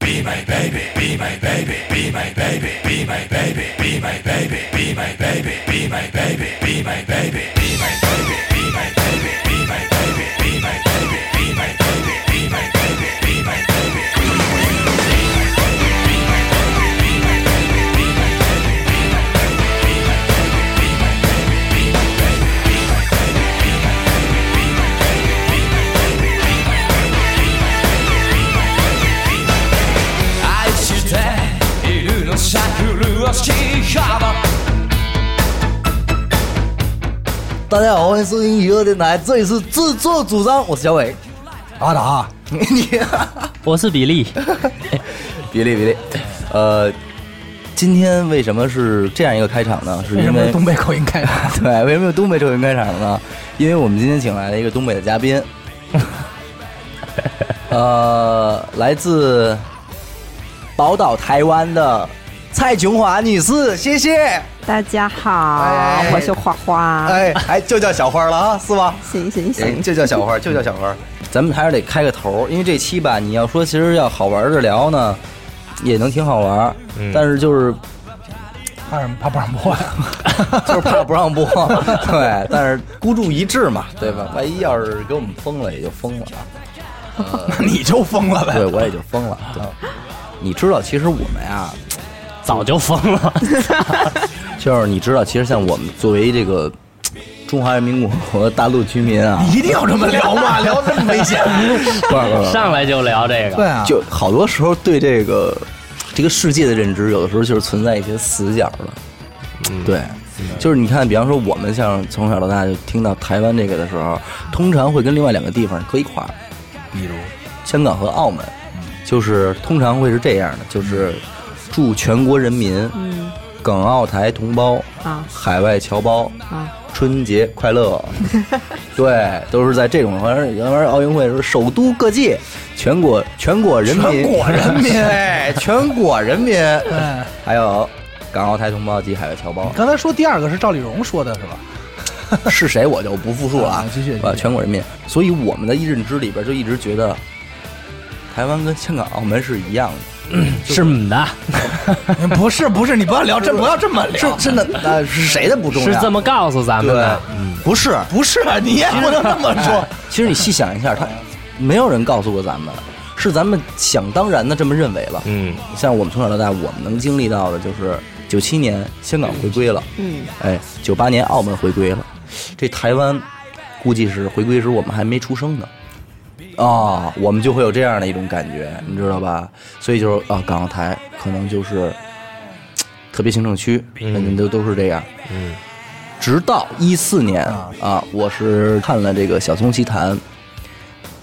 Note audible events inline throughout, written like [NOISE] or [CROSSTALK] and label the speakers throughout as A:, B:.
A: Be my baby, be my baby, be my baby, be my baby, be my baby, be my baby, be my baby, be my baby, be my baby, be my baby, be my baby, be my baby, be my baby, be my baby, be my baby.
B: 「愛しているのさ麗しい肌」
C: 大家好，欢迎收听娱乐电台，这里是自作主张，我是小伟。
D: 阿达，
C: 你
E: 我是比 [LAUGHS] 利，
C: [LAUGHS] 别理别理，呃，今天为什么是这样一个开场呢？是
D: 为什
C: 因
D: 么
C: 为
D: 用东北口音开场？
C: [LAUGHS] 对，为什么有东北这音开场呢？因为我们今天请来了一个东北的嘉
D: [LAUGHS]
C: 宾，呃，来自宝岛台湾的蔡琼华女士，谢谢。
D: 啊
F: 大家好，
C: 哎
F: 我是花花。
C: 哎，哎，就叫小花了啊，是吧？
F: 行行
C: [LAUGHS] 哎
F: 行，
C: 就叫小花，就叫小花。咱们还是得开个头儿，因为这期吧，你要说其实要好玩着聊呢，也能挺好玩儿，但是就是
D: 怕什么？怕不让播呀？
C: 就是怕不让 [LAUGHS] 播，对，但是孤注一掷嘛，对吧？万一要是给我们封了，也就封了啊，
D: [LAUGHS]
C: 啊
D: 你就疯了
C: 对
D: 呗！
C: 我也就封 [LAUGHS] 了。对，你知道，其实我们呀，
E: 早就疯 [LAUGHS] 了。
C: 就是你知道，其实像我们作为这个中华人民共和国大陆居民啊，
D: 一定要这么聊吗？ [LAUGHS] 聊这么危险？
C: [LAUGHS] 不是不是，
E: 上来就聊这
D: 对
E: 个，
D: 啊，
C: 就好多时候对这个这个世界的认知，有的时候就是存在一些死角的。
D: 嗯
C: 对，就是你看，比方说我们像从小到大就听到台湾这个的时候，通常会跟另外两个地方搁一块儿，
D: 比如嗯
C: 香港和澳门，就是通常会是这样的，就是祝全国人民，港澳台同胞
F: 啊
C: 海外侨胞
F: 啊
C: 春节快乐，对，都是在这种，反正原来奥运会是首都各界，全国全国人民，
D: 全国人
C: [LAUGHS]
D: 民哎
C: 哎，全国人民，还有港澳台同胞及海外侨胞
D: 你，刚才说第二个是赵丽蓉说的是吧？ [LAUGHS]
C: 是谁我就不复述了啊
D: 啊，继续继续
C: 呃全国人民，所以我们的认知里边就一直觉得，台湾跟香港、澳门是一样的。
E: 是你的，
D: 哎不是不是，你不要聊这，不要这么
C: 是
D: 聊。
C: 真的，那是谁的不重要？啊
E: 是这么告诉咱们
C: 对
E: 的。，嗯
C: 不是。
D: 嗯
C: 哎
D: 不是，啊你也不能这么说。
C: 其实你细想一下，他没有人告诉过咱们，是咱们想当然的这么认为了。
E: 嗯，
C: 像我们从小到大，我们能经历到的就是九七年香港回归了，
F: 嗯，
C: 哎，九八年澳门回归了，这台湾估计是回归时我们还没出生呢。啊、我们就会有这样的一种感觉，你知道吧？所以就是啊，港澳台可能就是嘖特别行政区，那你都都是这样。嗯，直到一四年啊，我是看了这个《小松奇谈》，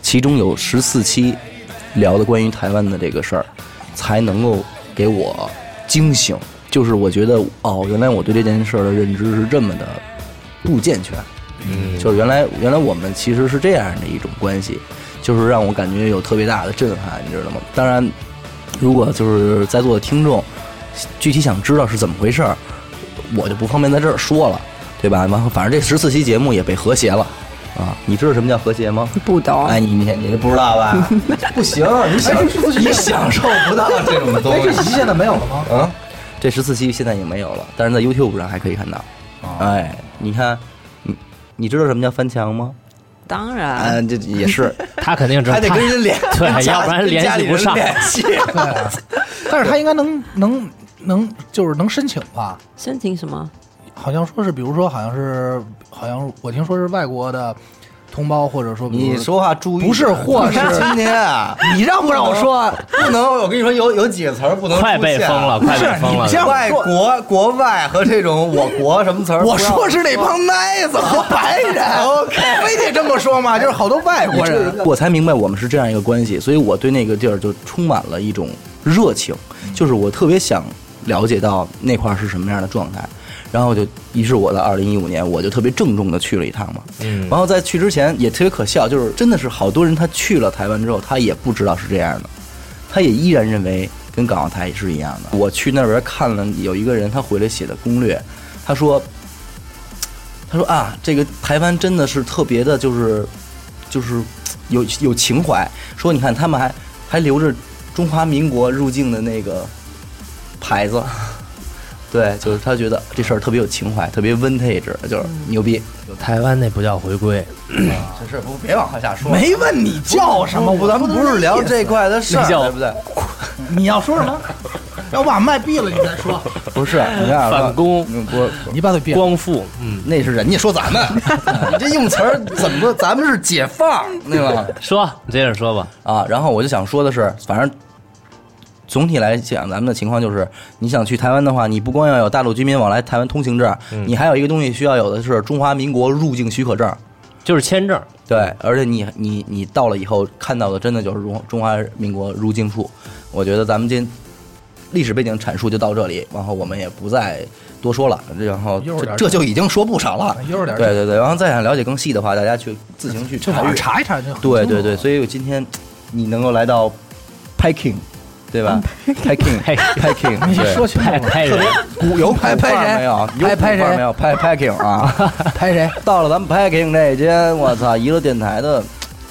C: 其中有十四期聊的关于台湾的这个事儿，才能够给我惊醒。就是我觉得哦，原来我对这件事儿的认知是这么的不健全。嗯，就是原来原来我们其实是这样的一种关系，就是让我感觉有特别大的震撼，你知道吗？当然，如果就是在座的听众具体想知道是怎么回事儿，我就不方便在这儿说了，对吧？完后，反正这十四期节目也被和谐了啊！你知道什么叫和谐吗？
F: 不懂。
C: 哎，你你你不知道吧？哎不行，你享你享受不到这种东
D: 哎，这
C: 西。
D: 期现在没有了吗？
C: 啊，这十四期现在也没有了，但是在 YouTube 上还可以看到。哎，你看，你你知道什么叫翻墙吗？
F: 当然，
C: 啊，这也 [LAUGHS] 是，
E: 他肯定知道，他
C: 联，
E: 对，要不然联系不上。
C: 系。
D: 但是他应该能能能，就是能申请吧？
F: 申请什么？
D: 好像说是，比如说，好像是，好像我听说是外国的同胞，或者说，比如
C: 你说话注意，
D: 不是或是
C: 今天啊，
D: 你让不让我说？
C: 不能，我跟你说，有有几个词儿不能
E: 快被
C: 出现
E: 封了，。快被封
D: 啊不
E: 了
D: 是你！这
C: 外国、国外和这种我国什么词儿不让，
D: 我说是那帮妹
C: [LAUGHS]
D: 子和白人，OK，非得这么说吗？就是好多外国人，
C: 我才明白我们是这样一个关系，所以我对那个地儿就充满了一种热情，
D: 嗯
C: 就是我特别想了解到那块儿是什么样的状态。然后我就，于是我在二零一五年，我就特别郑重的去了一趟嘛。嗯，然后在去之前也特别可笑，就是真的是好多人他去了台湾之后，他也不知道是这样的，他也依然认为跟港澳台也是一样的。我去那边看了有一个人，他回来写的攻略，他说，他说啊，这个台湾真的是特别的，就是就是有有情怀。说你看他们还还留着中华民国入境的那个牌子。 [LAUGHS] 对，就是他觉得这事儿特别有情怀，特别 vintage，就是牛逼。
E: 台湾那不叫回归，
C: 这事儿不别往下说
D: 没问你叫什么，我咱们
C: 不是聊这块的事儿，
E: 那叫
C: 对不对？
D: 你要说什
C: [LAUGHS]
D: 么？要不把麦闭了你再说。
C: 不是，你看啊
E: 反攻
C: 嗯不是
D: 你把嘴闭了。
E: 光复，嗯，
C: 那是人家说
D: [LAUGHS]
C: 咱们，你这用词儿怎么？咱们是解放，对吧？
E: 说，你接着说吧。
C: 啊，然后我就想说的是，反正总体来讲，咱们的情况就是，你想去台湾的话，你不光要有大陆居民往来台湾通行证，
E: 嗯
C: 你还有一个东西需要有的是中华民国入境许可证。
E: 就是签证，
C: 对，而且你你你到了以后看到的，真的就是中中华民国入境处。我觉得咱们今历史背景阐述就到这里，然后我们也不再多说了。然后
D: 悠着点
C: 这这
D: 儿
C: 就已经说不少了，
D: 悠着点儿
C: 对对对，然后再想了解更细的话，大家去自行去
D: 这
C: 查
D: 网
C: 阅
D: 上。查一查就很
C: 对
D: 清
C: 对
D: 楚
C: 对，所以我今天你能够来到 Peking，对吧？Peking
D: 嗯
C: Peking，
D: [LAUGHS] 你
C: 对
D: 说清楚
E: 拍 [LAUGHS]
D: 了，
E: 拍人，
C: 骨有
D: 拍
C: 骨
D: 拍
C: 范儿
D: 谁
C: 没有？
D: 拍
C: 有骨
D: 拍
C: 范儿
D: 谁
C: 没有？拍 Peking 啊！
D: 拍谁？
C: 到了咱们 Peking 这间，我操，娱乐电台的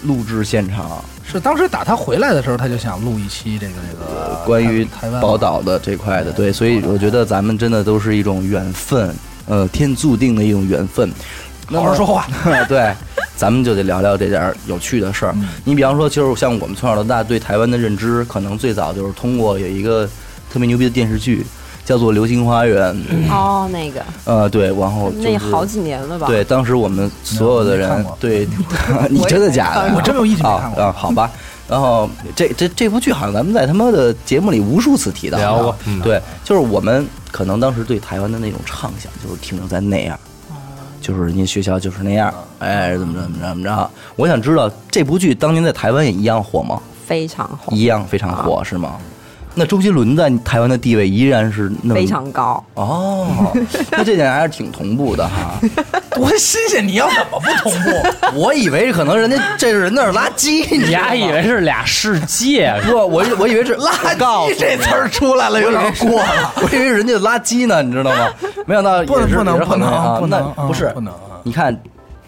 C: 录制现场，
D: 是当时打他回来的时候，他就想录一期这个这个
C: 关于
D: 台湾啊
C: 宝岛的这块的，对，所以我觉得咱们真的都是一种缘分，呃，天注定的一种缘分。那
D: 好
C: 么
D: 好说话。
C: [LAUGHS] 对，咱们就得聊聊这点儿有趣的事
D: 嗯
C: 儿。你比方说，就是像我们从小到大对台湾的认知，可能最早就是通过有一个特别牛逼的电视剧，叫做《流星花园》。
F: 哦，那个
C: 呃，对，然后嗯就是
F: 那好几年了吧？
C: 对，当时我们所有的
D: 没
C: 人
D: 看过 [LAUGHS]
C: 对，你真的假的啊？
D: 我真有一集没看过
C: 啊啊，好吧。然后这这这部剧好像咱们在他妈的节目里无数次提到啊
E: 聊过嗯
C: 对，就是我们可能当时对台湾的那种畅想，就是停留在那样，
D: 哦
C: 就是人家学校就是那样，哎，怎么着怎么着怎么着。我想知道这部剧当年在台湾也一样火吗？
F: 非常红，
C: 一样非常
E: 啊
C: 火是吗？那周杰伦在台湾的地位依然是那么
F: 非常高。
C: 哦，那这点还是挺同步的哈。
D: 多新鲜！你要怎么不 [LAUGHS] 同步？
C: [LAUGHS] 我以为可能
D: [LAUGHS]
C: 人家这是人那是垃圾，你知
E: 你
C: 道吗
E: 还以为是俩世界？啊 [LAUGHS]
C: 不？我以我以为
D: [LAUGHS]
C: 是垃告诉你啊
D: 这词儿出来了，有点过了。
C: [LAUGHS] 我以为人家垃圾呢，你知道吗？没想到也
D: 不能
C: 是
D: 不能
C: 也是
D: 不
C: 很啊
D: 能不能，
C: 那不是
D: 嗯不能。
C: 你看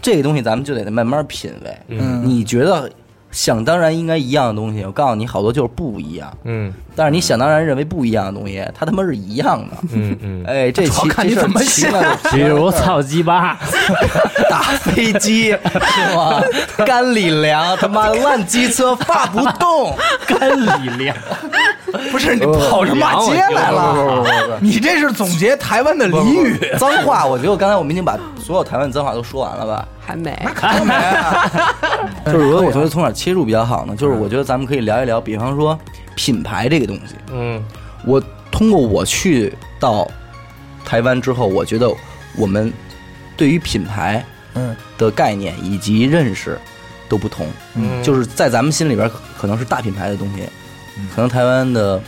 C: 这个东西，咱们就得慢慢品味。
D: 嗯
C: 你觉得想当然应该一样的东西，我告诉你，好多就是不一样。
E: 嗯
C: 但是你想当然认为不一样的东西，它他妈是一样的。
E: 嗯嗯，
C: 哎，这
D: 主要
C: 奇
D: 看你
C: 这事儿
D: 怎么
C: 奇怪的
E: 比如操鸡 [LAUGHS] 巴，
D: [LAUGHS]
C: 打飞机是吗？ [LAUGHS] 干里凉，他妈烂机车发不动，
E: 干你娘！
D: 不是 [LAUGHS] 你跑什么街来
C: 哦
D: 了？你这是总结台湾的俚语。
C: 脏话，我觉得刚才我们已经把所有台湾的脏话都说完了吧？
F: 还没，
C: [LAUGHS] 就是我我觉得从哪儿切入比较好呢？就是我觉得咱们可以聊一聊，比方说品牌这个东西。
E: 嗯，
C: 我通过我去到台湾之后，我觉得我们对于品牌
D: 嗯
C: 的概念以及认识都不同。
E: 嗯
C: 就是在咱们心里边可可能是大品牌的东西，可能台湾的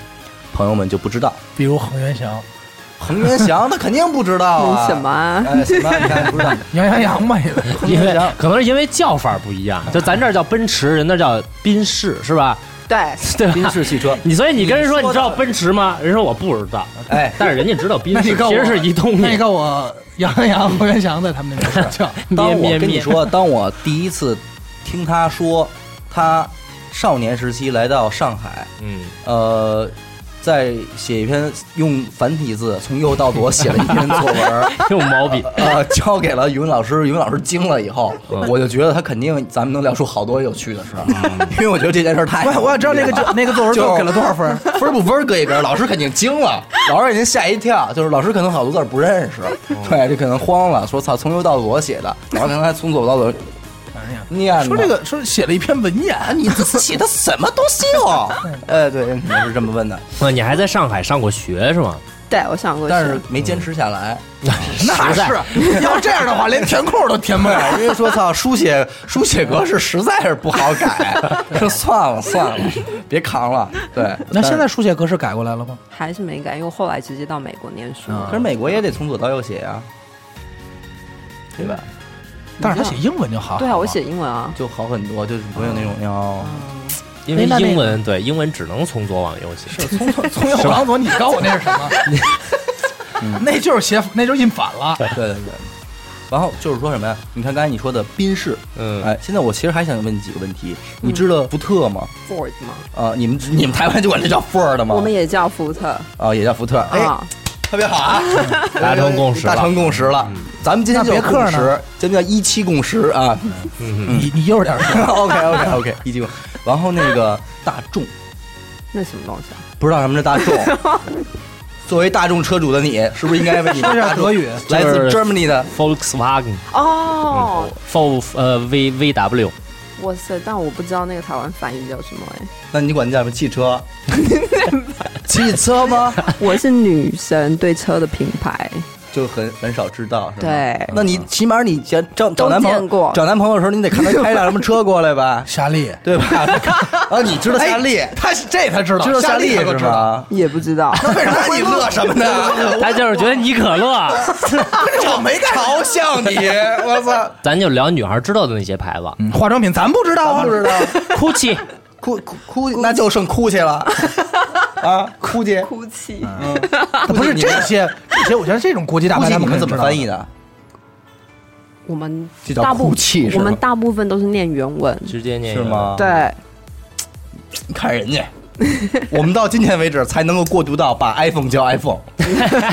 C: 朋友们就不知道。
D: 比如恒源祥、 [LAUGHS]
C: 恒源祥他肯定不知道
F: [LAUGHS]
C: 啊！
F: 什么啊
C: 哎，什么？你看不知道？
D: 杨洋洋嘛，也 [LAUGHS]
E: 因为可能是因为叫法不一样，就咱这儿叫奔驰，人那叫宾士，是吧？
F: 对，
E: 对
C: [LAUGHS] 宾
E: 吧？
C: 士汽车，
E: 你所以你跟人说
C: 你说
E: 你知
C: 的
E: 道奔驰吗？人说我不知道，
C: 哎，
E: 但是人家知道宾
D: 那
E: 士
D: 你告
E: 其
D: 诉我
E: 实是一东
D: 那
E: 西。
D: 个我杨洋洋、恒源祥在他们那边叫。
C: 当
E: 咩
C: 我
E: 咩
C: 跟你
E: 咩！
C: 说，当我第一次听他说他少年时期来到上海，
E: 嗯，
C: 呃，在写一篇用繁体字从右到左写了一篇作文，
E: 有毛病。
C: 呃，交给了语文老师，语文老师惊了以后，我就觉得他肯定咱们能聊出好多有趣的事儿，因为我觉得这件事儿太……
D: 我 [LAUGHS] 我想知道那个就那个作文最后给了多少 [LAUGHS] 分？
C: 分儿不分儿搁一边儿，老师肯定惊了，老师给您吓一跳，就是老师可能好多字儿不认识，
D: 哦
C: 对，这可能慌了，说操，从右到左写的，然后可能还从左到左念呢
D: 哎说这个说写了一篇文言，
C: 你这是写的什么东西
D: [LAUGHS]
C: 哦？呃，对，可能是这么问的，
D: 嗯
E: 哇，你还在上海上过学是吗？
F: 对我上过去，
C: 但是没坚持下来。
D: 嗯那
E: 实在
D: 是啊要这样的话，连填空都填不了。
C: 对，因为说操，书写书写格式实在是不好
D: [LAUGHS]
C: 改，说算了算了，别扛了。对，
D: 那
C: 但
D: 现在书写格式改过来了吗？
F: 还是没改，因为我后来直接到美国念书。
C: 可是美国也得从左到右写啊，对吧？
D: 但是他写英文就好。
F: 对啊，我写英文啊，
C: 就好很多，就是不会有那种要
E: 因为
D: 那那
E: 英文对英文只能从左往右写。
D: 从从从 [LAUGHS] 右往左，你
F: [LAUGHS]
D: [LAUGHS] 告诉我那是什么？那就是写，那就是印反了。
C: 对对对。然后就是说什么呀？你看刚才你说的宾士，
E: 嗯
C: 哎，现在我其实还想问你几个问题。你知道福特吗？
F: Ford 吗？
C: 啊、你们你们台湾就管这叫 Ford 吗？
F: 我们也叫福特
C: 啊、也叫福特，哦哎，
F: 啊，
C: 特别好啊，
E: 达成共识了嗯
C: 达成共识了。咱们今天就
D: 那
C: 是
D: 别克
C: 共
D: 呢
C: 识，咱们叫一期共识啊。
E: 嗯
D: 你你悠着点说，
C: [LAUGHS] OK OK OK，一期共。然后那个大众，
F: 那什么东西啊？
C: 不知道什么是大
D: [LAUGHS]
C: 众。作为大众车主的你，是不是应该为你
D: 说
C: 们大
D: 点
C: 众
D: 德语。，
C: 来自 Germany 的
E: Volkswagen
F: 哦，
E: Vol 呃 V V W
F: 哇塞！但我不知道那个台湾翻译叫什么
C: [LAUGHS]
F: 哎。
C: 那你管它叫什么汽 [LAUGHS] 车？汽车吗？
F: 我是女生，对车的品牌，
C: 就很很少知道，是吗？
F: 对
C: 那你起码你想找找
F: 都
C: 男朋
F: 见
C: 友
F: 过
C: 找男朋友的时候，你得看他开辆什么车过来吧 [LAUGHS]
D: 夏利，
C: 对吧？啊，你知道夏利，他是这他知
D: 道
C: 知道夏
D: 夏利他
C: 是
D: 都知
C: 吗
D: 道？
F: 也不知道。 [LAUGHS]
C: 为啥你乐什么呢？
E: 他就是觉得你可乐，
C: [LAUGHS] 我没嘲笑你，我操！
E: 咱就聊女孩知道的那些牌子
D: 嗯化妆品咱不知道啊，
C: 不知道，
E: ，GUCCI
C: [LAUGHS] 哭哭哭，那就剩哭去 [LAUGHS] 了啊！哭去，
F: 哭泣，
D: [LAUGHS] 不是这些，这些我觉得这种国际大
C: 哭
D: 牌
C: 泣
D: 他
C: 你们怎么翻译
D: 的？
C: 的？
F: 我们
C: 这叫
F: 大部
C: 哭泣是
F: 我
C: 吗
F: 们大部分都是念原文，
E: 直接念
C: 是？吗？
F: 对，
C: 你看人家，我们到今天为止才能够过渡到把 iPhone 叫 iPhone，
D: [LAUGHS]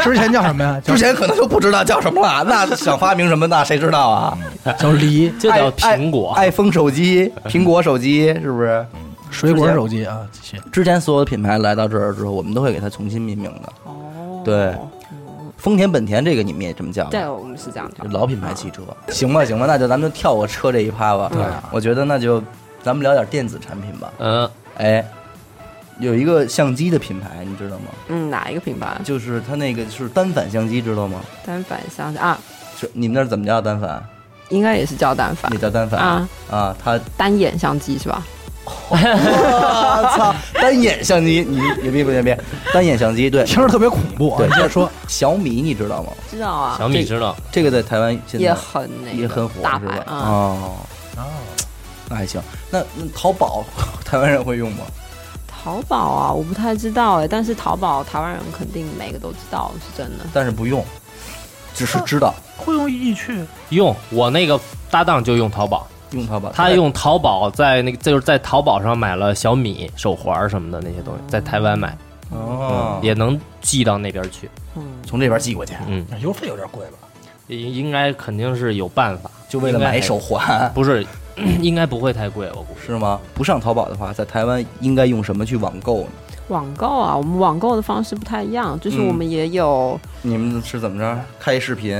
D: 之前叫什么呀？叫
C: 之前可能就不知道叫什么了。那想发明什么，那谁知道啊？
D: 叫梨，
E: 就叫苹果，
C: i- i- iPhone 手机、苹果手机是不是？
D: 水果手机啊，继续。
C: 之前所有的品牌来到这儿之后，我们都会给它重新命名的。
F: 哦
C: 对，丰田、本田这个你们也这么叫吧？
F: 对，我们是这样的。
C: 老品牌汽车，行吧，行吧，那就咱们就跳过车这一趴吧。对，我觉得那就咱们聊点电子产品吧。
E: 嗯，
C: 哎，有一个相机的品牌，你知道吗？
F: 嗯，哪一个品牌？
C: 就是它那个是单反相机，知道吗？
F: 单反相机啊，
C: 是你们那儿怎么叫单反？
F: 应该也是叫单反
C: 也，叫单反
F: 啊
C: 啊！它
F: 单眼相机是吧？
C: 我操，单眼相机，你牛逼不牛逼？单眼相机，
F: [LAUGHS]
C: 对
D: 听着特别恐怖啊。
C: 对，
D: 你接着说，
C: 小米，你知道吗？
F: 知道啊，
E: 小米知道，
C: 这个在台湾现在
F: 也很那个
C: 也很火，
F: 大
C: 是
F: 牌
C: 吧？
F: 啊。
C: 哦，那还行。那那淘宝， [LAUGHS] 台湾人会用吗？
F: 淘宝啊，我不太知道哎，但是淘宝台湾人肯定每个都知道，是真的。
C: 但是不用，只是知道
D: 会用易趣，
E: 用我那个搭档就用淘宝，
C: 用淘宝。
E: 他用淘宝在那个就是在淘宝上买了小米手环什么的那些东西，在台湾买
C: 哦，
E: 也能寄到那边去，
F: 嗯，
C: 从这边寄过去，
E: 嗯，
D: 邮费有点贵吧？
E: 应应该肯定是有办法，
C: 就为了
E: 应该
C: 买手环，
E: 不是， [CLEARS THROAT] 应该不会太贵，我估计。
C: 是吗？不上淘宝的话，在台湾应该用什么去网购呢？
F: 网购啊，我们网购的方式不太一样，就是
C: 嗯
F: 我们也有，
C: 你们是怎么着？开视频，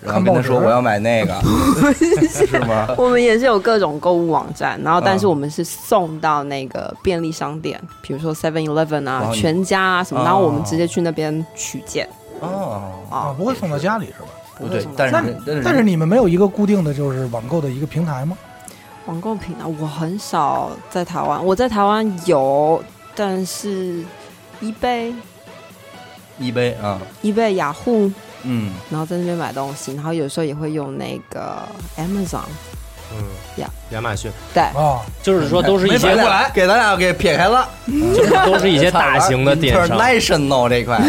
C: 然后
D: 看
C: 跟他
D: 报
C: 说
D: 纸
C: 我要买
F: [LAUGHS]
C: 那个， [LAUGHS] 是吗？
F: 我们也是有各种购物网站，然后但是
C: 嗯
F: 我们是送到那个便利商店，比如说 Seven Eleven
C: 然
F: 啊
C: 后、你
F: 全家啊什么，
C: 哦
F: 然后我们直接去那边取件
C: 哦，
D: 啊，
F: 啊，
D: 不会送到家里是吧？
F: 不
C: 不
F: 会
C: 对
F: 送，到
C: 但
D: 那
C: 是但是
D: 但是你们没有一个固定的就是网购的一个平台吗？
F: 网购品啊，我很少在台湾，我在台湾有，但是 eBay、
C: 一杯啊，
F: eBay、雅虎，
C: 嗯，
F: 然后在那边买东西，然后有时候也会用那个 Amazon，
E: 嗯
F: 呀，
E: 亚马逊
F: 对，
C: 哦
D: 啊，
E: 就是说都是一
C: 没
E: 些
C: 反过来，给咱俩给撇开了，
E: 都是
C: [LAUGHS]
E: 一些大型的电商。
C: ，international 这
E: [LAUGHS]
C: 块。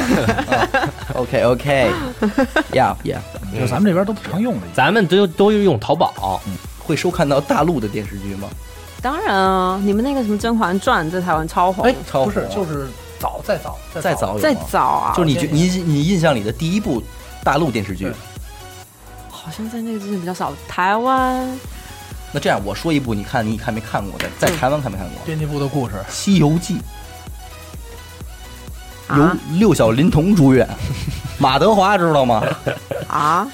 C: OK OK，呀呀，
D: 就咱们这边都不常用的。
E: 咱们都都用淘宝，
C: 会收看到大陆的电视剧吗？
F: 当然啊，你们那个什么《甄嬛传》在台湾超红，
C: 超
D: 不是，
C: 火
D: 就是早哎再早
C: 再早有哎吗
F: 再早啊，
C: 就是你觉
D: 这个
C: 你你印象里的第一部大陆电视剧
D: 对。
F: 好像在那个之前比较少。台湾
C: 那这样我说一部，你看你看没看过的，在
F: 嗯
C: 台湾看没看过《
D: 编辑部的故事，
C: 西游记》，
F: 啊
C: 由六小龄童主演，马德华知道吗？
F: 啊，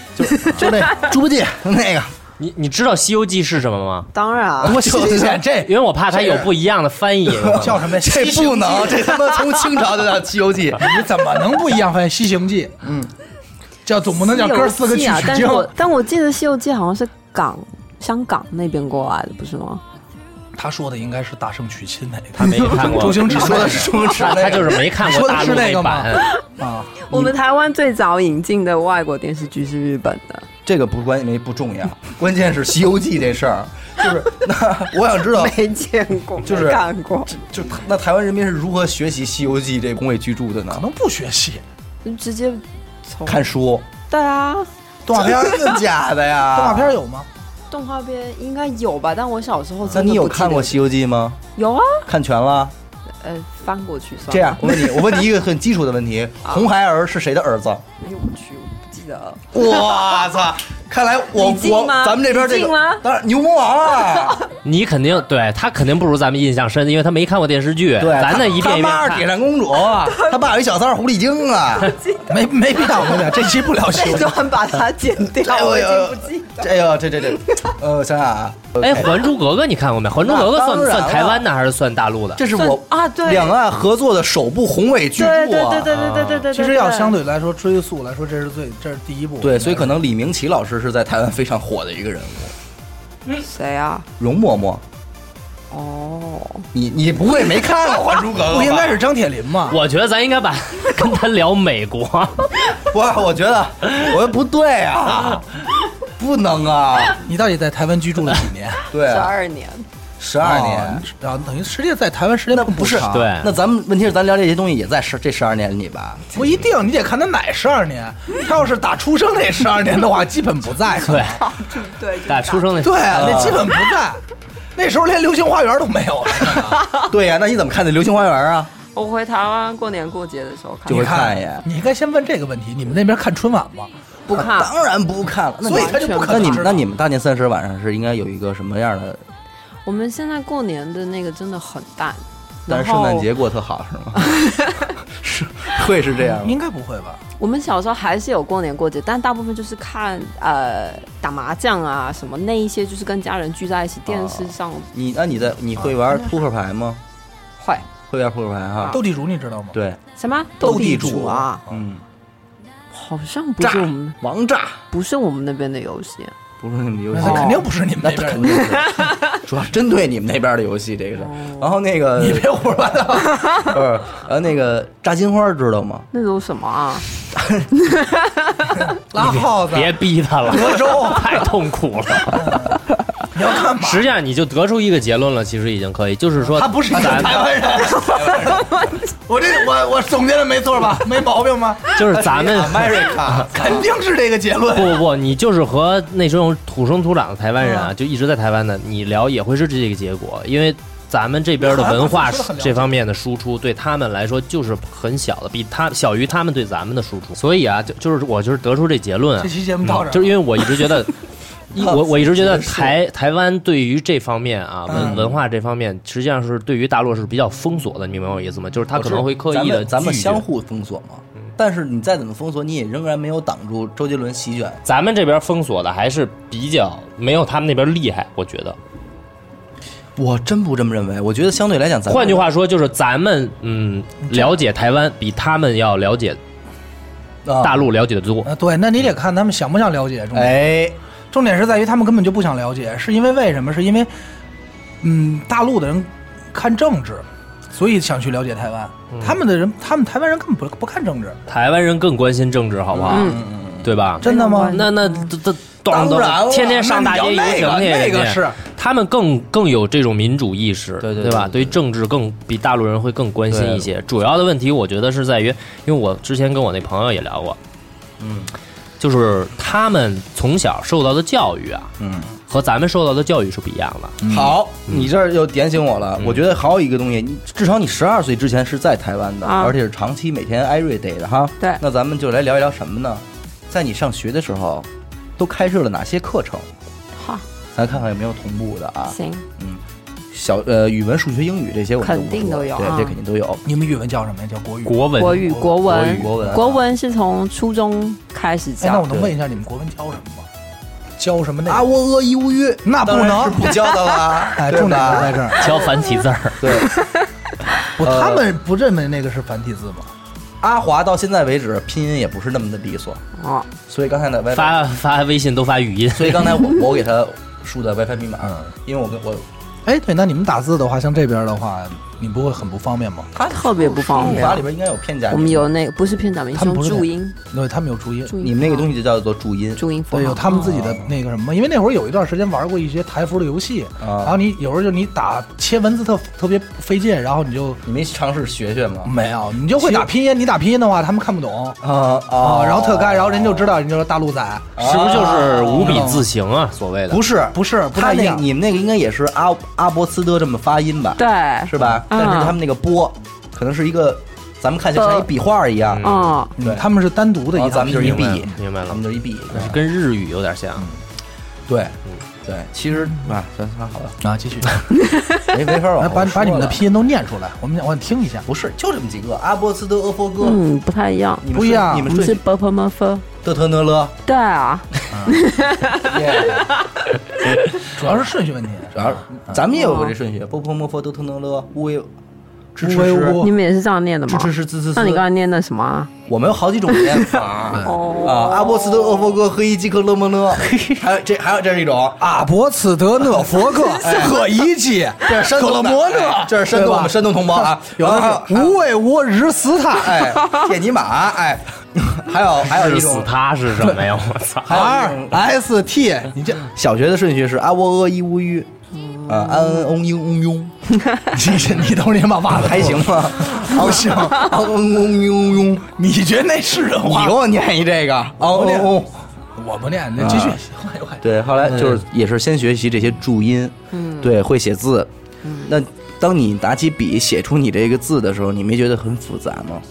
C: 就
D: [LAUGHS]
C: 那猪八戒那个，
E: 你你知道《西游记》是什么吗？
F: 当然
C: [LAUGHS]
F: 啊，
D: 多新鲜！这
E: 因为我怕它有不一样的翻译。
D: 叫什么呀？
C: 这不能，这他妈从清朝就叫《西游记》。
D: [LAUGHS] 你怎么能不一样？发现《西行记》，嗯，叫总不能叫哥儿四个去
F: 西游记啊
D: 取
F: 但
D: 经
F: 是。我但我记得《西游记》好像是港香港那边过来的，不是吗？
D: 他说的应该是大圣娶亲那个，
E: 他没看过
D: [LAUGHS] 周星驰
C: 你说的是周星驰
E: 他
C: 那
E: 他
C: 个
E: 就是没看过大陆版，
D: 啊，
F: 我们台湾最早引进的外国电视剧是日本的，
C: 这个不关没不重要， [LAUGHS] 关键是《西游记》这事儿，就是那我想知道，
F: 没见过，
C: 就是
F: 没看过，
C: 就那台湾人民是如何学习《西游记》这工位居住的
D: 可
C: 呢？
D: 能不学戏，
F: 就直接从
C: 看书，
F: 对啊，
D: 动画片儿
C: 真的假的呀？
D: 动画片儿有吗？
F: 动画片应该有吧，但我小时候
C: 那
F: 真的
C: 你有
F: 不记
C: 看过《
F: 得
C: 西游记》吗？
F: 有啊，
C: 看全了。
F: 呃，翻过去算了
C: 这样，我问你，我问你一个很基础的问题：红孩儿是谁的儿子？
F: 哎呦我去，我不记得了。
C: 我操！看来我
F: 李靖
C: 我
F: 吗
C: 咱们这边这
F: 李靖
C: 个
F: 吗
C: 当然牛魔王啊，
E: 你肯定对他肯定不如咱们印象深，因为他没看过电视剧。
C: 对，
E: 咱那
C: 他
E: 一遍一
C: 他
E: 遍
C: 妈是铁
E: 看。
C: 扇公主，啊
F: [LAUGHS]
C: 他爸有一小三儿狐狸精啊，
D: 没没必要，没必要，这期不聊西游
F: 这
D: 记。
F: 段把它剪掉，我已经不记得。
C: 哎呦，这这
F: [LAUGHS]
C: 这，呃，我想想啊，
E: 哎，《还珠格格》你看过没？《还珠格格
C: 那》
E: 算
C: 当然
E: 算
C: 了
E: 台湾的还是算大陆的？
C: 这是我
F: 啊对
C: 两岸合作的首部宏伟巨著啊，
F: 对对对对对对对对，
D: 啊其实要相对来说追溯来说，这是最这是第一部。
C: 对所以可能李明启老师是在台湾非常火的一个人物，
F: 谁啊？
C: 容嬷嬷。
F: 哦，
C: 你你不会没看啊
F: [LAUGHS]
C: 过《还珠格格》吧？
D: 啊不应该是张铁林吗？
E: 我觉得咱应该把跟他聊美
D: [LAUGHS]
E: 国。
C: 不，我觉得我觉得不对
F: [LAUGHS]
C: 啊，不能啊，
D: 你到底在台湾居住了几 [LAUGHS] 年？
C: 对啊
F: 十，二年，
C: 十二年
D: 哦，，然后等于实际在台湾时间
C: 那
D: 并
C: 不是
D: 长
E: 对
C: 那咱们问题是咱聊这些东西也在十这十二年里吧？
D: 不一定，你得看他哪十二年。他要是打出生那十二年的话，基本不在。
E: 对，
F: [LAUGHS] 对，就是
E: 打出生那
D: 对，那基本不在。那时候连《流星花园》都没有
C: [LAUGHS]
D: 了。
C: 对呀、那你怎么看的《流星花园》啊？
F: 我回台湾过年过节的时候看
C: 就，会
D: [LAUGHS] 你
C: 看一眼
D: 你应该先问这个问题：你们那边看春晚吗？
F: 不看。
C: 当然不看了，那
D: 所以
C: 你
D: 他就不
C: 那
D: 可能
C: 你
D: 知
C: 们
D: 道
C: 那你们大年三十晚上是应该有一个什么样的？
F: 我们现在过年的那个真的很淡，
C: 但是
F: 然
C: 圣
F: 后
C: 诞节过特好是吗？是会是这样吗？
D: 应该不会吧？
F: 我们小时候还是有过年过节，但大部分就是看呃打麻将啊什么那一些，就是跟家人聚在一起，电
C: 哦
F: 视上
C: 你那你在你会玩扑克牌吗？
F: 会
C: 会玩扑克牌哈？
D: 斗地主你知道吗？
C: 啊对，
F: 什么
C: 斗地
F: 地
C: 主
F: 主啊，
C: 嗯，
F: 好像不
C: 炸
F: 是我们
C: 王炸，
F: 不是我们那边的游戏，
C: 不是你们游戏
D: 那，肯定不是你
C: 哦
D: 们
C: 那
D: 那
C: 他
D: 边
C: 肯
D: 的。
C: 定是， [LAUGHS] 主要针对你们那边的游戏这个事儿。然后那
D: [LAUGHS]
C: 个
D: 你别胡说八道。
C: 不是，呃，那个炸金花知道吗？
F: 那有什么啊？
D: 拉耗子，
E: 别逼他了，
D: 德州
E: [LAUGHS] 太痛苦
D: [LAUGHS]
E: 了。
D: 你要干嘛？
E: 实际上你就得出一个结论了，其实已经可以，就是说
D: 他不是一个
E: 咱
D: 台湾人。我这我我总结的没错吧？没毛病吗？
E: 就是咱们
D: America 肯定是这个结
E: 不
D: 论。
E: 不不，你就是和那种土生土长的台湾人啊，
D: 嗯
E: 就一直在台湾的，你聊也会是这个结果，因为咱们这边的文化
D: 你好像说得 [LAUGHS] 很了解
E: 这方面的输出，对他们来说就是很小的，比他小于他们对咱们的输出。所以啊，就就是我就是得出这结论啊
D: 这，期节目到这儿，
E: 就是因为我一直觉得。一我我一直觉
D: [LAUGHS]
E: 得
C: 是
E: 台台湾对于这方面啊文
D: 嗯
E: 文化这方面，实际上是对于大陆是比较封锁的，你明白我意思吗？就是他可能会刻
C: 咱
E: 意的
C: 们咱们相互封锁嘛。但是你再怎么封锁，你也仍然没有挡住周杰伦席卷。
E: 咱们这边封锁的还是比较没有他们那边厉害，我觉得。
C: 我真不这么认为，我觉得相对来讲，咱们
E: 换句，话说，就是咱们嗯了解台湾比他们要了解
C: 啊
E: 大陆了解的多。
D: 啊，对，那你得看他们想不想了解。重点
C: 哎，
D: 重点是在于他们根本就不想了解，是因为为什么？是因为，嗯，大陆的人看政治，所以想去了解台湾。
C: 嗯
D: 他们的人，他们台湾人根本不不看政治，
E: 台湾人更关心政治，好不
C: 嗯
E: 好？对吧？
D: 真的吗
F: 没？
E: 那那这这
C: 当然了
E: 天天上大街游行
C: 那
E: 去，
C: 你要那个
E: 人家
C: 那个是
E: 他们更更有这种民主意识，对
C: 对
E: 吧？
C: 对
E: 对于政治更比大陆人会更关心
C: 对
E: 一些。主要的问题，我觉得是在于，因为我之前跟我那朋友也聊过，嗯，就是他们从小受到的教育啊，
C: 嗯，
E: 和咱们受到的教育是不一样的。
F: 嗯
C: 好，你这儿又点醒我了。我觉得还有一个东西，你至少你十二岁之前是在台湾的，
F: 啊
C: 而且是长期每天 every day 的哈。
F: 对
C: 那咱们就来聊一聊什么呢？在你上学的时候，都开设了哪些课程？
F: 哈，
C: 咱看看有没有同步的啊？
F: 行，
C: 小呃，语文、数学、英语这些我们
F: 肯定
C: 都不
F: 都
C: 说
F: 有
C: 对，
F: 啊
C: 这肯定都有。
D: 你们语文叫什么呀？叫国语。
E: 国文，
F: 国语、国文、
C: 国文啊
F: 国文是从初中开始
D: 哎，那
F: 教
D: 我。能问一下你们国文教什么吗？教什么内
C: 啊，
D: 容？
C: 喔、呃、一、乌、约，
D: 那不
C: 当然是
D: 能，
C: 不教的啦。
D: [LAUGHS] 哎，
C: 对
D: 重点
C: 吧呃
D: 不在这儿。
E: 教繁体字儿。
C: 对，
D: 不，
C: 呃
D: 他们不认为那个是繁体字吗？
C: [LAUGHS] 阿华到现在为止拼音也不是那么的利索，
F: 哦，
C: 所以刚才的 WiFi，
E: [LAUGHS] 发发微信都发语音，
C: 所以刚才我我给他输的 WiFi 密码
D: 嗯，
C: 因为我跟我
D: 哎，对，那你们打字的话，像这边的话，你不会很不方便吗？
C: 他
F: 特别不方便
C: 法里边应该有片假
F: 我
C: 名。
F: 们有那个不是片假名，
D: 他
F: 是
D: 们
F: 用
D: 不是
F: 注音，
D: 对他们有注音，
F: 注音
C: 你们那个东西就叫做注音，
F: 注音符号
D: 对，有他们自己的那个什么，因为那会儿有一段时间玩过一些台服的游戏，
C: 啊
D: 然后你有时候就你打切文字特特别费劲，然后你就
C: 你没尝试学学吗？
D: 没有，你就会打拼音，你打拼音的话他们看不懂
C: 啊啊
D: 啊，然后特干，然后人就知道人就说大陆仔，
E: 是不是就是
D: 哦
E: 五笔字形啊？所谓的
D: 不是不是不
C: 他
D: 太一
C: 那
D: 样，
C: 你们那个应该也是阿阿波斯德这么发音吧？
F: 哦对，
C: 是吧？但
F: 嗯
C: 是他们那个波，可能是一个，咱们看起来像一笔画一样，
F: 嗯，
D: 嗯
C: 对
D: 他们是单独的
C: 然后
D: 一套
C: 咱
D: 拼
C: 们
D: 音，
C: 就是一
E: 明白
C: 笔
D: 嗯
E: 了，明白了
C: 咱们就是一笔。
E: 那是跟日语有点像，
C: 对，对，
D: 嗯
C: 其实啊，算算好了，
D: 啊，继续
C: 没没法
D: 来
C: 往
D: 哎把
C: 后说
D: 把你们的
C: 了
D: 拼音都念出来，我们我想听一下，
C: 不是就这么几个阿波斯德、俄佛哥，
F: 嗯，不太一样。
C: 你们
D: 不
C: 是
D: 一样
C: 你
F: 我
C: 们
F: 们是
C: 是
F: b p m f，
C: 德特讷
D: [LAUGHS]
C: 勒，
F: 对啊，
C: [LAUGHS] 耶
D: 主要是顺序问题，
C: 主要是
D: 嗯
C: 咱们也有过这顺序，波波摩佛德特讷勒乌维支持
D: 哦乌维乌
F: 你们也是这样念的
C: 哦支
F: 吗？
C: 持是滋滋滋
F: 那你刚才念的什么啊？
C: 我们有好几种念法
F: [LAUGHS] 哦
C: 啊，阿波斯德、厄佛哥、黑伊基克勒莫勒，还有这还有这是一种，啊
D: 阿伯茨德讷佛克可一记，
C: 这是山
D: 可
C: 东
D: 了
C: 的
D: 摩
C: 哎
D: 勒，
C: 这是山
D: 对
C: 东
D: 吧
C: 我们山东同胞啊，有的还有还有
D: 无畏我日斯坦，
C: 哎， [LAUGHS] 铁尼玛，哎，还有还有一
E: 是死
C: 种。
E: 他是什么呀？我操！
C: 还有
D: R
C: 一种
D: S T，你这
C: 小学的顺序是阿沃阿伊乌吁，啊安恩翁英翁雍，
D: 你你等会儿你先把袜子
C: 还行 [LAUGHS] 吗？不行，嗯昂翁翁雍雍，
D: 你觉得那是人
C: 你
D: 话
C: 给？我嗯念一这个，哦昂翁翁。
D: 我不念，那继续 [LAUGHS]
C: 啊。
D: 换一换
C: 对，后来就是也是先学习这些注音，嗯，对，会写字。那当你拿起笔写出你这个字的时候，你没觉得很复杂吗？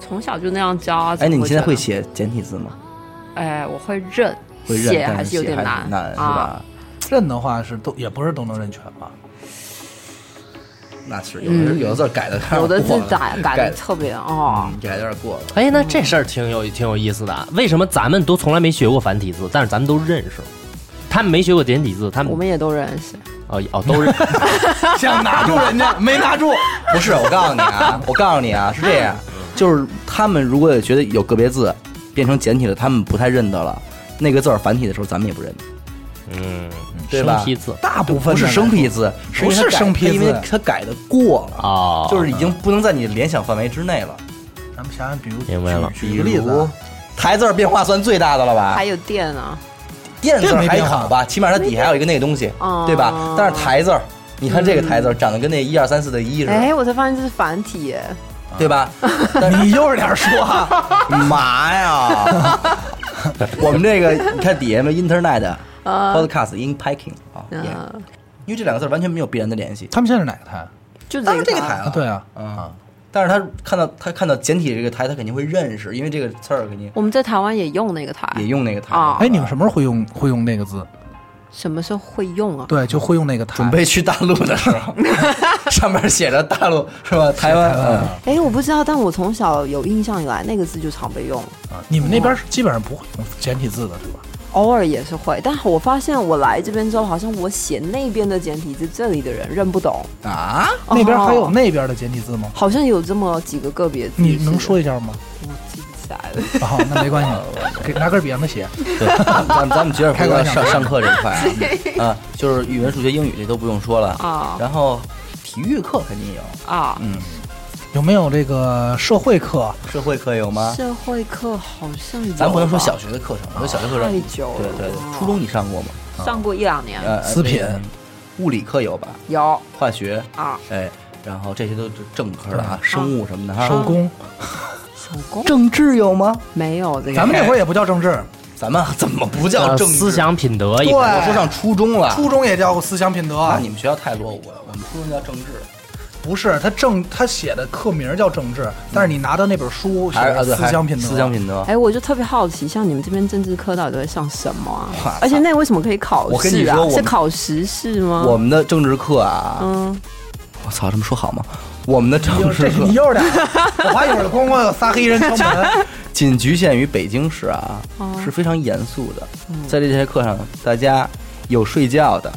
F: 从小就那样教啊。
C: 哎，
F: 怎
C: 那
F: 么
C: 你
F: 会
C: 现在
F: 这
C: 会
F: 样？
C: 写简体字吗？
F: 哎，我会认，
C: 会认，
F: 写
C: 但
F: 还
C: 是
F: 是有
C: 写
F: 点
C: 很难，是
F: 啊。
C: 吧？
D: 认的话是都也不是都能认全吧？
C: 那是有的嗯有的字儿改的太
F: 有的字
C: 过了
F: 改改
C: 改
F: 的特别哦，
C: 嗯改的有点过了。
E: 哎，那这事儿挺有挺有意思的啊。为什么咱们都从来没学过繁体字，但是咱们都认识？他们没学过简体字，
C: 嗯
E: 他们
F: 我们也都认识。
E: 哦哦都认。
D: 想拿住人家没拿住，
C: 不是，我告诉你啊，我告诉你啊，是这样，就是他们如果觉得有个别字变成简体了，他们不太认得了，那个字儿繁体的时候，咱们也不认，
E: 嗯，
C: 对
E: 生
C: 吧？
E: 僻字
D: 大部分
C: 不是生僻字，因为它
D: 不是
C: 改
D: 生僻字
C: 因为它改的过了，
E: 哦，
C: 就是已经不能在你的联想范围之内了。
D: 咱们想想，比哦如
E: 明白了
D: 举举个例子啊，，
C: 台字儿变化算最大的了吧
F: 还？有电啊，
C: 电字
D: 电
C: 儿
D: 没
C: 还
D: 变化
C: 好吧，起码它底下还有一个那个东西
F: 哦，
C: 对吧？但是台字儿，你看这个台字儿长得跟那一二三四的一似的，
F: 哎，我才发现这是繁体耶。
C: 对吧？
D: 你悠着点说啊，
C: 嘛呀！我们这个你看底下嘛，Internet、Podcast in Packing 啊，yeah
F: 嗯，
C: 因为这两个字完全没有必然的联系。
D: 他们现在是哪个台？
F: 就
C: 当然这
F: 这
C: 个台
F: 吧
C: 了，
D: 对啊，
C: 啊。但是他看到他看到简体这个台，他肯定会认识，因为这个字儿肯定
F: 我们在台湾也用那个台，
C: 也用那个台。
F: 哦
D: 哎，你们什么时候会用会用那个字？
F: 什么时候会用啊？
D: 对，就会用那个台。
C: 准备去大陆的时候，上面写着大陆是吧？台湾，嗯
F: [LAUGHS] 哎，我不知道，但我从小有印象以来，那个字就常被用，
D: 啊，你们那边是基本上不会用简体字的，是吧？
F: 偶尔也是会。但我发现我来这边之后，好像我写那边的简体字，这里的人认不懂。
C: 啊，
D: 那边还有
F: 哦
D: 那边的简体字吗？
F: 好像有这么几个个别字，
D: 你能说一下 [LAUGHS] 吗？
F: 是我记不起来了。
D: 哦，那没关系，给拿根笔让他写。
C: 对，咱们咱们接着回
D: 开
C: 到
D: 玩笑
C: 上上课这一块啊，啊，就是语文、数学、英语这都不用说了
F: 啊
C: 然后体育课肯定有，
F: 啊，
D: 有没有这个社会课？
C: 社会课有吗？
F: 社会课好像有吧，
C: 咱不能说小学的课程，我说小学课程
F: 太久了
C: 对对对，初中你上过吗？
F: 上过一两年
C: 呃，
D: 私品
C: 呃物理课有吧？
F: 有
C: 化学，
F: 啊，
C: 哎，然后这些都是正科的啊，生物什么的哈。
D: 手工，
F: 手工
C: 政治有吗？
F: 没有这个，
D: 咱们那会儿也不叫政治，
C: 咱们啊 [LAUGHS] 怎么不叫
E: 呃
C: 政治？
E: 思，想品德一
D: 对
E: 块
C: 我说上初中了。
D: 初中也叫思想品德
C: 那。你们学校太落伍了，我们初中叫政治，
D: 不是，他政他写的课名叫政治，但是你拿到那本书写
C: 还是啊
D: 的
C: 对，
D: 思
C: 还
D: 想品德。
C: 思想品德。
F: 哎，我就特别好奇，像你们这边政治课到底在上什么
C: 哇
F: 啊？而且那为什么可以考
C: 我跟你
F: 试啊
C: 说我？们
F: 是考时事吗？
C: 我们的政治课啊，
F: 嗯，
C: 我操，这么说好吗？我们的
D: 你
C: 政
D: 又
C: 治
D: 这
C: 课
D: 你又着点儿，我还一会儿咣咣有仨黑衣人
C: [LAUGHS]
D: 敲门。
C: 仅局限于北京市啊，
D: 哦
C: 是非常严肃的。
D: 嗯
C: 在这节课上，大家有睡觉
D: [LAUGHS]
C: 的，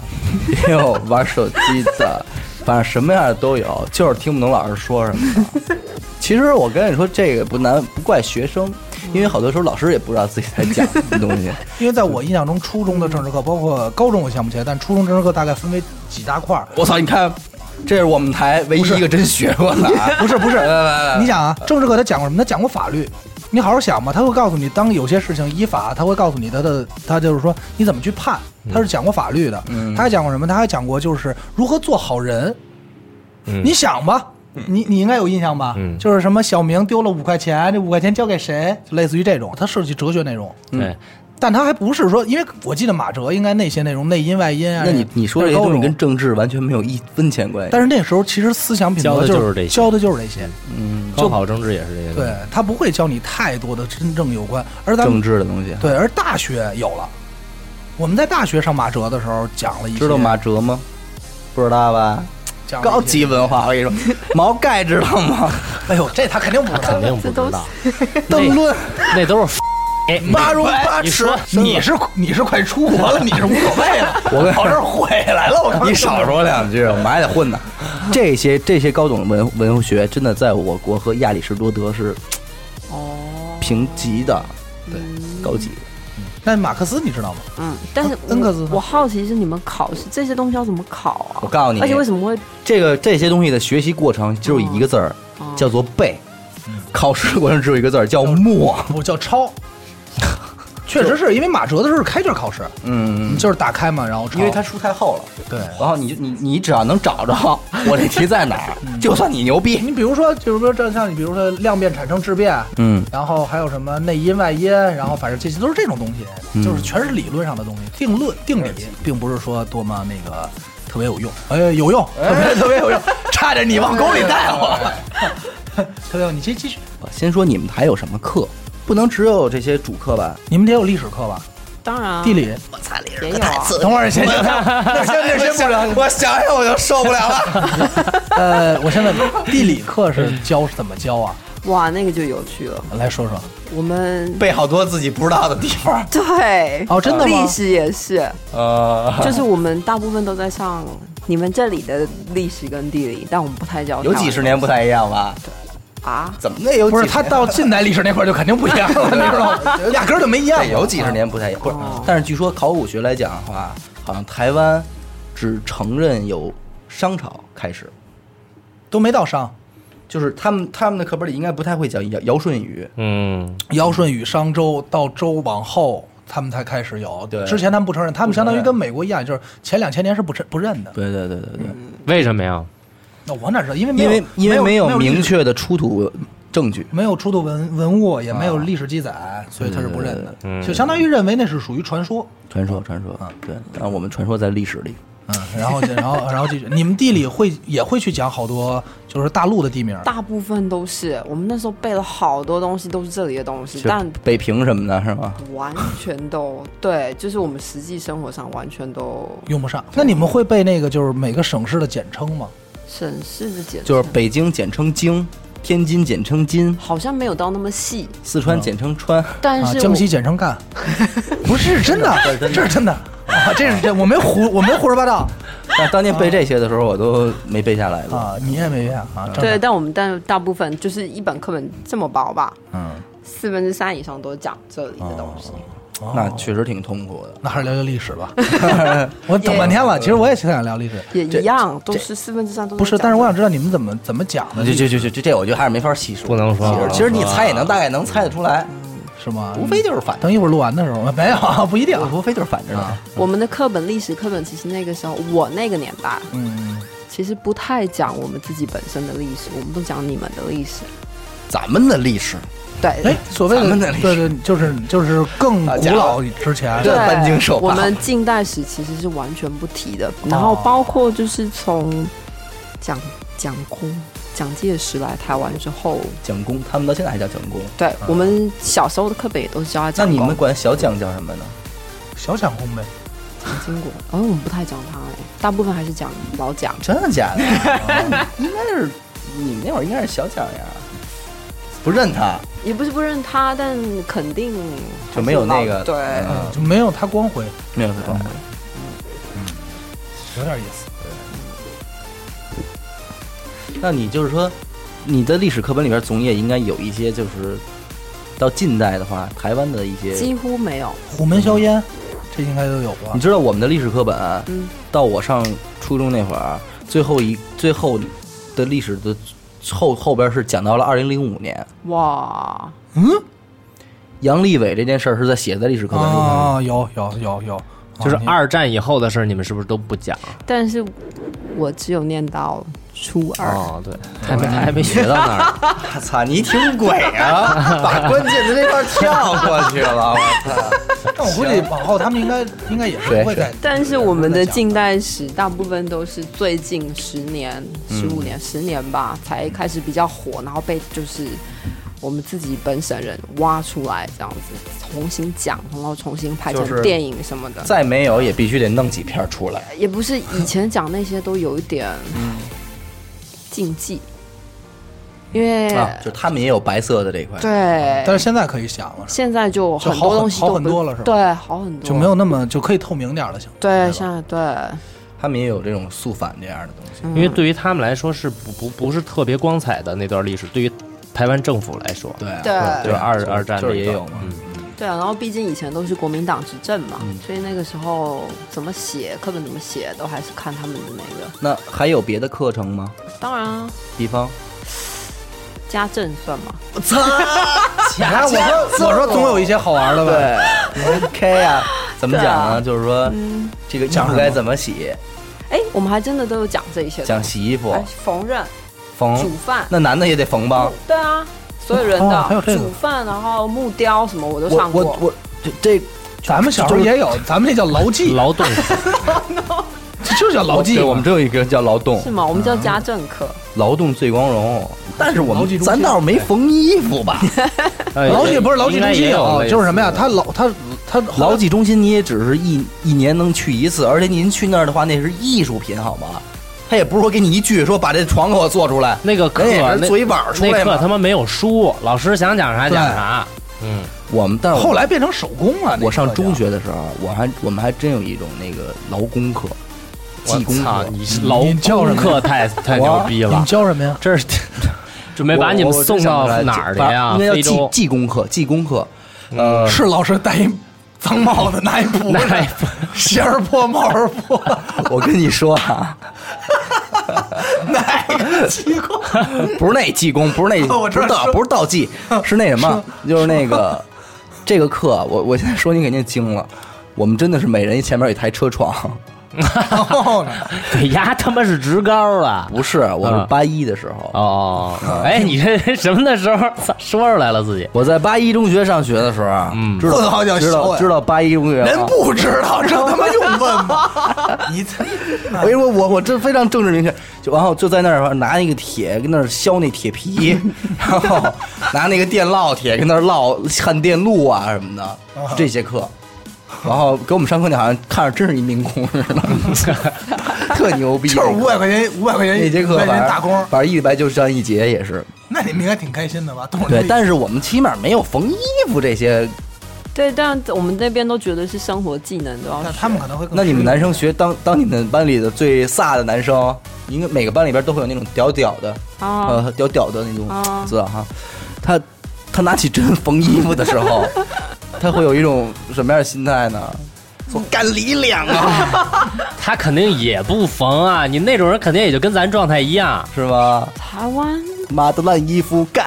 C: 也有玩手机的，反正什么样的都有，就是听不懂老师说什么的。
D: [LAUGHS]
C: 其实我跟你说，这个不难，不怪学生，
D: 嗯
C: 因为好多时候老师也不知道自己在讲什么
D: [LAUGHS]
C: 东西。
D: 因为在我印象
C: [LAUGHS]
D: 中，初中的政治课，包括高中我想不起来，但初中政治课大概分为几大块儿。
C: 我操，你看这是我们台唯一一个真学过的啊。
D: 不是不是
C: 来来来，
D: 你想啊，政治课他讲过什么？他讲过法律。你好好想吧，他会告诉你，当有些事情依法，他会告诉你他的，他就是说你怎么去判，他是讲过法律的。
C: 嗯
D: 他还讲过什么？他还讲过就是如何做好人。
C: 嗯
D: 你想吧，你你应该有印象吧？
E: 嗯
D: 就是什么小明丢了五块钱，这五块钱交给谁？就类似于这种，他涉及哲学内容。
E: 对，
D: 但他还不是说，因为我记得马哲应该那些内容内因外因啊。
C: 那你你说这些
D: 都
C: 东西跟政治完全没有一分钱关系。
D: 但是那时候其实思想品
E: 教
D: 德
E: 的就是
D: 是
E: 这些
D: 教的就是这
C: 嗯
D: 些。
E: 高考政治也是这些东西
D: 对。他不会教你太多的真正有关，而咱
C: 政
D: 们
C: 治的东西，
D: 对，而大学有了。我们在大学上马哲的时候讲了一些，
C: 知道马哲吗？不知道吧？
D: 讲了一些
C: 高级。文 [LAUGHS] 化，我跟你说，毛概知道 [LAUGHS] 吗？
D: 哎呦，这他肯定不知道
E: 肯。定不
F: 这
E: 知
F: 都
E: 道，
D: 邓论
E: 那都是哎
D: 八荣八
E: 你
D: 耻
E: 说，
D: 你是你是快出国了，你是无所谓了。
C: [LAUGHS] 我跟
D: 跑这儿回来了，我告诉
C: 你少说两句，我们还得混呢。这些这些高等文文学真的在我国和亚里士多德是
F: 哦，
C: 平级的，对，高级的。
D: 那马克思你知道吗？
F: 嗯，但是
D: 恩格斯
F: 我
D: 呢
F: 我好奇是你们考试这些东西要怎么考啊？
C: 我告诉你
F: 而且为什么会
C: 这个这些东西的学习过程只有一个字儿，叫做背。考试的过程只有一个字儿叫默。
D: 我叫抄。确实是因为马哲的时候是开卷考试，
C: 嗯，
D: 就是打开嘛，然后抄。
C: 书太厚了。
D: 对，
C: 然哦后你就你你只要能找着我这题在哪儿，就算你牛逼。
D: 你比如说，就是说这像你比如说量变产生质变，
C: 嗯，
D: 然后还有什么内因外因，然后反正这些都是这种东西，就是全是理论上的东西，定论定理，并不是说多么那个特别有用，哎，有用，特别特别有用，差点你往沟里带我，特别有，你继继续，
C: 先说你们还有什么课？不能只有这些主课吧？
D: 你们得有历史课吧？
F: 当然啊
D: 地理，
F: 也有啊，
C: [LAUGHS]
D: 等会儿先先先先不聊，
C: 我想想我就受不了了。
D: 呃，我现在地理课是教怎么教啊？
F: 哇，那个就有趣了。
D: 来说说，
F: 我们
C: [LAUGHS] 背好多自己不知道的地 [LAUGHS] 方。
F: 对
D: 哦真的吗
F: 历史也是，
C: 呃，
F: 就是我们大部分都在上你们这里的历史跟地理，但我们不太教台
C: 有
F: 湾
C: 几十年不太一样吧？
F: 啊，
C: 怎么那有几
D: 不是他到近代历史那块儿就肯定不一样
C: [LAUGHS]
D: 了，你知道吗？压根儿就没一样
C: 对，。有几十年不太一样。不是
F: 哦，
C: 但是据说考古学来讲的话，好像台湾只承认有商朝开始，
D: 都没到商，
C: 就是他们他们的课本里应该不太会讲尧尧舜禹。
E: 嗯，
D: 尧舜禹商周到周往后，他们才开始有。
C: 对
D: 之前他们不承认，他们相当于
C: 不承
D: 跟
C: 认
D: 美国一样，就是前两千年是不承不认的。
C: 对对对对对，
E: 为什么呀？
D: 那我哪知道？因为没
C: 因
D: 有
C: 为因为没
D: 没
C: 有
D: 历史
C: 明，确的出土证据。
D: 没有出土文文物，也
C: 啊
D: 没有历史记载，所以他是不认的，
C: 嗯
D: 就相当于认为那是属于传说。
C: 传说，传说啊，对，然后我们传说在历史里，
D: 嗯，然
C: [LAUGHS]
D: 后就然后然后继续，你们地理会也会去讲好多就是大陆的地名。
F: 大部分都是我们那时候背了好多东西，都是这里的东西，
C: 就
F: 但
C: 北平什么的，是吗？
F: 完全都对，就是我们实际生活上完全都
D: 用不上。那你们会背那个就是每个省市的简称吗？
F: 省市的简称，
C: 就是北京简称京，天津简称津，
F: 好像没有到那么细，
C: 四
E: 哦
C: 川简称川。
F: 但
D: 啊，
F: 是我
D: 江西简
F: [LAUGHS]
D: 称赣，不是
C: [LAUGHS]
D: 真的，这是真的啊，这是真，我没胡，我没胡说八道
C: 但当年背这些的时候，我都没背下来过。
D: 啊，你也没变啊，正
F: 对，
D: 常
F: 但我们但大部分就是一本课本这么薄吧，嗯，四分之三以上都是讲这里的东西，
E: 哦
C: 那确实挺痛苦的。
D: 那还是聊聊历史
F: [LAUGHS]
D: 吧。我等半天了，其实我也挺想聊历史，
F: 也一样，都是四分之三都
D: 不是，
F: 讲
D: 但是我
F: 这
D: 想知道你们怎么怎么讲的
C: 就，就就就就这，我觉得还是没法细说，
E: 不能说啊
C: 其实其实你猜也能大概能猜得出来，
D: 是吗？
C: 无非就是反，
D: 等一会儿录完的时候，没有啊，不一定啊。
C: 无非就是反着的。
F: 我们的课本历史课本，其实那个时候我那个年代，
D: 嗯，
F: 其实不太讲我们自己本身的历史，我们都讲你们的历史。
C: 咱们的历史，
F: 对，
D: 哎，所谓
C: 咱们
D: 的
C: 的历史
D: 对对，就是就是更
C: 啊
D: 古
C: 假如
D: 老之前，
C: 对半斤手吧
F: 我们近代史其实是完全不提的，然后包括就是从蒋蒋公、蒋介石来台湾之后，
C: 蒋公，他们到现在还叫蒋公。
F: 对、我们小时候的课本也都是教他
C: 那
F: 蒋
C: 你
F: 公、
C: 们管小蒋叫什么呢？
D: 小蒋公呗，
F: 蒋经国，而、我们不太讲他、哎，大部分还是讲老蒋。
C: 真的假的？哦应该是你们那会儿应该是小蒋呀，不认他。
F: 也不是不认他，但肯定
C: 就没有那个
F: 还是老对。
C: 嗯
D: 就没有他光辉，
C: 没有光辉。
D: 有点意思。
C: 那你就是说，你的历史课本里边总也应该有一些，就是到近代的话，台湾的一些。
F: 几乎没有，
D: 虎门销烟，这应该都有吧
C: 你？知道我们的历史课本，
F: 嗯
C: 到我上初中那会儿，啊最后一最后的历史的后后边是讲到了二零零五年，
F: 哇，
C: 杨利伟这件事儿是在写在历史课本里面的。
E: 哦
D: 啊，有有有有，
E: 就是
D: 啊你
E: 二战以后的事儿，你们是不是都不讲？
F: 但是我只有念到初二，
E: 哦，对，还没还没学到那儿。 [LAUGHS]
C: 我操，你挺鬼啊！把关键的那段跳过去了，我操！
D: 但我估计往后他们应该应该也是
C: 对
D: 不会再。
F: 但是我们的近代史大部分都是最近十年、
C: 嗯
F: 十五年、十年吧，才开始比较火，然后被就是我们自己本省人挖出来这样子，重新讲，然后重新拍
C: 就是
F: 成电影什么的。
C: 再没有也必须得弄几片出来。
F: 也不是以前讲那些都有一点禁忌，因为、
C: 啊，就他们也有白色的这一块。
F: 对，
D: 但是现在可以想了，是吧
F: 现在就很多东西
D: 就好
F: 都
D: 很好很
F: 不
D: 多了是吧
F: 对，好很多，
D: 就没有那么就可以透明点了，行。
F: 对，现在对。
C: 他们也有这种肃反这样的东西。
E: 因为对于他们来说是不不不是特别光彩的那段历史，对于台湾政府来说，
C: 对啊
F: 对
D: 哎
E: 就是二
C: 就是
E: 二战
C: 就是
E: 那
C: 也
E: 段
C: 有嘛。
E: 嗯
F: 对啊，然后毕竟以前都是国民党执政嘛，
D: 嗯
F: 所以那个时候怎么写课本怎么写，都还是看他们的那个。
C: 那还有别的课程吗？
F: 当然啊，
C: 比方，
F: 家政算嘛，
D: 你看哎我说我说总有一些好玩的啊呗。
C: 对，K 呀，怎么讲
D: 嗯
C: 呢？就是说，这个衣
D: 讲什
C: 服
D: 么
C: 该怎么洗，
F: 哎，我们还真的都有讲这一些的，
C: 讲洗衣服
F: 哎、、缝纫、
C: 缝
F: 煮，饭，
C: 那男的也得缝吧？
F: 对啊，所有人
D: 哦还有
F: 的
D: 这个
F: 煮饭，然后木雕什么我都
C: 我
F: 上
C: 我
F: 过。
C: 我这这
D: 咱们小时候也有，咱们这叫牢记，
E: 劳
D: [LAUGHS]
E: 动
D: 这就叫牢记啊
C: 对
D: 嘛。
C: 我们只有一个叫劳动
F: 是，吗？我们
C: 啊
F: 叫家政课，
C: 劳动最光荣。但是我
D: 劳记
C: 们
D: 中
C: 咱
D: 心
C: 倒是没缝衣服吧？
E: 呃
D: 牢记不是牢记中心有，就是什么呀？他老他他
C: [LAUGHS] 劳技中心你也只是一一年能去一次，而且您去那儿的话，那是艺术品好吗？他也不是说给你一句说把这床给我做出来，
E: 那个课
C: 人也是
E: 那
C: 做一板儿出
E: 那
C: 来
E: 课
C: 嘛。
E: 他妈没有书，老师想讲啥讲啥。嗯，
C: 我们但是我
D: 后来变成手工了。
C: 我上中
D: 中
C: 学的时候，我还我们还真有一种那个劳工课，技工
E: 我操，
C: 课。
E: 你是劳
D: 你叫什
E: 工
D: 么
E: 课太太牛逼
D: 你们
E: 了，
D: 教什么呀？
E: 这是 [LAUGHS] 准备把你们
C: 我我
E: 送
C: 真想
E: 到
C: 不出来
E: 哪儿去
C: 反
E: 呀？
C: 应该
E: 非
C: 叫
E: 洲
C: 技技工课，技工课。呃，
D: 是老师戴一脏帽子，拿一
C: [LAUGHS]
D: 布子，
E: 拿一
D: 鞋儿破，帽儿破，
C: 我跟你说 [LAUGHS] 啊，
D: 哪个机构？
C: 不是那技工，不是那 [LAUGHS]
D: 我
C: 不
D: 知
C: 是
D: 道
C: 道
D: 说
C: 不是道 [LAUGHS] 技，是那什么，就是那个这个课，我我现在说你肯定惊了。我们真的是每人前面有一台车床，
E: 给丫他妈是职高了。
C: 不是，我是
E: 嗯
C: 八一的时候，
E: 哦，哎，你这人什么的时候 [LAUGHS] 操说出来了自己？
C: 我在八一中学上学的时候啊，
E: 嗯
C: 知道
D: 混得好像
C: 知
D: [LAUGHS] 小
C: 道
D: 呀
C: 知道八一中学啊吗，
D: 人不知
C: [LAUGHS]
D: 道，这他妈用问吗？你
C: 我跟你说，我我这非常政治明确，就然后就在那儿拿那个铁跟那儿削那铁
D: [LAUGHS]
C: 皮，然后拿那个电烙铁跟那儿烙焊电路啊什么的，这些课。然后给我们上课那好像看着真是一民工似
D: [LAUGHS]
C: 的，特牛逼。
D: 就是五百块钱，五百块钱
C: 那节课
D: 五百
C: 反
D: 块
C: 正
D: 钱打工，
C: 反正一礼拜就上一节也是。
D: 那你们应该挺开心的吧？动手
C: 对，
D: 力
C: 但是我们起码没有缝衣服这些。
F: 对，但我们那边都觉得是生活技能哦都要
D: 那他们可能会更
C: 那你们男生学当当你们班里的最飒的男生，应该每个班里边都会有那种屌屌的，
F: 啊，
C: 呃，屌屌的那种，
F: 啊
C: 知道哈？他他拿起针缝衣服的时候， [LAUGHS] 他会有一种什么样的心态呢？说干力量
D: 嗯
C: 啊，
E: 他肯定也不缝啊，你那种人肯定也就跟咱状态一样。
C: 是吧？
F: 台湾
C: 妈的烂衣服
D: [LAUGHS]
C: 干，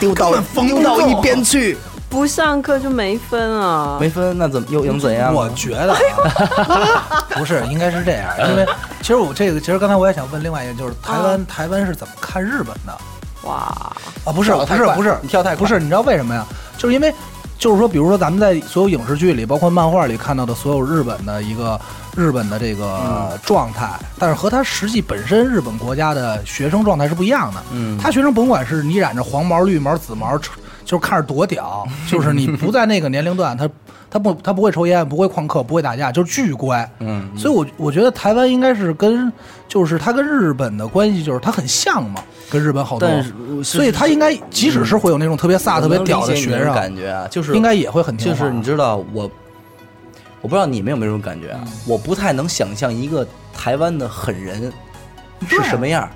C: 丢到丢到一边去，
F: 不上课就没分啊，
C: 没分那怎么又能怎样呢？
D: 我觉得、啊， [LAUGHS] 不是，应该是这样，因为其实我这个，其实刚才我也想问另外一个，就是台湾、台湾是怎么看日本的
F: 哇，
D: 啊？不是，
C: 跳得
D: 不
C: 太
D: 是，
C: 快
D: 不是，
C: 你跳得太快
D: 不是，你知道为什么呀？就是因为，就是说，比如说咱们在所有影视剧里，包括漫画里看到的所有日本的一个日本的这
C: 嗯
D: 个状态，但是和他实际本身日本国家的学生状态是不一样的。
C: 嗯
D: 他学生甭管是你染着黄毛、绿毛、紫毛，就是看着
C: [LAUGHS]
D: 多屌，就是你不在那个年龄段，他他不他不会抽烟，不会旷课，不会打架，就是巨乖。
C: 嗯，
D: 所以我我觉得台湾应该是跟就是他跟日本的关系就是他很像嘛，跟日本好多
C: 但是，
D: 所以他应该即使是会有那种特别飒、
C: 我
D: 特别
C: 能理
D: 屌的
C: 解你那
D: 学
C: 种
D: 生，
C: 感觉啊，就是
D: 应该也会很听
C: 就
D: 话
C: 是你知道我，我不知道你们有没有这种感觉啊？我不太能想象一个台湾的狠人是什么样儿。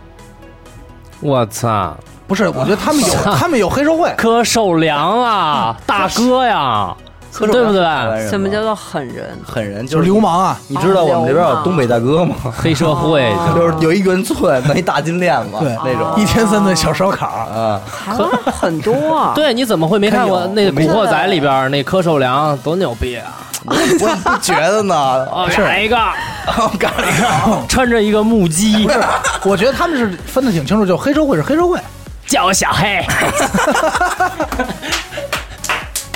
E: 我操，
C: [LAUGHS]
D: 不是？我觉得他们有他们有黑社会，
E: 柯受良啊，大哥呀，
C: 科手
E: 对不对
C: 台湾人啊吗
F: 什么叫做狠人？
C: [LAUGHS] 狠人？
D: 就
C: 就是是
D: 流。氓啊！
C: 你知道我们这边有东北大哥吗？
E: 黑社会
C: 就是有一圆寸，弄一大金链子，
D: 对
C: 那种
D: 一天三顿小烧烤，
C: 啊，
F: 台湾很多啊，
E: 对，你怎么会没看过
C: 看有
E: 那《古
C: 没
E: 惑仔》里边那柯受良多牛逼啊！
C: 我我不觉得呢。
E: 哦，来一个，
C: 我告诉你，
E: [LAUGHS] 穿着一个木
D: [LAUGHS]
E: 屐，
D: 我觉得他们是分得挺清楚，就黑社会是黑社会，
E: 叫我小黑，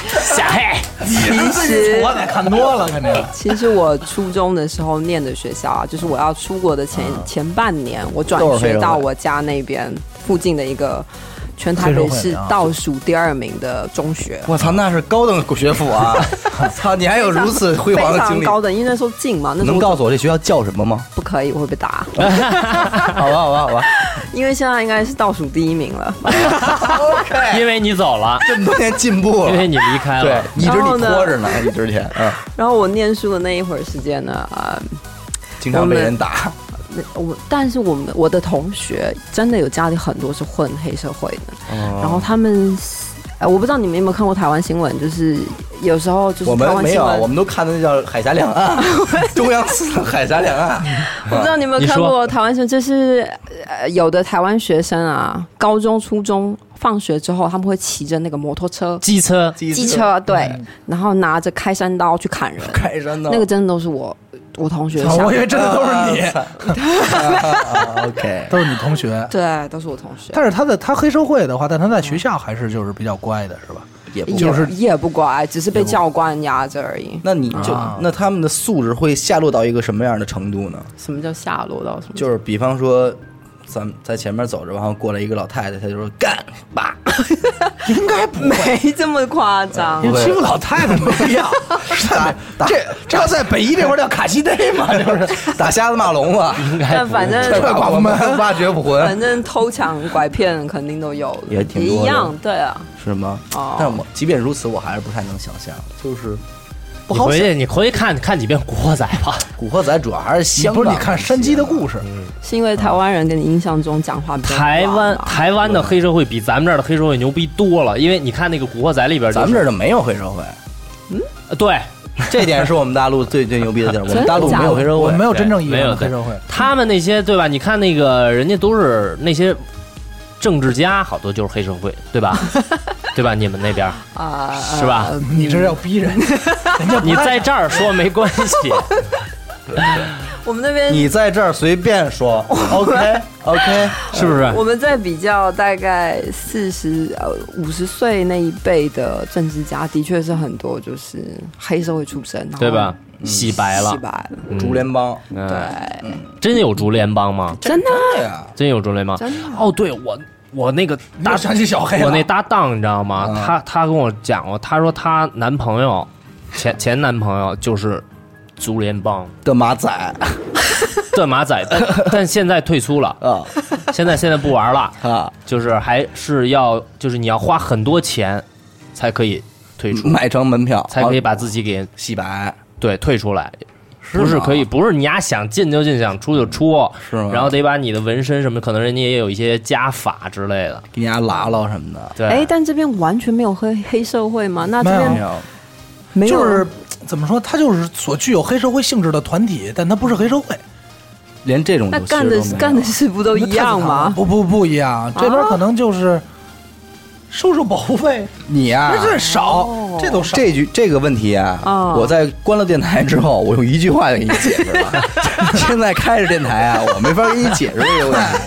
E: 小黑，
F: 其实
D: [LAUGHS] 我得看多了，肯定。
F: 其实我初中的时候念的学校啊，就是我要出国的前、
C: 啊
F: 前半年，我转
C: 都是黑
F: 学
C: 社会
F: 到我家那边附近的一个全台北
D: 黑
F: 市
D: 社会啊
F: 倒数第二名的中学。
C: 我操，那是高等学府啊！操，你还有如此辉煌
F: 非
C: 的
F: 常
C: 经
F: 高
C: 历。
F: 的，因为那时候近嘛，那时
C: 能
F: 候
C: 哎
F: 我
C: 告诉我这学校叫什么吗？ [LAUGHS]
F: 不可以，我会被打，
C: 好吧，好吧，好吧。
F: 因为现在应该是倒数第一名了。
E: 因为你走了，
C: 这么多年进步
E: 因为
C: 了，
E: 你离开
C: 对
E: 了，，
C: 一直
F: 然后
C: 你
F: 呢
C: 拖着呢，你之前嗯，
F: 然后我念书的那一会儿时间呢，呃，
C: 经常被人打。
F: 那我但是我们我的同学真的有家里很多是混黑社会的，
C: 哦
F: 然后他们，呃，我不知道你们有没有看过台湾新闻，就是有时候就是
C: 我
F: 台
C: 们
F: 湾
C: 没
F: 新
C: 有，
F: 闻，
C: 我们都看的那叫海峡两
D: [LAUGHS]
C: 岸， [LAUGHS] 中央四海峡两岸。
F: 我不知道你们有没有看
E: 你
F: 过台湾新闻，就是呃，有的台湾学生啊，高中、初中放学之后，他们会骑着那个摩托车、
E: 机车，
F: 机车，对，然后拿着开山刀去砍人，
C: 嗯开山哦呢？
F: 那个真的都是我我同学想
D: 我以
F: 的，
D: 为真的都
C: [LAUGHS]
D: 是你，
C: 啊
D: [LAUGHS]
C: OK，
D: 都是你同学。
F: 对，都是我同学。
D: 但是他的他黑社会的话，但他在学校还是就是比较乖的，是吧？
C: 也不
F: 也
D: 就是
F: 也不乖，只是被教官压着而已。
C: 那你就、
D: 啊
C: 那他们的素质会下落到一个什么样的程度呢？
F: 什么叫下落到什么？
C: 就是比方说，咱们在前面走着，然后过来一个老太太，她就说干吧，
D: 应该不会，
F: 没这么夸张 [LAUGHS]
D: 因，为欺负老太太没
C: [LAUGHS]
D: 必要。是吧这这要在北一这块儿叫卡西队
C: [LAUGHS]
D: 嘛，就是
C: 打瞎子骂聋
D: [LAUGHS]
C: 子，应
F: 但反 [LAUGHS]
C: 这
F: 正
D: 不
C: 寡妇们
D: [LAUGHS]
C: 挖掘不
F: 反
C: 浑
F: 正偷抢拐骗肯定都有，
C: 也挺多的
F: 一样，对啊，
C: 是吗？
F: 哦
C: 但我即便如此，我还是不太能想象，就是不
E: 你
C: 好
E: 回
C: 想。
E: 去你回去看看几遍《古惑仔》吧，
C: 古惑仔主要还是香港
D: 不
C: 一些
D: 是
C: 啊，
D: 你看山鸡的故事，
F: 是因为台湾人跟你印象中讲话比较啊
E: 台湾
F: 慢吧
E: 台湾的黑社会比咱们这儿的黑社会牛逼多了，因为你看那个《古惑仔》里边就
C: 咱
E: 是，
C: 们这儿就没有黑社 [LAUGHS] 会，
E: 呃对
C: 这点是我们大陆最最牛逼的地儿。我们
F: 真的
C: 大陆
F: 假的
C: 没有黑社
D: 我
C: 会
D: 们没，有真正意义
E: 没
D: 上
E: 有
D: 的黑社会。
E: 他们那些对吧？你看那个人家都是那些政治家，好多就是黑社会，对吧？对吧？你们那边儿
F: 啊，
E: 是吧？
D: 你这是要逼
E: [LAUGHS]
D: 人，人家不
E: 你在这儿说没关系，
F: 我们那边
C: 你在这儿随便说，OK OK，
E: 是不是？
F: [LAUGHS] 我们在比较大概四十呃五十岁那一辈的政治家，的确是很多就是黑社会出身，然后
E: 对吧？洗白了
F: 洗，白了，
C: 竹联帮，
F: 对，
E: 真有竹联帮吗？
F: 真的啊
C: 对呀，
E: 真有竹联帮？哦，对我我那个搭
D: 又想起
C: 哎
D: 小黑了
E: 我那搭档你知道
C: 嗯
E: 吗？她她跟我讲过，她说她男朋友前前男朋友就是竹联帮
C: 的马仔
E: 的马
C: [LAUGHS]
E: 仔，但但现在退出了，
C: 啊
E: 现在现在不玩了，
C: 啊，
E: 就是还是要就是你要花很多钱才可以退出，
C: 买成门票
E: 才可以
C: 啊
E: 把自己给
C: 洗白，
E: 对退出来。
C: 吗
E: 不是可以，不是你丫想进就进，想出就出，
C: 是吗
E: 然后得把你的纹身什么，可能人家也有一些加法之类的。
C: 给你家拉拉什么的。
E: 对，
F: 哎，但这边完全没有黑黑社会吗？那这
D: 没
C: 没
F: 边
C: 有，
F: 没有，啊
D: 就是怎么说，他就是所具有黑社会性质的团体，但他不是黑社会，
C: 连这种
F: 那
C: 游戏
F: 干
C: 都
F: 的
C: 没有
F: 干的事不都一样吗？
D: 啊
F: 啊
D: 不不不一样，这边可能就是收收保护费，
C: 你呀
F: 啊
D: 那，这少，这都少。
C: 这句这个问题啊
F: 哦，
C: 我在关了电台之后，我用一句话就给你解释了。 [LAUGHS] 现在开着电台啊，我没法给你解释这个问 [LAUGHS] 题，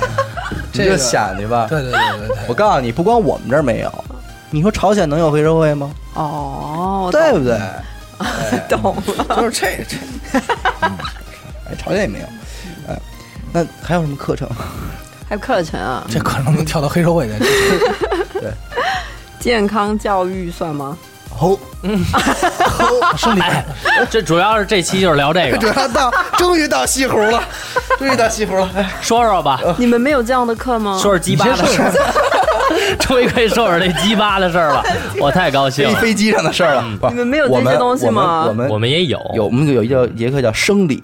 C: 你
D: 这
C: 就
D: 个
C: 想去吧。
D: 对对对对对，
C: 我告诉你，不光我们这儿没有，你说朝鲜能有黑社会吗？
F: 哦，
C: 对不对？
F: 懂
C: [LAUGHS]
F: 了，
C: 就是这这， [LAUGHS] 哎，朝鲜也没有。哎，那还有什么课程？
F: 还有课程啊，
D: 这可能能跳到黑社会去。
F: 健康教育算吗？
C: [LAUGHS] 哦，
D: 生理
E: 这主要是这期就是
C: [LAUGHS]
E: 聊这
C: 主
E: 个，
C: 要到终于到西湖了，终于到西湖了。哎
E: 说说吧，
F: 你们没有这样的课吗？
E: 说说鸡巴的事儿， [LAUGHS] 终于可以说说这鸡巴的事儿了，我太高兴
C: [LAUGHS] 这一
E: 了。
C: 飞机上的事儿了，不
F: 你们没有这些
C: 嗯我们
F: 东西吗
C: 我们
E: 我
C: 我们
E: 们也有
C: 有我们有一叫节课叫生理，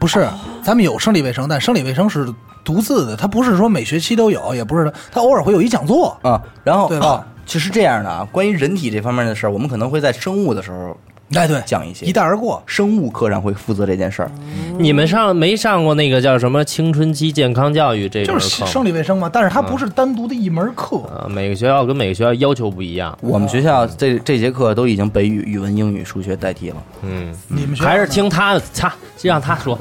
D: 不是，咱们有生理卫生，但生理卫生是独自的，它不是说每学期都有，也不是，它偶尔会有一讲座。
C: 啊，然后
D: 对吧
C: 啊，其实这样的啊，关于人体这方面的事儿，我们可能会在生物的时候
D: 哎对，
C: 讲一些
D: 一带而过。
C: 生物科上会负责这件事儿。
E: 你们上没上过那个叫什么青春期健康教育这门
D: 就
E: 课？
D: 是生理卫生嘛，但是它不是单独的一门课，
E: 啊，每个学校跟每个学校要求不一样，
C: 我们学校这这节课都已经被语语文、英语、数学代替了。
E: 嗯，
D: 你们学校
E: 还是
D: 呢
E: 听他他让他说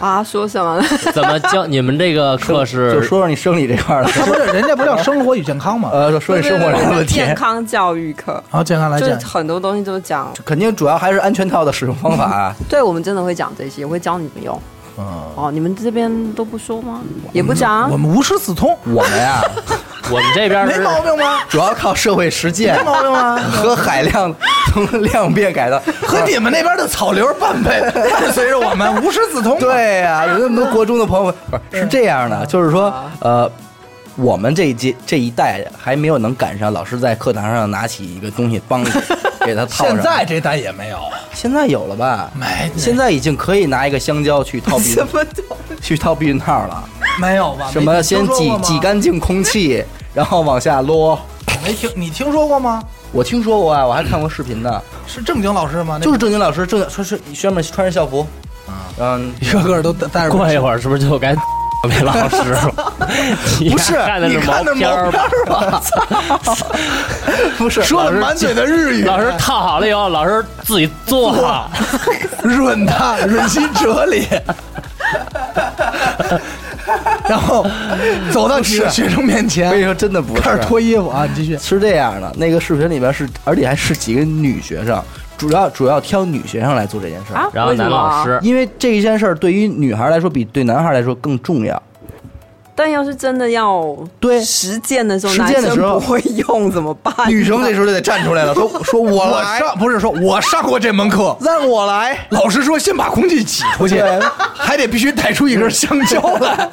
F: 啊，说什么呢？
E: 怎么教你们这个课是
C: 就说说你生理这块儿
D: 他
C: 的，
D: 不是人家不叫生活与健康嘛？
C: 呃，说你生活上的问题，
F: 健康教育课，
D: 好，健康来
F: 就是
D: 讲，
F: 很多东西都讲，
C: 肯定主要还是安全套的使用方法啊。
F: 对我们真的会讲这些，我会教你们用。
D: 嗯，
F: 哦，你们这边都不说吗？也不讲啊
D: 我。们无师自通，
C: 我们呀，
E: 我们这边
D: 没
E: 是
D: 毛病
C: [LAUGHS]
D: 吗？
C: 主要靠社会实践
D: 没毛
C: [LAUGHS]
D: 病吗？
C: 和海量从量变改造。
D: 和你们那边的草流伴呗，伴随着我们无师自通。，
C: 对呀、有那么多国中的朋友们，不是是这样的，就是说，呃，我们这一届这一代还没有能赶上老师在课堂上拿起一个东西帮你给他套上。
D: 现在嗯这代也没有，
C: 现在有了吧？
D: 没
C: [LAUGHS] 现在已经可以拿一个香蕉去套避
F: 什么都
C: 去套避孕套了。
D: 没有吧？
C: 什
D: 没
C: 么
D: 听
C: 先
D: 说
C: 挤
D: 过吗
C: 挤？干净空气，然后往下撸。
D: 没听，你听说过吗？
C: 我听说过啊，我还看过视频呢，
D: 是正经老师吗？那
C: 就是正经老师正说是上面穿着校服，嗯，
D: [LAUGHS] 一个个都带着。
E: 过一会儿是不是就该被老师了？
C: 不是
E: 看的
C: 你
E: 是
C: 看的
E: 片儿吧？
C: 儿吧？不是，
D: 说
C: 老
D: 的
C: 师
D: 满嘴的日
E: [LAUGHS]
D: 语，
E: 老师套好了以后，老师自己做啊了。
D: 润他润心哲理，然后走到学学生面
C: 我跟你
D: 前，
C: 说，真的不
D: 开始
C: 是。
D: 脱衣服啊！你
C: [LAUGHS]
D: 继续，
C: 是这样的，那个视频里边是，而且还是几个女学生，主要主要挑女学生来做这件事儿，
F: 啊，
E: 然后
F: 为什
E: 男
F: 么啊
E: 老，师，
C: 因为这一件事儿对于女孩来说比对男孩来说更重要。
F: 但要是真的要
C: 对
F: 实践的时候，
C: 实践的时候
F: 男生不会用怎么办？
D: [LAUGHS]
C: 女生这时候就得站出来 [LAUGHS] 了，说说我
D: 我
C: 来，
D: 上不是说我上过这门课，
C: 让我来。
D: 老师说先把空气挤出去，还得必须带出一根香蕉来，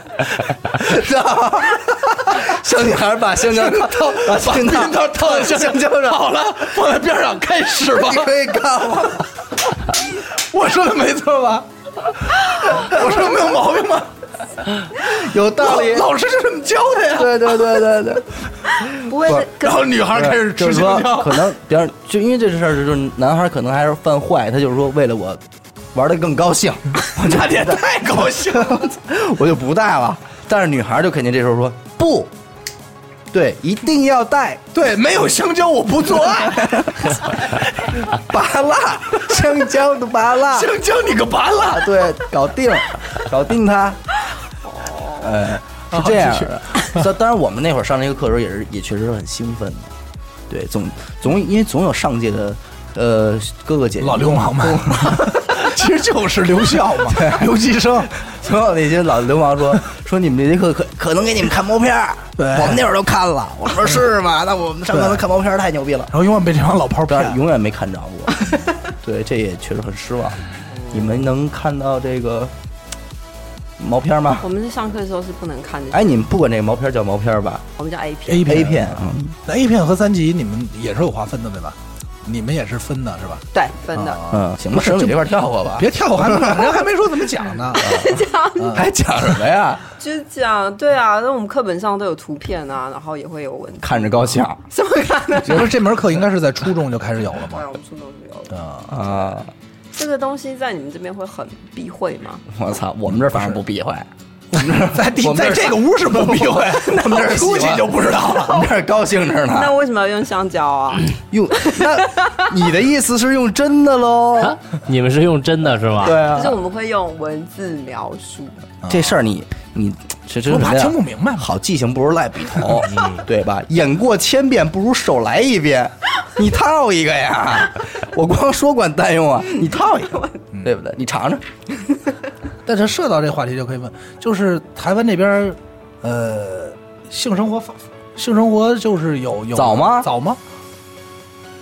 C: [LAUGHS] 小女孩把香蕉套，把
D: 把
C: 香
D: 冰
C: 蕉
D: 刀套在香蕉上，好了，放在边上开始吧
C: 你。可以干吗？
D: [LAUGHS] 我说的没错吧？我说的没有毛病吗？
C: 有道理。
D: 老师就这么教的呀。
C: 对对对对对，
F: 不会是跟
D: 啊然后女孩开始
C: 就
D: 吃
C: 是
D: 香
C: 说
D: 蕉， [LAUGHS]
C: 可能，比方就因为这事儿，就是男孩可能还是犯坏，他就是说为了我玩的更高兴， [LAUGHS] 我就
D: 那也太高兴了。
C: [LAUGHS] 我就不带了。但是女孩就肯定这时候说不，对，一定要带，
D: 对，没有香蕉我不做爱，
C: [LAUGHS] 拔蜡，香蕉的拔蜡，
D: [LAUGHS] 香蕉你个拔蜡！
C: 对，搞定，搞定
D: [LAUGHS]
C: 他。呃，
D: 哦
C: 是这样的。当当然，我们那会儿上那个课的时候，也是也确实是很兴奋的。对，总总因为总有上届的呃哥哥姐姐
D: 老流氓嘛，其实就是留校嘛，留级生。
C: [LAUGHS] 总有那些老流氓
D: [LAUGHS]
C: 说说你们这节课可可能给你们看毛片儿，
D: 对
C: 我们那会儿都看了。我说是
D: [LAUGHS]
C: 吗？那我们上课能看毛片儿太牛逼了，
D: 然后永远被这帮老炮
C: 但是
D: 骗。
C: 永远没看着
D: [LAUGHS]
C: 过。对，这也确实很失望。你们能看到这个毛片儿吗？
F: 我
D: 嗯
F: 们在上课的时候是不能看的，
C: 哎，你们不管这个毛片儿叫毛片儿吧
F: 我们叫 A 片。
D: A 嗯
C: ，A 片，啊，
D: 那 A 片和三级你们也是有划分的对吧？你们也是分的是吧？
F: 对，分的。
D: 啊
C: 嗯，行吧，生理这块儿跳过吧。
D: 别跳，我还没人还没说怎么
C: [LAUGHS]
D: 讲呢。啊
C: 还讲什么呀？
F: 就是讲，对啊，那我们课本上都有图片啊，然后也会有文字。
C: [LAUGHS] 看着高兴
F: [LAUGHS] 怎么看呢？
D: 你说这门课应该是在初中就开始有了
C: [LAUGHS]
F: 对啊，
D: 吗？
F: 我们初中就有了。
D: 啊，
C: 啊！
F: 这个东西在你们这边会很避讳吗？
C: 我操，我们这儿反而不避讳，
D: [LAUGHS] 在
C: 我
D: 地
C: 们这
D: 在
C: 儿
D: 这个屋是不避讳，
C: [LAUGHS] 我们这儿喜欢
D: 出去就不知道了。
C: 我们这儿高兴着
F: 那
C: 呢。
F: 为什么要用香蕉啊？
C: 用那，你的意思是用真的喽？
E: [LAUGHS] 啊你们是用真的是吧？
C: 对
F: 就
C: 啊
F: 是，我们会用文字描述。
C: 这事儿你你这这
D: 我怕
C: 什么呀
D: 听不
C: [LAUGHS]
D: 明白嘛
C: 好记性不如赖笔头， [LAUGHS] 对吧？演过千遍不如手来一遍，你套一个呀！ [LAUGHS] 我光说管蛋用啊，你套一个，对不对？你尝尝，
D: 但是涉到这话题就可以问，就是台湾那边儿，呃，性生活发，性生活就是有有
C: 早吗
D: 早吗？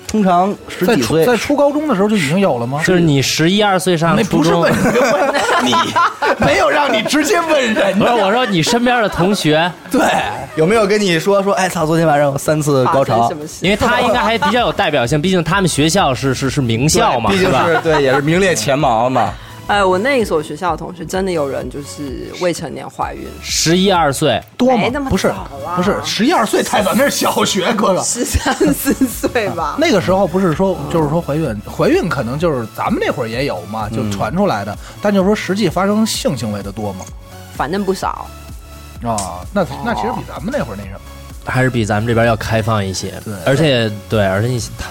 C: 通常十
D: 在
C: 几
D: 初
C: 岁
D: 在初高中的时候就已经有了吗？
E: 就是你十一二岁上
D: 那
E: 初
D: 不是
E: 中
D: 问，你，
C: [LAUGHS]
D: 没有让你直接
E: [LAUGHS]
D: 问人
E: 不是
D: 家。
E: 我说你身边的同学，
D: 对，
C: 有没有跟你说说？哎操，昨天晚上有三次呃高
F: 发生
C: 潮
F: 什。么事？
E: 因为他应该还比较有代表性，毕竟他们学校是是是名校嘛，
C: 毕竟
E: 吧？
C: 是对，也是名列前茅嘛。
F: 哎，我那一所学校的同学真的有人就是未成年怀孕，
E: 十一二岁，
D: 多吗
F: 哎没那？么
D: 不是
F: 早啦，
D: 不是，十一二岁太早，那是小学，哥
C: 啊
D: 哥。
F: 十三四岁吧。
D: 那个时候不是说，就是说怀孕，怀孕可能就是咱们那会儿也有嘛，
C: 嗯
D: 就传出来的，但就是说实际发生性行为的多嘛。
F: 反正不少，
D: 啊，那
C: 哦
D: 那其实比咱们那会儿那什么，
E: 还是比咱们这边要开放一些。
D: 对
E: 而且对，而且你他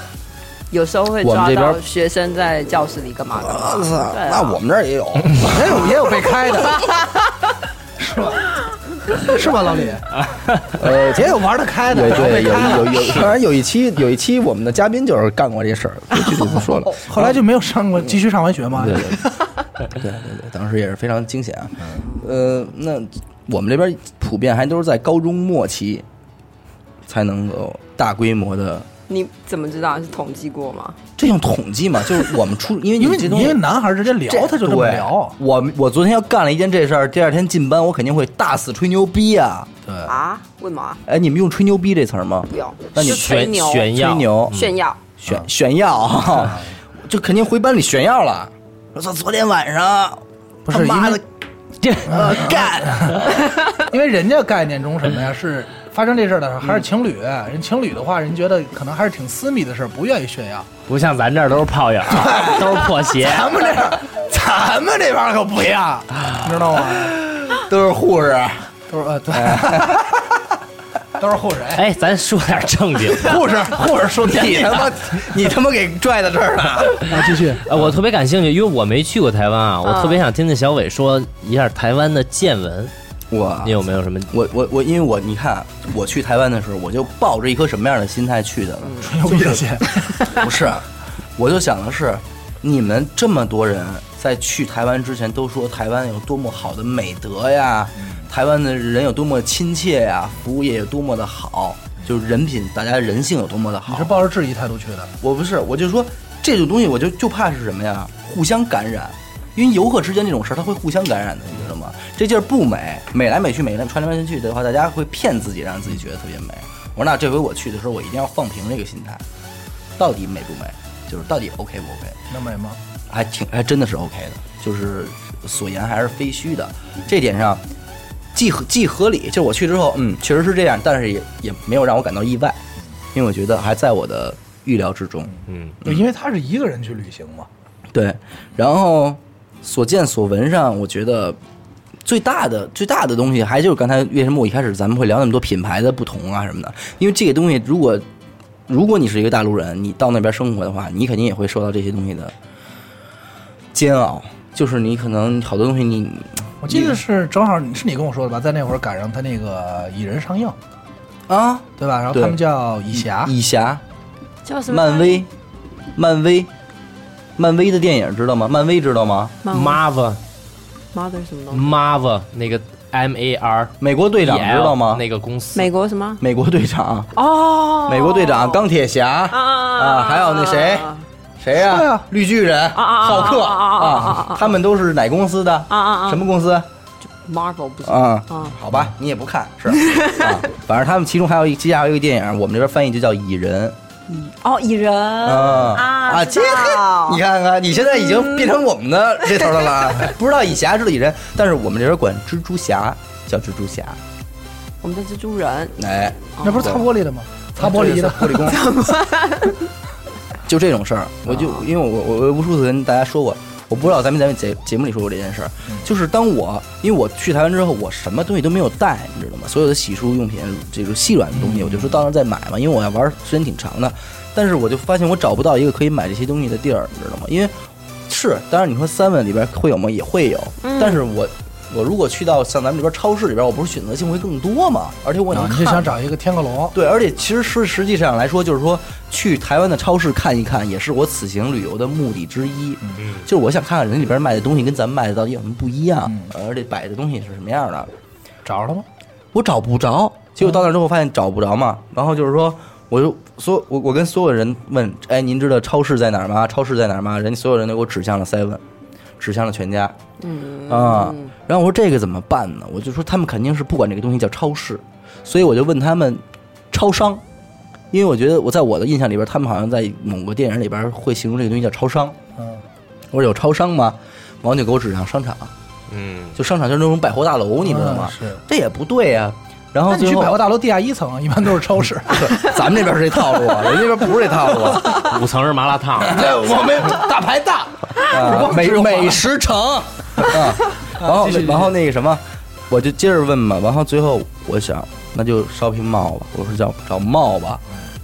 F: 有时候会
C: 我们
F: 抓
C: 这边
F: 到学生在教室里干嘛干嘛。对啊
C: 那我们这儿也有，
D: 也有也有被开的，
C: [LAUGHS]
D: 是吧？是吧，老李？
C: 呃，
D: 也有玩得开的，
C: 有
D: 然后
C: 对
D: 被
C: 有
D: 开
C: 有
D: 了，
C: 有，当然有一期有一期我们的嘉宾就是干过这事
D: [LAUGHS]
C: 儿，具体不说了。
D: 后来就没有上过，继续上完学嘛
C: 嗯对。对对对对对，当时也是非常惊险啊。呃，那我们这边普遍还都是在高中末期才能够大规模的，
F: 你怎么知道？是统计过吗？
C: 这用统计嘛？就是我们初，因为
D: 因为
C: 你这东西
D: 因为男孩儿直接聊，他就这么
C: 对
D: 聊。啊
C: 我我昨天要干了一件这事儿，第二天进班我肯定会大肆吹牛逼啊！
D: 对，
F: 啊？问嘛？
C: 哎，你们用“吹牛逼”这词儿吗？
F: 不用。
C: 那你
F: 是吹
E: 炫
F: 牛、
E: 炫
C: 吹
E: 耀，
C: 牛、
F: 炫耀，
C: 炫炫 [LAUGHS] 耀，就肯定回班里炫耀了。我操，昨天晚上
D: 不是
C: 他妈
D: 因
C: 的
D: 为，
C: 这 [LAUGHS] 呃干，
D: 因为人家概念中
C: [LAUGHS]
D: 什么呀？是发生这事儿的时候
C: 嗯
D: 还是情侣，人情侣的话，人觉得可能还是挺私密的事儿，不愿意炫耀。
E: 不像咱这儿都是炮友，啊都是破鞋。
D: 咱们这儿，咱们这边儿可不一样，你知道吗？
C: 都是护士。
D: 都是呃，对， [LAUGHS] 都是护士。哎
E: [LAUGHS] 哎，咱说点正经。的。
D: 护士，护士说
C: 你他妈，你他妈给拽到这儿了！
D: 啊，继续。
E: 呃，我特别感兴趣，因为我没去过台湾啊，我特
F: 嗯
E: 别想听听小伟说一下台湾的见闻，
C: [LAUGHS] 我
E: 你有没有什么？
C: 我我我，因为我你看，我去台湾的时候，我就抱着一颗什么样的心态去的呢？
D: 牛逼的先，
C: [LAUGHS] 不是，我就想的是，你们这么多人在去台湾之前都说台湾有多么好的美德呀，
D: 嗯
C: 台湾的人有多么亲切呀，服务业有多么的好，就是人品，大家人性有多么的
D: 你
C: 好
D: 是。抱着质疑态度去的，
C: 我不是，我就说这种东西，我就就怕是什么呀？互相感染，因为游客之间这种事儿，它会互相感染的，你知道吗？这劲儿不美，美来美去，美来传来传去的话，大家会骗自己，让自己觉得特别美。我说那这回我去的时候，我一定要放平这个心态，到底美不美？就是到底 OK 不 OK？
D: 能美吗？
C: 还挺还真的是 OK 的，就是所言还是非虚的，这点上既合既合理，就是我去之后，嗯，确实是这样，但是也也没有让我感到意外，因为我觉得还在我的预料之中。
E: 嗯，
D: 就因为他是一个人去旅行嘛。
C: 对，然后所见所闻上，我觉得最大的最大的东西，还就是刚才为什么我一开始咱们会聊那么多品牌的不同啊什么的，因为这个东西，如果如果你是一个大陆人，你到那边生活的话，你肯定也会受到这些东西的煎熬，就是你可能好多东西你
D: 我记得是正好是你跟我说的吧，在那会儿赶上他那个蚁人上映，
C: 啊，
D: 对吧？然后
C: 对
D: 他们叫蚁侠，
C: 以侠、
F: 叫什么？
C: 漫威、漫威、漫威的电影知道吗？漫威知道吗？
F: 妈
E: Marvel
F: mother 什么东西？
E: Marvel 那个 M A R
C: 美国队长
E: E
C: 知
E: L
C: 道吗？
E: 那个公司
F: 美国什么？
C: 美国队长。
F: 哦，
C: 美国队长、钢铁侠啊，还有那谁，谁
D: 是
C: 呀
D: 啊？
C: 绿巨人、
F: 啊
C: 浩克
F: 啊啊啊啊啊
C: 啊，他们都是哪公司的？
F: 啊啊
C: 什么公司？
F: Marvel 不是
C: 啊
F: 啊，
C: 好吧，你也不看是
F: [LAUGHS]
C: 啊，反正他们其中还有一，旗下还有一个电影，我们这边翻译就叫《蚁人
F: 哦，蚁人》
C: 啊
F: 啊，
C: 这
F: 知
C: 个
F: 道
C: 你看看，你现在已经变成我们的这头的了，
F: 嗯
C: [LAUGHS] 不知道蚁侠，知道蚁人，但是我们这边管蜘蛛侠叫蜘蛛侠，
F: 我们的蜘蛛人，
C: 哎，
D: 那不是擦玻璃的吗？擦玻璃的，
C: 玻璃工，
D: [LAUGHS]
C: 就这种事儿，我
D: 啊
C: 就因为我我我无数次跟大家说过，我不知道咱们咱们节节目里说过这件事儿，
D: 嗯
C: 就是当我因为我去台湾之后，我什么东西都没有带，你知道吗？所有的洗漱用品，这种细软的东西，
D: 嗯
C: 我就说到那儿再买嘛，因为我要玩儿时间挺长的，但是我就发现我找不到一个可以买这些东西的地儿，你知道吗？因为是，当然你说三文里边会有吗？也会有，但是我。我如果去到像咱们这边超市里边，我不是选择性会更多嘛？而且我能
D: 啊你
C: 看
D: 就
C: 到
D: 想找一个天个龙，
C: 对，而且其实是实际上来说，就是说去台湾的超市看一看，也是我此行旅游的目的之一。嗯，就是我想看看人里边卖的东西跟咱们卖的到底有什么不一样，呃而且摆的东西是什么样的。
D: 找着了吗？
C: 我找不着，嗯结果到那儿之后发现找不着嘛，然后就是说。我就所我我跟所有人问，哎，您知道超市在哪儿吗？超市在哪儿吗？人家所有人都给我指向了 seven，指向了全家，嗯啊，然后我说这个怎么办呢？我就说他们肯定是不管这个东西叫超市，所以我就问他们超商，因为我觉得我在我的印象里边，他们好像在某个电影里边会形容这个东西叫超商。
D: 嗯，
C: 我说有超商吗？王九狗指向商场，
E: 嗯，
C: 就商场就是那种百货大楼，你知道吗？
D: 嗯是
C: 这也不对呀、然后
D: 那你
C: 最
D: 去
C: 后
D: 百货大楼地下一层，一般都是超市。
C: [LAUGHS] 咱们这边是这套 [LAUGHS] 路啊，人家那边不是这套路啊。
E: [LAUGHS] 五层是麻辣烫，
C: 对，我们大排档， [LAUGHS] 啊美美食城， [LAUGHS] 啊，然后然后那个什么，我就接着问嘛，然后最后我想，那就 shopping mall 吧，我说叫找帽吧，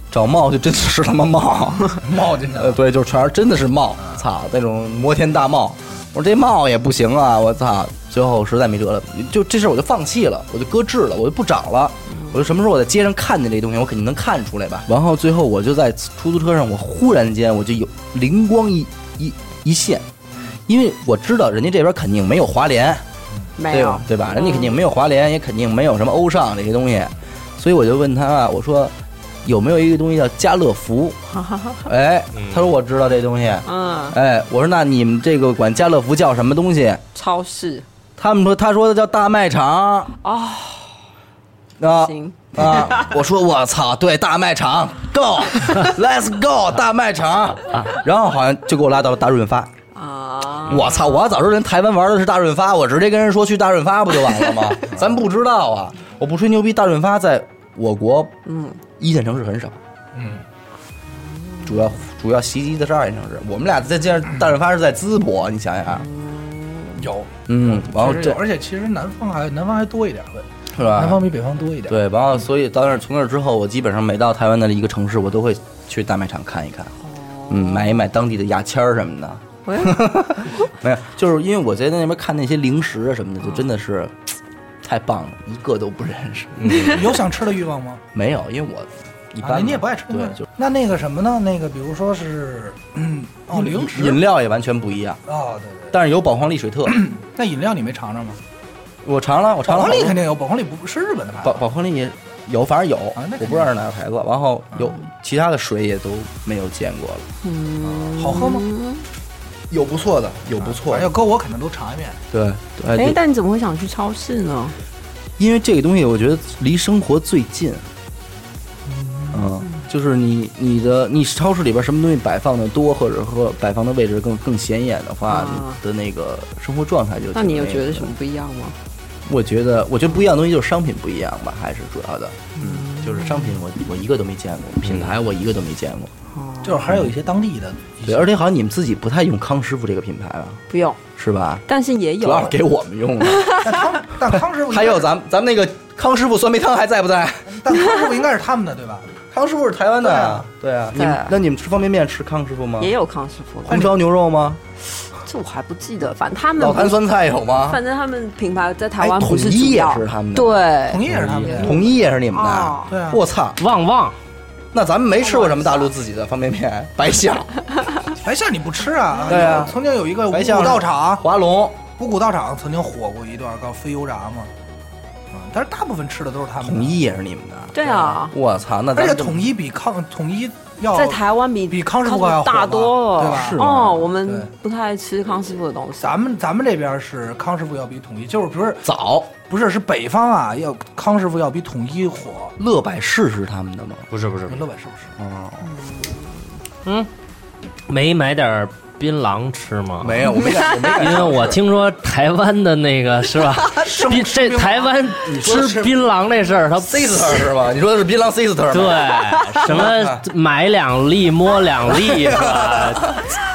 C: 找帽就真的是他妈 [LAUGHS] 帽，帽进去了，对，就是全是真的是帽，操那种摩天大帽，我说这帽也不行啊，我操，最后实在没辙了，就这事儿我就放弃了，我就搁置了，我就不找了。
F: 嗯
C: 我就什么时候我在街上看见这东西，我肯定能看出来吧。然后最后我就在出租车上，我忽然间我就有灵光一一一现，因为我知道人家这边肯定没有华联，
F: 没
C: 对
F: 有
C: 吧？，对吧？人家肯定没有华联，也肯定没有什么欧尚这些东西，所以我就问他啊，我说有没有一个东西叫家乐
F: [LAUGHS]
C: 福？哎，他说我知道这东西。
F: 嗯，
C: 哎，我说那你们这个管家乐福叫什么东西？
F: 超市
C: 他们说他说的叫大卖场
F: 哦，
C: 啊
F: 行，
C: 啊！我说我操，对大卖场，Go，Let's go 大卖场，啊然后好像就给我拉到了大润发。
F: 啊，
C: 我操！我要早知道人台湾玩的是大润发，我直接跟人说去大润发不就完了
D: [LAUGHS]
C: 吗？咱不知道啊，我不吹牛逼，大润发在我国嗯一线城市很少，嗯，主要主要袭击的是二线城市。我们俩在这样大润发是在淄博，你想想，
D: 有，
C: 嗯，然后
D: 确实
C: 这
D: 有，而且其实南方还南方还多一点会，
C: 是吧？
D: 南方比北方多一点。，
C: 对，然后所以到那儿从那儿之后，我基本上每到台湾的一个城市，我都会去大卖场看一看，嗯，买一买当地的牙签儿什么的。
F: 喂
C: 没有，就是因为我在那边看那些零食啊什么的，就真的是太棒了，一个都不认识。
D: 有想吃的欲望吗？
C: [LAUGHS] 没有，因为我一
D: 嗯啊，
C: 般
D: 你也不爱吃
C: 对，
D: 东西
C: 就
D: 那那个什么呢？那个比如说是，嗯，哦，零食
C: 饮料也完全不一样，
D: 哦，对对对。
C: 但是有宝矿力水
D: [CLEARS THROAT]
C: 特，
D: 那饮料你没尝尝吗？
C: 我尝了，我尝了
D: 宝
C: 好
D: 矿
C: 多。
D: 力肯定有，宝矿力不是日本的牌
C: 宝
D: 子。
C: 宝矿力也有，反正有，
D: 啊那肯定嗯
C: 我不知道是哪个牌子。然后有其他的水也都没有见过了，
D: 好喝吗？
C: 有不错的，有不
D: 反正要搁我肯定都尝一遍。
C: 对，哎
F: 哎，但你怎么会想去超市呢？
C: 因为这个东西，我觉得离生活最近。嗯，就是你你的你超市里边什么东西摆放的多，或者和摆放的位置更更显眼的话，
F: 啊
C: 你的那个生活状态就
F: 那你有
C: 挺
F: 觉
C: 个
F: 得
C: 的
F: 什么？不一样吗？
C: 我觉得我觉得不一样的东西就是商品不一样吧，还是主要的。嗯，就是商品我我一个都没见过，品牌我一个都没见过。
D: 就是还有一些当地的，
F: 嗯
C: 对，而且好像你们自己不太用康师傅这个品牌吧，
F: 不用，
C: 是吧？
F: 但是也
C: 主要
F: 有
C: 是给我们
F: [LAUGHS]
C: 用的。
D: 但康 [LAUGHS] 但康师傅应该
C: 还有咱们咱们那个康师傅酸梅汤还在不在？
D: 但康师傅应该是他们的对吧？
C: 康师傅是台湾的啊，对啊，你
F: 对
C: 们那你们吃方便面吃康师傅吗？
F: 也有康师傅了，
C: 红烧牛肉吗？
F: 这我还不记得，反正他们
C: 老
F: 不
C: 坛酸菜有吗？
F: 反正他们品牌在台湾
C: 哎
F: 不是
C: 统一
F: 主
C: 也
F: 要，
C: 是他们的
F: 对
D: 同，意也是他们的。
C: 统一也是你们
F: 哦
C: 的，
D: 对啊，
C: 我操！
E: 旺旺，
C: 那咱们没吃过什么大陆自己的方便面，白象、
D: 白象你不吃啊？
C: 对啊
D: 有曾经有一个五
C: 白
D: 谷
C: 象
D: 道场，
C: 华龙，
D: 五谷道场曾经火过一段，告非油炸嘛。嗯，但是大部分吃的都是他们的
C: 统，一也是你们的，
F: 对啊，
C: 我操！那咱
D: 而且
C: 们就
D: 统一比康统一要
F: 在台湾比
D: 比康师傅要火吧
F: 大多
D: 对
F: 了
D: 吧，
C: 哦是吗
F: 哦，我们
D: 对
F: 不太吃康师傅的东西，
D: 咱们咱们这边是康师傅要比统一，就是不是
C: 早
D: 不是是北方啊，要康师傅要比统一火。
C: 乐百氏是他们的吗？
E: 不是不是，不是
D: 乐本是不是？
E: 没买点槟榔吃吗？
C: 没有，我没敢，我没敢。
E: 因为我听说台湾的那个是吧？槟这台湾
C: 说
E: 吃槟榔这事儿，他
C: sister 是
D: [LAUGHS]
C: 吧？你说的是槟榔 sister 吗？
E: 对什么买两粒摸两粒是吧？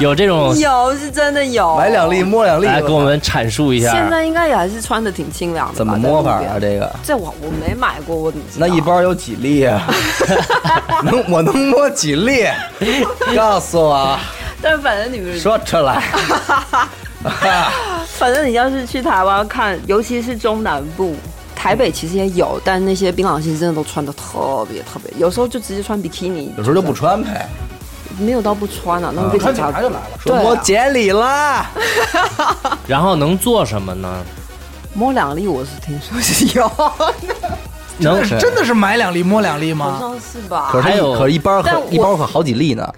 E: 有这种，
F: 有是真的有，
C: 买两粒摸两粒。
E: 来给我们阐述一下。
F: 现在应该也还是穿的挺清凉的吧，
C: 怎么摸法
F: 在
C: 啊？
F: 路边
C: 这个？
F: 这我我没买过，我怎么知道
C: 那一包有几粒啊？能我能摸几粒？告诉我，
F: 但反正你们
C: 说出来。
F: 反正你要是去台湾看，尤其是中南部，台北其实也有，但那些槟榔西真的都穿的特别特别，有时候就直接穿比基尼，
C: 有时候就不穿呗，
F: 没有到不穿啊，那么被
D: 川
F: 警
D: 警
F: 察
D: 察就来了，
C: 说
F: 对啊
C: 摸节里啦。
E: 然后能做什么呢？
F: 摸两粒，我是听说是有，
E: 能
D: 是真的是买两粒摸两粒
F: 好
D: 吗？
F: 像是吧？
C: 可是它
E: 还
C: 一
E: 有
C: 可是一包
F: 但
C: 可
F: 我
C: 一包可好几粒呢，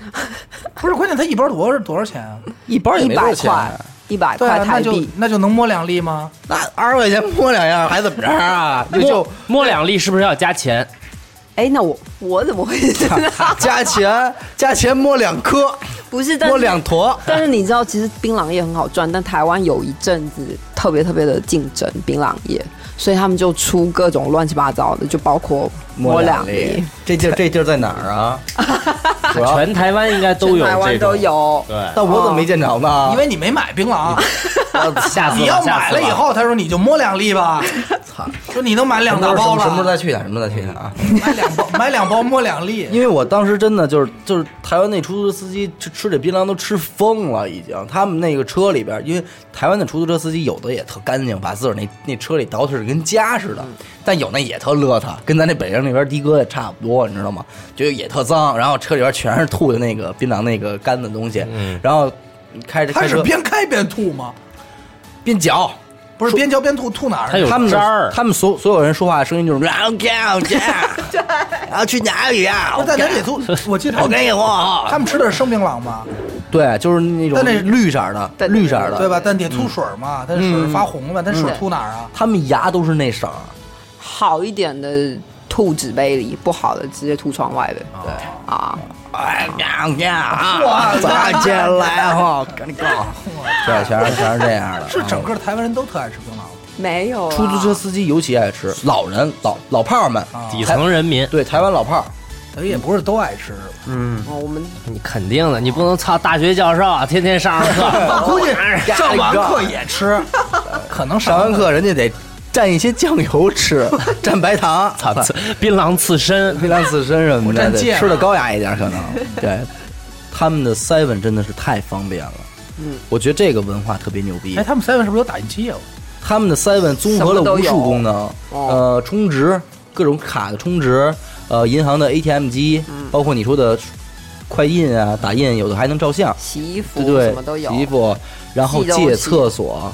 D: 不是，关键它一包多少多少钱啊？
C: 一包也
F: 一
C: 没多少
F: 百
C: 钱
F: 块
C: 啊。，
F: 一百
D: 对啊
F: 块，
D: 那
F: 台
D: 就
F: 币，
D: 那就能摸两粒吗？
C: 那二十块钱摸两样还怎么着啊？就
F: [LAUGHS]
E: 摸
C: 就
E: 摸两粒是不是要加钱？
F: [LAUGHS] 哎，那我我怎么会知道？
C: 加钱加钱摸两颗，
F: 不是， [LAUGHS] 但
C: 摸 [LAUGHS]
F: 是
C: 两坨。
F: 但是你知道，其实槟榔业很好赚，但台湾有一阵子特别特别的竞争槟榔业，所以他们就出各种乱七八糟的，就包括 [LAUGHS] 摸两粒，，
C: 这地儿这地儿在哪儿
F: [LAUGHS]
C: 啊？主要，
E: 全台湾应该都有
F: 全台湾
E: 这种
F: 都有。
E: 对，
C: 但我怎么没见着呢？
D: 因为你没买槟榔，啊
E: 下次吧
D: 你要
E: 下
D: 买
E: 次吧
D: 了以后，他说你就摸两粒吧，
C: [LAUGHS] 操，
D: 说你能买两
C: 什么时
D: 大
C: 候
D: 包
C: 什么时候
D: 了，
C: 再去一趟？什么时候再去一趟啊？
D: 买两包，买两包摸两
C: [LAUGHS]
D: 粒。
C: 因为我当时真的就是就是台湾那出租车司机吃吃这槟榔都吃疯了，已经。他们那个车里边，因为台湾的出租车司机有的也特干净，把自个儿那那车里捯饬的跟家似的，
D: 嗯
C: 但有那也特邋遢，跟咱这北京那边的哥也差不多，你知道吗？就也特脏，然后车里边全是吐的那个槟榔那个干的东西，然后开着
D: 嗯他
C: 开
D: 是
C: 车
D: 边开边吐吗？
C: 边嚼。
D: 不是边嚼哦边吐，吐哪儿
E: 他
D: 呢？
E: 有
C: 他们的
E: 渣儿
C: 他们所所有人说话的声音
D: [LAUGHS]
C: 就是啊，OK OK，然后去哪里呀？
D: 不是在哪里吐？我记得
C: 我跟你说，啊
D: 他们吃的是生槟榔吗？
C: 对，就是那种
D: 但那
C: 绿色儿的，
F: 对
C: 绿色儿的，嗯
D: 对吧？？但得吐水嘛，它水发红了，但水吐哪儿啊？
C: 他们牙都是那色儿，
F: 好一点的吐纸杯里，不好的直接吐窗外的。对啊，
C: 哎呀呀！
D: 哇
C: 咋起来哈？跟你告，对，全是全是这样的。
D: 是整
C: 啊
D: 个台湾人都特爱吃槟榔吗。
F: 没有啊
C: 出租车司机尤其爱吃，老人老老炮儿们，
D: 啊
E: 底层人民，
C: 对台湾老炮儿，
D: 等于也不是都爱吃，
F: 哦我们
E: 你肯定的，你不能操大学教授啊，天天上着课，
D: 估计上完课也吃，可能
C: 哎上
D: 上
C: 完课人家得蘸一些酱油
D: [LAUGHS]
C: 吃，蘸白糖，
E: 操刺槟榔刺身，
C: 槟榔刺身什么的，
D: 我蘸
C: 得
D: 芥末
C: 吃的高雅一点可
D: [LAUGHS]
C: 能。对，他们的 seven 真的是太方便了。嗯，我觉得这个文化特别牛逼。
D: 哎，他们三 e 是不是有打印机啊？
C: 他们的 Seven 综合了无数功能，
F: 哦
C: 呃，充值各种卡的充值，呃，银行的 ATM 机，
F: 嗯
C: 包括你说的快印啊、打印，有的还能照相，
F: 洗衣服
C: 对不对，
F: 哦什么都有
C: 洗衣。服，然后
F: 寄东
C: 借
F: 西
C: 厕所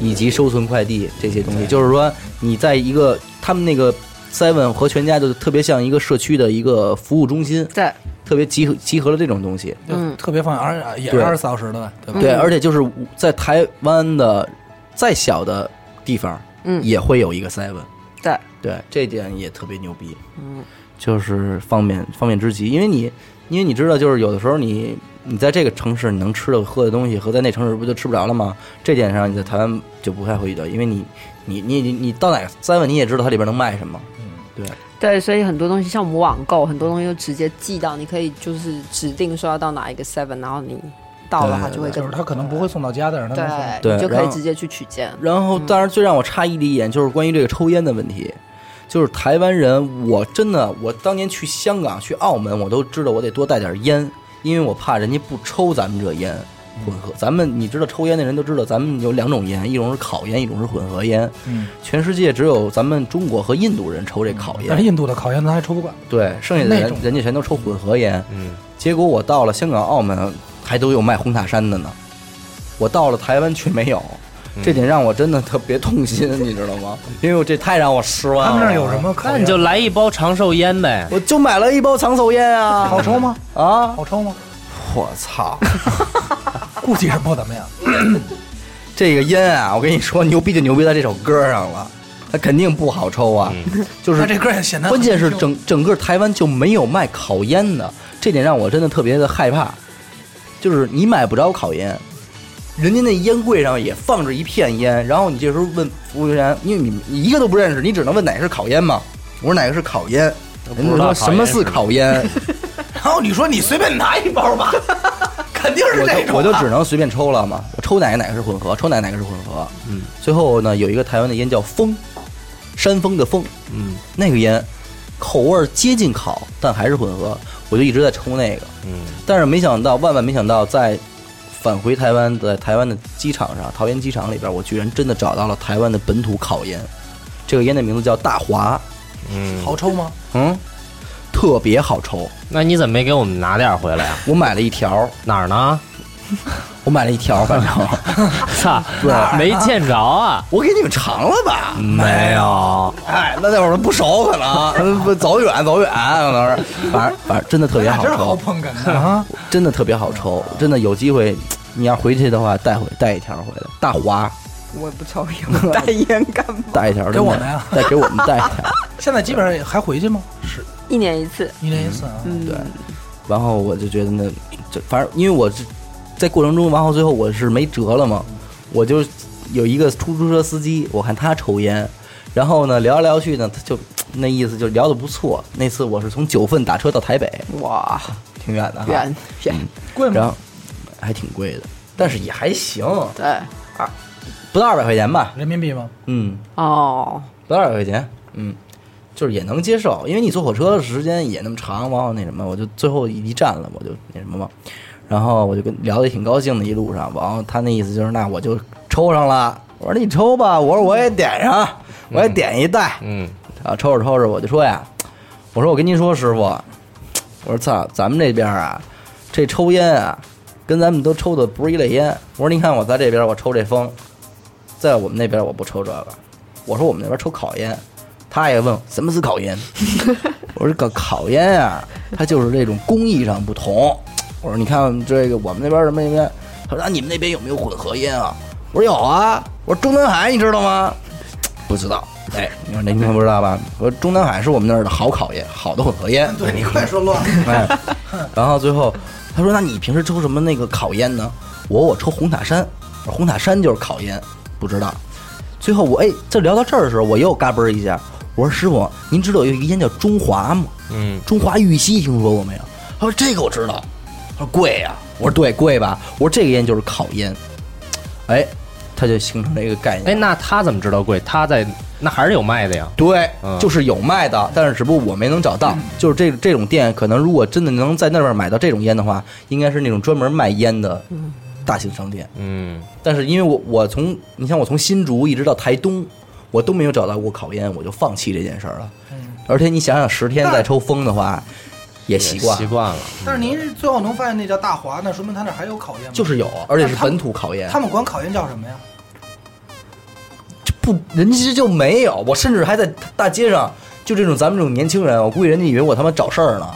C: 以及收存快递这些东西，就是说你在一个他们那个 Seven 和全家就特别像一个社区的一个服务中心，
F: 对，
C: 特别集合集合了这种东西。
D: 就特别方便，而且也
C: 对
D: 是二十四小时的，
F: 嗯
D: 对吧？
C: 对，而且就是在台湾的再小的地方，
F: 嗯
C: 也会有一个 seven。
F: 对
C: 对，这点也特别牛逼。嗯，就是方便方便之极，因为你因为你知道，就是有的时候你你在这个城市你能吃的喝的东西和在那城市不就吃不着了吗？这点上你在台湾就不太会遇到，因为你你你你你到哪个 seven 你也知道它里边能卖什么。对，
F: 对，所以很多东西像我们网购，很多东西就直接寄到，你可以就是指定说要到哪一个 Seven，然后你到了，
C: 对
F: 他就会
D: 就
F: 跟
D: 是
F: 你
D: 他可能不会送到家，但是他能送。
F: 对，
C: 对
F: 你就可
C: 然
F: 以
C: 后
F: 直接去取件。
C: 然后，当然最让我诧异的一点就是关于这个抽烟的问题，就是台湾人，我真的，我当年去香港、去澳门，我都知道我得多带点烟，因为我怕人家不抽咱们这烟混合。咱们你知道抽烟的人都知道，咱们有两种烟，一种是烤烟，一种是混合烟。
D: 嗯，
C: 全世界只有咱们中国和印度人抽这烤
D: 但是
C: 烟，
D: 印度的烤烟咱还抽不惯，
C: 对，剩下的
D: 那
C: 人
D: 种
C: 人家全都抽混合烟。
E: 嗯，
C: 结果我到了香港、澳门，还都有卖红塔山的呢，我到了台湾却没有，这点让我真的特别痛心， [LAUGHS] 你知道吗？因为我这太让我失望了。
D: 他们那儿有什？么
E: [LAUGHS]
D: 烤
E: 那
D: 烟？
E: 你就来一包长寿烟呗。
C: 我就买了一包长寿烟啊！
D: 好抽吗？
C: 啊！
D: 好抽吗？
C: [LAUGHS] 我操，
D: 估计是不怎么样。
C: 这个烟啊，我跟你说，牛逼就牛逼在这首歌上了，它肯定不好抽啊。就是
D: 那这歌也显
C: [LAUGHS]
D: 得
C: 关键是整整个台湾就没有卖烤烟的，这点让我真的特别的害怕。就是你买不着烤烟，人家那烟柜上也放着一片烟，然后你这时候问服务员，因为你你一个都不认识，你只能问哪个是烤烟嘛。我说哪个是烤烟，人家
E: 不知
C: 说
E: 道
C: 什么是烤烟，
D: 然后你说你随便拿一
C: [LAUGHS]
D: 包吧，肯定是
C: 我
D: 这
C: 就
G: 啊
D: 种。
C: 我就只能随便抽了嘛，我抽哪个哪个是混合，抽哪个哪个是混合。嗯，最后呢，有一个台湾的烟叫风，山峰的风，
E: 嗯，
C: 那个烟口味儿接近烤，但还是混合，我就一直在抽那个。
E: 嗯，
C: 但是没想到，万万没想到，在返回台湾的台湾的机场上，桃园机场里边，我居然真的找到了台湾的本土烤烟，这个烟的名字叫大华，
D: 好抽吗？
C: 嗯，特别好抽。
E: 那你怎么没给我们拿点儿回来呀？
C: 我买了一条，
E: 哪儿呢？ [LAUGHS]
C: 我买了一条，反
D: [LAUGHS]
C: 正
E: 操，没见着啊！
C: 我给你们尝了吧。
E: 没有，
C: 哎，那那会儿不熟可能，不走远走远可能是，反正反正真的特别
D: 俩
C: 好
D: 哎真是好
C: 抽，
D: 捧哏的啊！
C: 真的特别好抽，真的有机会，你要回去的话带回带一条回来，大华
F: 我也不抽
C: [LAUGHS]
F: 烟，代烟干嘛？
C: 带一条
D: 给我们呀
C: 真的带给我们带一
D: [LAUGHS]
C: 条，
D: [LAUGHS] 现在基本上也还回去吗？是
F: 一年一次，
D: 一年一次啊。
F: 嗯，
C: 对，然后我就觉得那就反正因为我是在过程中，然后最后我是没辙了嘛，我就有一个出租车司机，我看他抽烟，然后呢聊来聊去呢，他就那意思就聊得不错。那次我是从九份打车到台北，
F: 哇，
C: 挺远的哈，
F: 远远，
D: 贵
C: 然
D: 吗？
C: 后还挺贵的，但是也还行，
F: 对，
C: 不到二百块钱吧，
D: 人民币吗？
C: 嗯，
F: 哦，
C: 不到二百块钱，嗯，就是也能接受，因为你坐火车的时间也那么长，然后那什么，我就最后一站了，我就那什么嘛，然后我就跟聊的挺高兴的，一路上，然后他那意思就是那我就抽上了，我说你抽吧，我说我也点上，我也点一袋，
E: 嗯，
C: 啊，抽着抽着我就说呀，我说我跟您说师傅，我说操，咱们这边啊，这抽烟啊，跟咱们都抽的不是一类烟。我说您看我在这边我抽这风，在我们那边我不抽这个。我说我们那边抽烤烟，他也问什么是烤烟， [LAUGHS] 我说个烤烟啊，它就是这种工艺上不同。我说你看这个我们那边什么什么，他说、啊、你们那边有没有混合烟啊？我说有啊，我说中南海你知道吗？不知
D: [LAUGHS]
C: 道。哎，你说您可不知道吧？我说中南海是我们那儿的好烤烟，好的混合烟。
D: [LAUGHS] 对你快说乱了，
C: 哎，然后最后他说：“那你平时抽什么那个烤烟呢？”我我抽红塔山，我说红塔山就是烤烟，不知道。最后我哎，这聊到这儿的时候，我又嘎嘣儿一下，我说：“师傅，您知道有一个烟叫中华吗？
E: 嗯，
C: 中华玉溪听说过没有？”他说：“这个我知道。”他说：“贵呀、我说：“对，贵吧？”我说：“这个烟就是烤烟。”哎，他就形成了一个概念。
E: 哎，那他怎么知道贵？他在那还是有卖的呀。
C: 对，
E: 嗯
C: 就是有卖的，但是只不过我没能找到。就是这这种店，可能如果真的能在那边买到这种烟的话，应该是那种专门卖烟的大型商店。
E: 嗯，
C: 但是因为我我从你像我从新竹一直到台东，我都没有找到过烤烟，我就放弃这件事儿了。而且你想想，十天再抽风的话，也习惯
E: 嗯习惯了。
D: 但是您是最后能发现那叫大华，那说明他那还有烤烟吗？
C: 就是有，而且是本土烤烟
D: 他，们管烤烟叫什么呀？
C: 这不人家就没有。我甚至还在大街上，就这种咱们这种年轻人，我估计人家以为我他妈找事儿呢，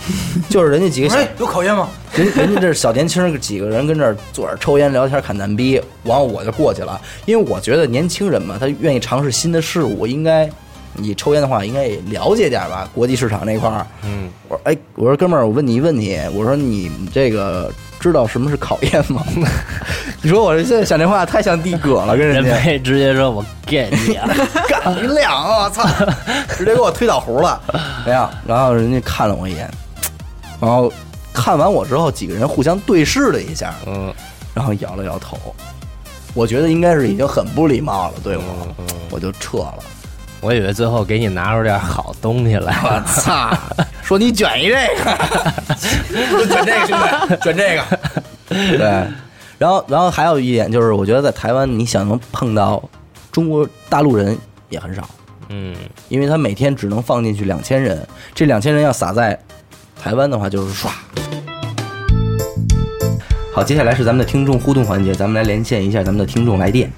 C: 就是人家几
D: 我
C: 个小
D: 说哎有烤烟吗？
C: 人人家这小年轻儿几个人跟这儿坐着抽烟聊天侃蛋逼，完后我就过去了，因为我觉得年轻人嘛，他愿意尝试新的事物，应该你抽烟的话应该也了解点儿吧，国际市场那块儿。
E: 嗯，
C: 我说哎，我说哥们儿，我问你一问题，我说你这个知道什么是烤烟吗？ [LAUGHS] 你说我这现在想这话太像地葛了，跟人
E: 人
C: 家
E: 配直接说我 get [LAUGHS] 你啊。
C: [LAUGHS] 干你亮啊！我操，直接给我推倒葫了。没有，然后人家看了我一眼，然后看完我之后，几个人互相对视了一下，
E: 嗯
C: 然后摇了摇头。我觉得应该是已经很不礼貌了，对我，我就撤了。
E: 我以为最后给你拿出点好东西来。
C: 我操！说你卷一这个，说 [LAUGHS] 卷这个兄弟，卷这个。对，然后然后还有一点就是，我觉得在台湾，你想能碰到中国大陆人也很少。
E: 嗯，
C: 因为他每天只能放进去两千人，这两千人要撒在台湾的话，就是唰。好，接下来是咱们的听众互动环节，咱们来连线一下咱们的听众来电。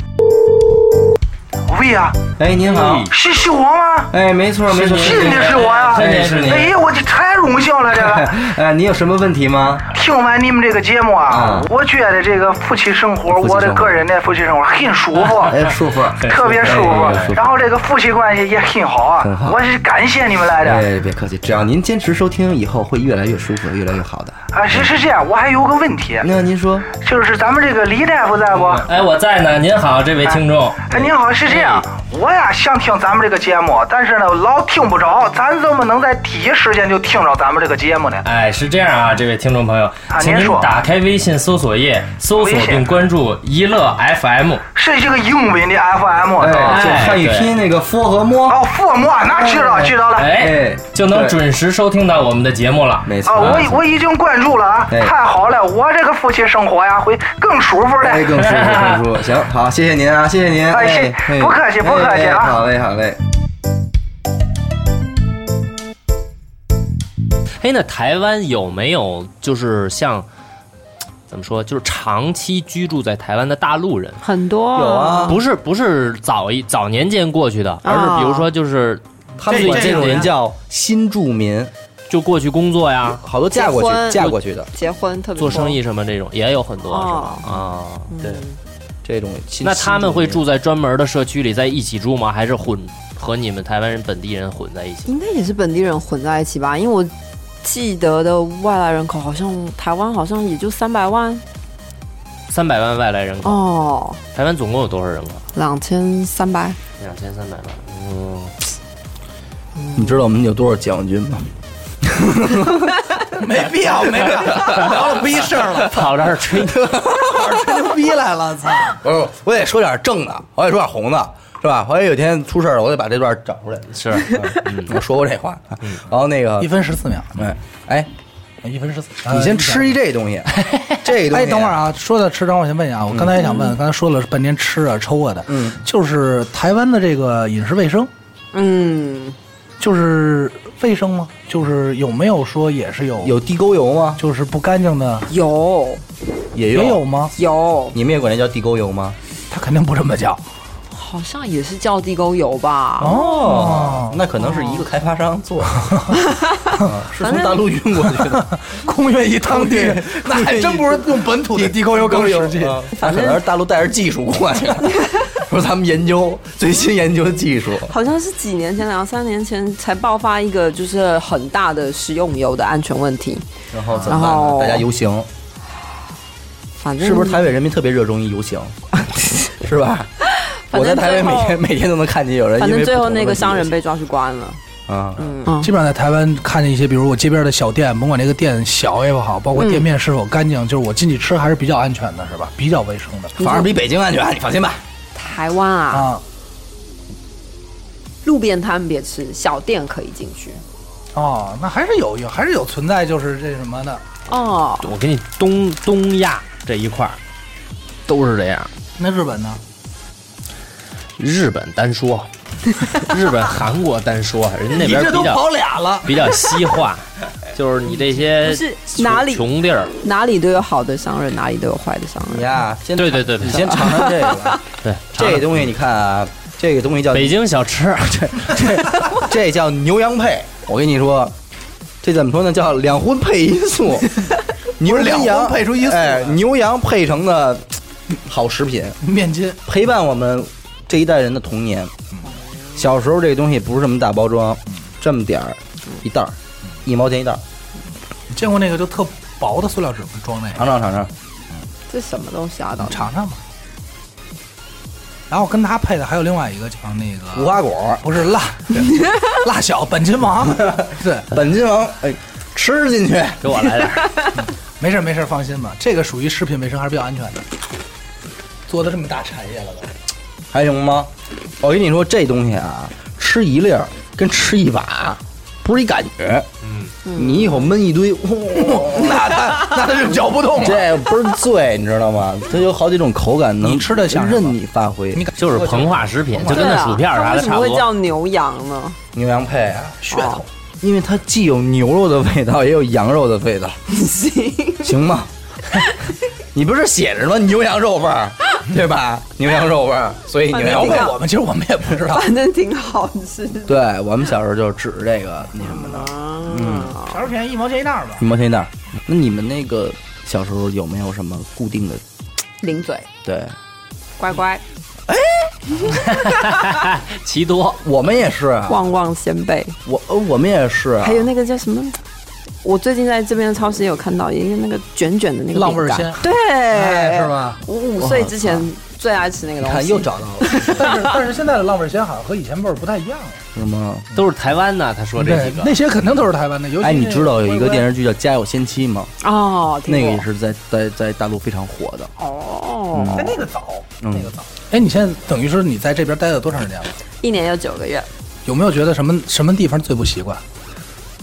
H: 喂啊，
C: 哎，您好，
H: 是是我吗？
C: 哎，没错没错，
H: 是您是我呀、
C: 哎是您
H: 哎呀，我这太荣幸了，这
D: [LAUGHS]
H: 个。
C: 呃，您有什么问题吗？
H: 听完你们这个节目啊，
C: 嗯
H: 我觉得这个夫妻生活，
C: 夫妻生活
H: 我的个人的夫妻生活很舒服。
C: 哎，舒服，
H: 特别舒
C: 哎
H: 服，然后这个夫妻关系也很好啊
D: 哎
C: 很好！
H: 我是感谢你们来的
C: 哎，别客气，只要您坚持收听，以后会越来越舒服，越来越好的。
H: 啊！是是这样，我还有个问题，
D: 哎
C: 那您说，
H: 就是咱们这个李大夫在不？
D: 嗯
E: 哎，我在呢。您好，这位听众。
H: 哎，您好，是这样，
D: 嗯
H: 我呀想听咱们这个节目，但是呢老听不着，咱怎么能在第一时间就听着咱们这个节目呢？
E: 哎，是这样啊，这位听众朋友，请
H: 啊您
E: 您
H: 说
E: 打开微信搜索页，搜索
H: 微信
E: 并关注“一乐 FM”。
H: 是这个英文的 FM 是吧？
C: 哎，就汉语拼音那个“佛”和“摸
H: 啊哦，父母，那知道知道了。”，
E: 哎
C: 哎，
E: 就能
C: 对
E: 准时收听到我们的节目了。
C: 没
H: 啊，
C: 错，
H: 我已我已经关注了啊，
C: 哎
H: 太好了，我这个夫妻生活呀会更舒服的。
C: 哎，更舒服，更
H: [LAUGHS]
C: 舒服。行，好，谢谢您啊，谢谢您。
H: 哎谢
C: 哎
H: 不客气
C: 哎
H: 不客气啊
C: 哎好嘞，好嘞。
E: 哎，那台湾有没有就是像怎么说，就是长期居住在台湾的大陆人？
F: 很多有啊，
E: 不是不是早一早年间过去的，而是比如说就是
C: 他们管
E: 这
C: 这种人
E: 人
C: 叫新住民，
E: 就过去工作呀、
C: 好多嫁过
F: 结
C: 去
F: 婚
C: 嫁过去的
F: 结婚特别
E: 做
F: 多
E: 生，意什么这种也有很多，是吧？啊、对。
C: 这种新。
E: 那他们会
C: 新住
E: 住在专门的社区里在一起住吗？还是混和你们台湾人本地人混在一起？
F: 应该也是本地人混在一起吧，因为我记得的外来人口好像台湾好像也就三百万
E: 三百万外来人口，
F: 哦，
E: 台湾总共有多少人口？
F: 两千三百，
E: 两千三百万。嗯，
C: 你知道我们有多少解放军吗？
D: [LAUGHS] 没必要，没
C: [LAUGHS]
D: 必要，聊了逼事儿了，
E: 跑这儿吹牛，
D: 吹牛逼来了，操！
C: 不是，我得说点正的，我得说点红的，啊是吧？万一有一天出事儿了，我得把这段找出来。
E: 是
C: 嗯，我说过这话，然后那个
D: 一，分十四秒，
C: 哎哎，
D: 一分十四。
C: 你先
D: 呃
C: 吃一这东西，这东西。嗯
D: 哎，等会儿，啊，说到吃，等会儿我先问一下，啊我刚才也想问，刚才说了半天吃啊、抽啊的，嗯，就是台湾的这个饮食卫生，
F: 嗯，
D: 就是卫生吗？就是有没有说也是有
C: 有地沟油吗？
D: 就是不干净的
F: 有
C: 也
D: 也有
C: 有。
D: 吗？
F: 有，
C: 你们也管这叫地沟油吗？
D: 他肯定不这么叫
F: 好像也是叫地沟油吧？
C: 哦，那可能是一个开发商做的，嗯是从 [LAUGHS] 大陆运过去的。
D: 公园一趟地，那还真不是用本土的地沟油更实际。
C: 啊那可能是大陆带着技术过去的，说咱们研究最新研究技术。
F: 好像是几年前，两三年前才爆发一个就是很大的食用油的安全问题。
C: 然后怎
F: 然
C: 么办呢？
F: 后
C: 大家游行，
F: 反正
C: 是不是台北人民特别热衷于游行？是吧？
F: 反正
C: 我在台北每 [LAUGHS]
F: 最
C: 天
F: 后
C: 每天都能看见有人因
F: 反
C: 为
F: 正
C: 不同
F: 最
C: 的
F: 后
C: 问题游行，
F: 那个商人被抓去关了。
C: 啊，
F: 嗯
D: 基本上在台湾看见一些，比如我街边的小店，甭管这个店小也不好，包括店面是否干净，就是我进去吃还是比较安全的，是吧？比较卫生的
C: 反正比北京安全，你放心吧。
F: 台湾啊，
D: 啊。
F: 路边摊别吃，小店可以进去。
D: 哦，那还是有有还是有存在，就是这什么的。
F: 哦，
E: 我给你东东亚这一块儿都是这样。
D: 那日本呢？
E: 日本单说，
F: [LAUGHS]
E: 日本、韩国单说，人家那边比较
D: 俩了，
E: 比较西
F: [LAUGHS]
E: 化，就是你这些
F: 不是
E: 穷
F: 哪里
E: 穷地儿，
F: 哪里都有好的商人，哪里都有坏的商
C: 你
F: 人。
C: 呀，先
E: 对对对
F: 嗯
E: 对
C: 你先尝尝 [LAUGHS] 这个，
E: 对，
C: 这个东西你看啊，这个东西叫
E: 北京小吃， [LAUGHS]
C: 这叫牛羊配。我跟你说，这怎么说呢？叫两荤配一素，牛跟
D: 两
C: 羊
D: 荤配出一素
C: 哎，牛羊配成的好食品，
D: 面筋
C: 陪伴我们这一代人的童年。小时候这个东西不是这么大包装，这么点儿一袋儿，一毛钱一袋儿，
D: 你见过那个就特薄的塑料纸吗？装那个，
C: 尝尝尝尝。
F: 这什么东西啊？到底
D: 尝尝吧。然后跟他配的还有另外一个叫那个
C: 无花果，
D: 不是辣辣小本亲王，对，
C: 本金王，哎，吃进去。
E: 给我来点
F: [LAUGHS]
E: 儿。
D: 没事儿没事儿，放心吧，这个属于食品卫生还是比较安全的。做的这么大产业了都，
C: 还行吗？我跟你说，这东西啊，吃一粒儿跟吃一把不是一感觉。嗯，你一口闷一
D: [LAUGHS]
C: 堆，哦哇
D: 那他那他就嚼不动了。
C: 这倍儿醉，你知道吗？它有好几种口感能，
D: 你吃得像什么
C: 任你发挥。
D: 你敢
E: 就是膨化食品，就跟
F: 对
E: 那
F: 啊
E: 薯片儿
F: 它
E: 啥
F: 为
E: 的
F: 什
E: 差
F: 么
E: 不
F: 会
E: 多。
F: 叫牛羊呢？
C: 牛羊配啊，
D: 噱头
F: 哦？ [LAUGHS]
C: 因为它既有牛肉的味道，也有羊肉的味道，
F: 行，
C: 行吗？
F: [LAUGHS]
C: 你不是写着吗？牛羊肉味儿，对
F: [LAUGHS]
C: 吧？牛羊肉味儿，所以牛
F: 反正
C: 羊
D: 聊
C: 味
D: 会
C: 儿。
D: 我们，其实我们也不
F: [LAUGHS]
D: 知道。
F: 反正挺好吃的。
C: 对我们小时候就指着这个那什么的。
E: 嗯
D: 小时候便宜一毛钱一袋儿吧
C: 一。毛钱一袋儿。那你们那个小时候有没有什么固定的？
F: 零嘴，
C: 对
F: 乖乖，
E: 奇多，
C: 我们也是啊，
F: 旺旺仙贝。
C: 我呃我们也是啊。
F: 还有那个叫什么？我最近在这边的超市也有看到一个那个卷卷的那个
D: 浪味儿
F: 饼干
D: 鲜
F: 对，
D: 哎是吗？
F: 我五岁之前最爱吃那个
C: 你
F: 东
C: 看
F: 西，
C: 又找到了
D: 但是但是现在的浪味鲜好像和以前味儿不太一样了。
C: 是吗？
E: 都是台湾的。他说这
D: 对
E: 几，个
D: 那些肯定都是台湾的，尤其
C: 哎，你知道有一个电
D: 视
C: 视剧叫《家有仙妻》吗？
F: 哦，听
C: 那个
F: 过
C: 也是嗯在在在大陆非常火的。
F: 哦，
D: 哎那个早，那个早。哎，你现在等于是你在这边待了多长时间了？
F: 一年有九个月，
D: 有没有觉得什么什么地方最不习惯？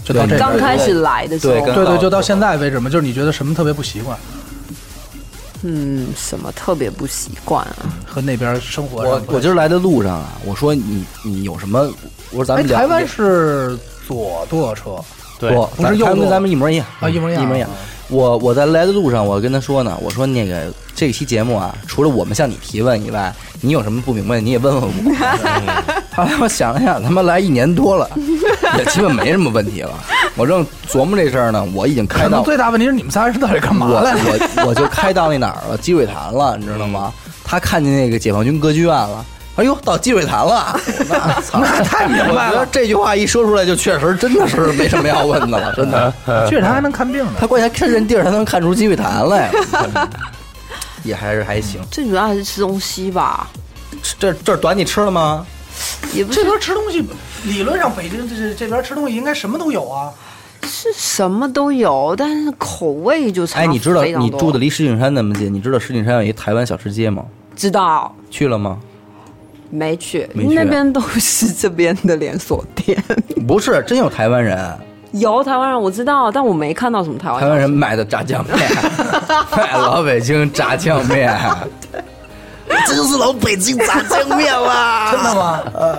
D: 就到这
C: 对
D: 边
F: 刚开始来的时
C: 对
F: 候，
C: 刚
D: 对对，就到现在为止嘛，就是你觉得什么特别不习惯，
F: 嗯，什么特别不习惯啊？
D: 和那边生活上
C: 我我今儿来的路上啊，我说你你有什么？我说咱
D: 哎，
C: 们聊
D: 台湾是左舵车，
E: 对，
C: 不
D: 不是右
C: 咱们
D: 舵
C: 跟咱们一模一样
D: 啊一模一样
C: 一模一样。我我在来的路上，我跟他说呢，我说那个这期节目啊，除了我们向你提问以外，你有什么不明白的你也问问我。后来我想了想，他妈来一年多了，也基本没什么问题了。我正琢磨这事儿呢，我已经
D: 哎可
C: 开
D: 能
C: 到
D: 最大问题是你们仨人到底干
C: 我
D: 嘛来了？
C: 我我就开到那哪儿了，积水潭了，你知道吗？他看见那个解放军歌剧院了，哎呦，到积水潭
D: [LAUGHS]
C: 了，那操，
D: 那太明白了
C: [LAUGHS] 我觉得这句话一说出来，就确实真的是没什么要问 [LAUGHS] 的了，真的。
D: 确实他还能看病呢。
C: 他关键看人地儿，他能看出积水潭来，也还是还行。
F: 最主要还是吃东西吧，
C: 这这短你吃了吗？
F: 也不
D: 这
F: 是
D: 边吃东西，理论上北京这这这边吃东西应该什么都有啊。
F: 是什么都有，但是口味就差
C: 哎，
F: 啊非
C: 你知
F: 常多。
C: 道你住的离石景山那么近，你知道石景山有一台湾小吃街吗？
F: 知道
C: 去了吗？
F: 没去，
C: 没去
F: 那边都是这边的连锁店。
C: 不是，真有台湾人，
F: [LAUGHS] 有台湾人我知道，但我没看到什么台湾
C: 哎台
F: 人。
C: 湾人卖的炸酱 [LAUGHS] 面，卖老北京炸酱面， [LAUGHS] 这就是老北京炸酱面 [LAUGHS] 啦！
D: 真的吗？ [LAUGHS] 呃，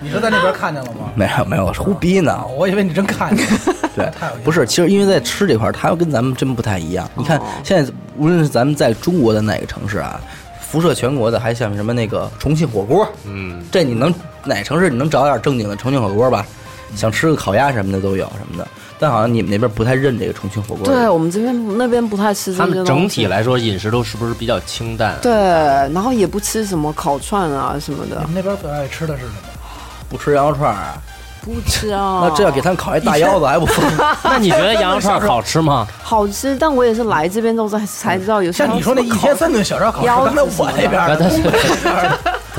D: 你是在那边看见了吗？
C: 没有没有，胡逼呢！
D: [LAUGHS] 我以为你真看 [LAUGHS] 见了。
C: 对
D: 啊太有意思，了哦
C: 不是，其实因为在吃这块儿，它又跟咱们真不太一样。你看，现在无论是咱们在中国的哪个城市啊，辐射全国的，还像什么那个重庆火锅，嗯，这你能哪城市你能找点正经的重庆火锅吧？想吃个烤鸭什么的都有什么的，但好像你们那边不太认这个重庆火锅。
F: [LAUGHS] 对我们这边那边不太吃这
E: 他
F: 些
E: 们
F: 东西。
E: 整体来说饮食都是不是比较清淡？啊
F: 对，然后也不吃什么烤串啊什么
D: 你
F: 的，
D: 们那边最爱吃的是什么？
C: 不吃羊肉串儿啊，
F: 不吃啊。
D: 哦
C: 那这要给他们烤一大腰
D: [LAUGHS]
C: 子还不疯？
E: [LAUGHS] 那你觉得羊肉串好吃吗？
F: 好吃，但我也是来这边之后才才知道有什么
D: 像你说那一天三顿小烧烤，是
F: 腰子
D: 刚才我 [LAUGHS] 那边
E: 啊
D: 儿
E: 对对
D: 的，
E: [LAUGHS]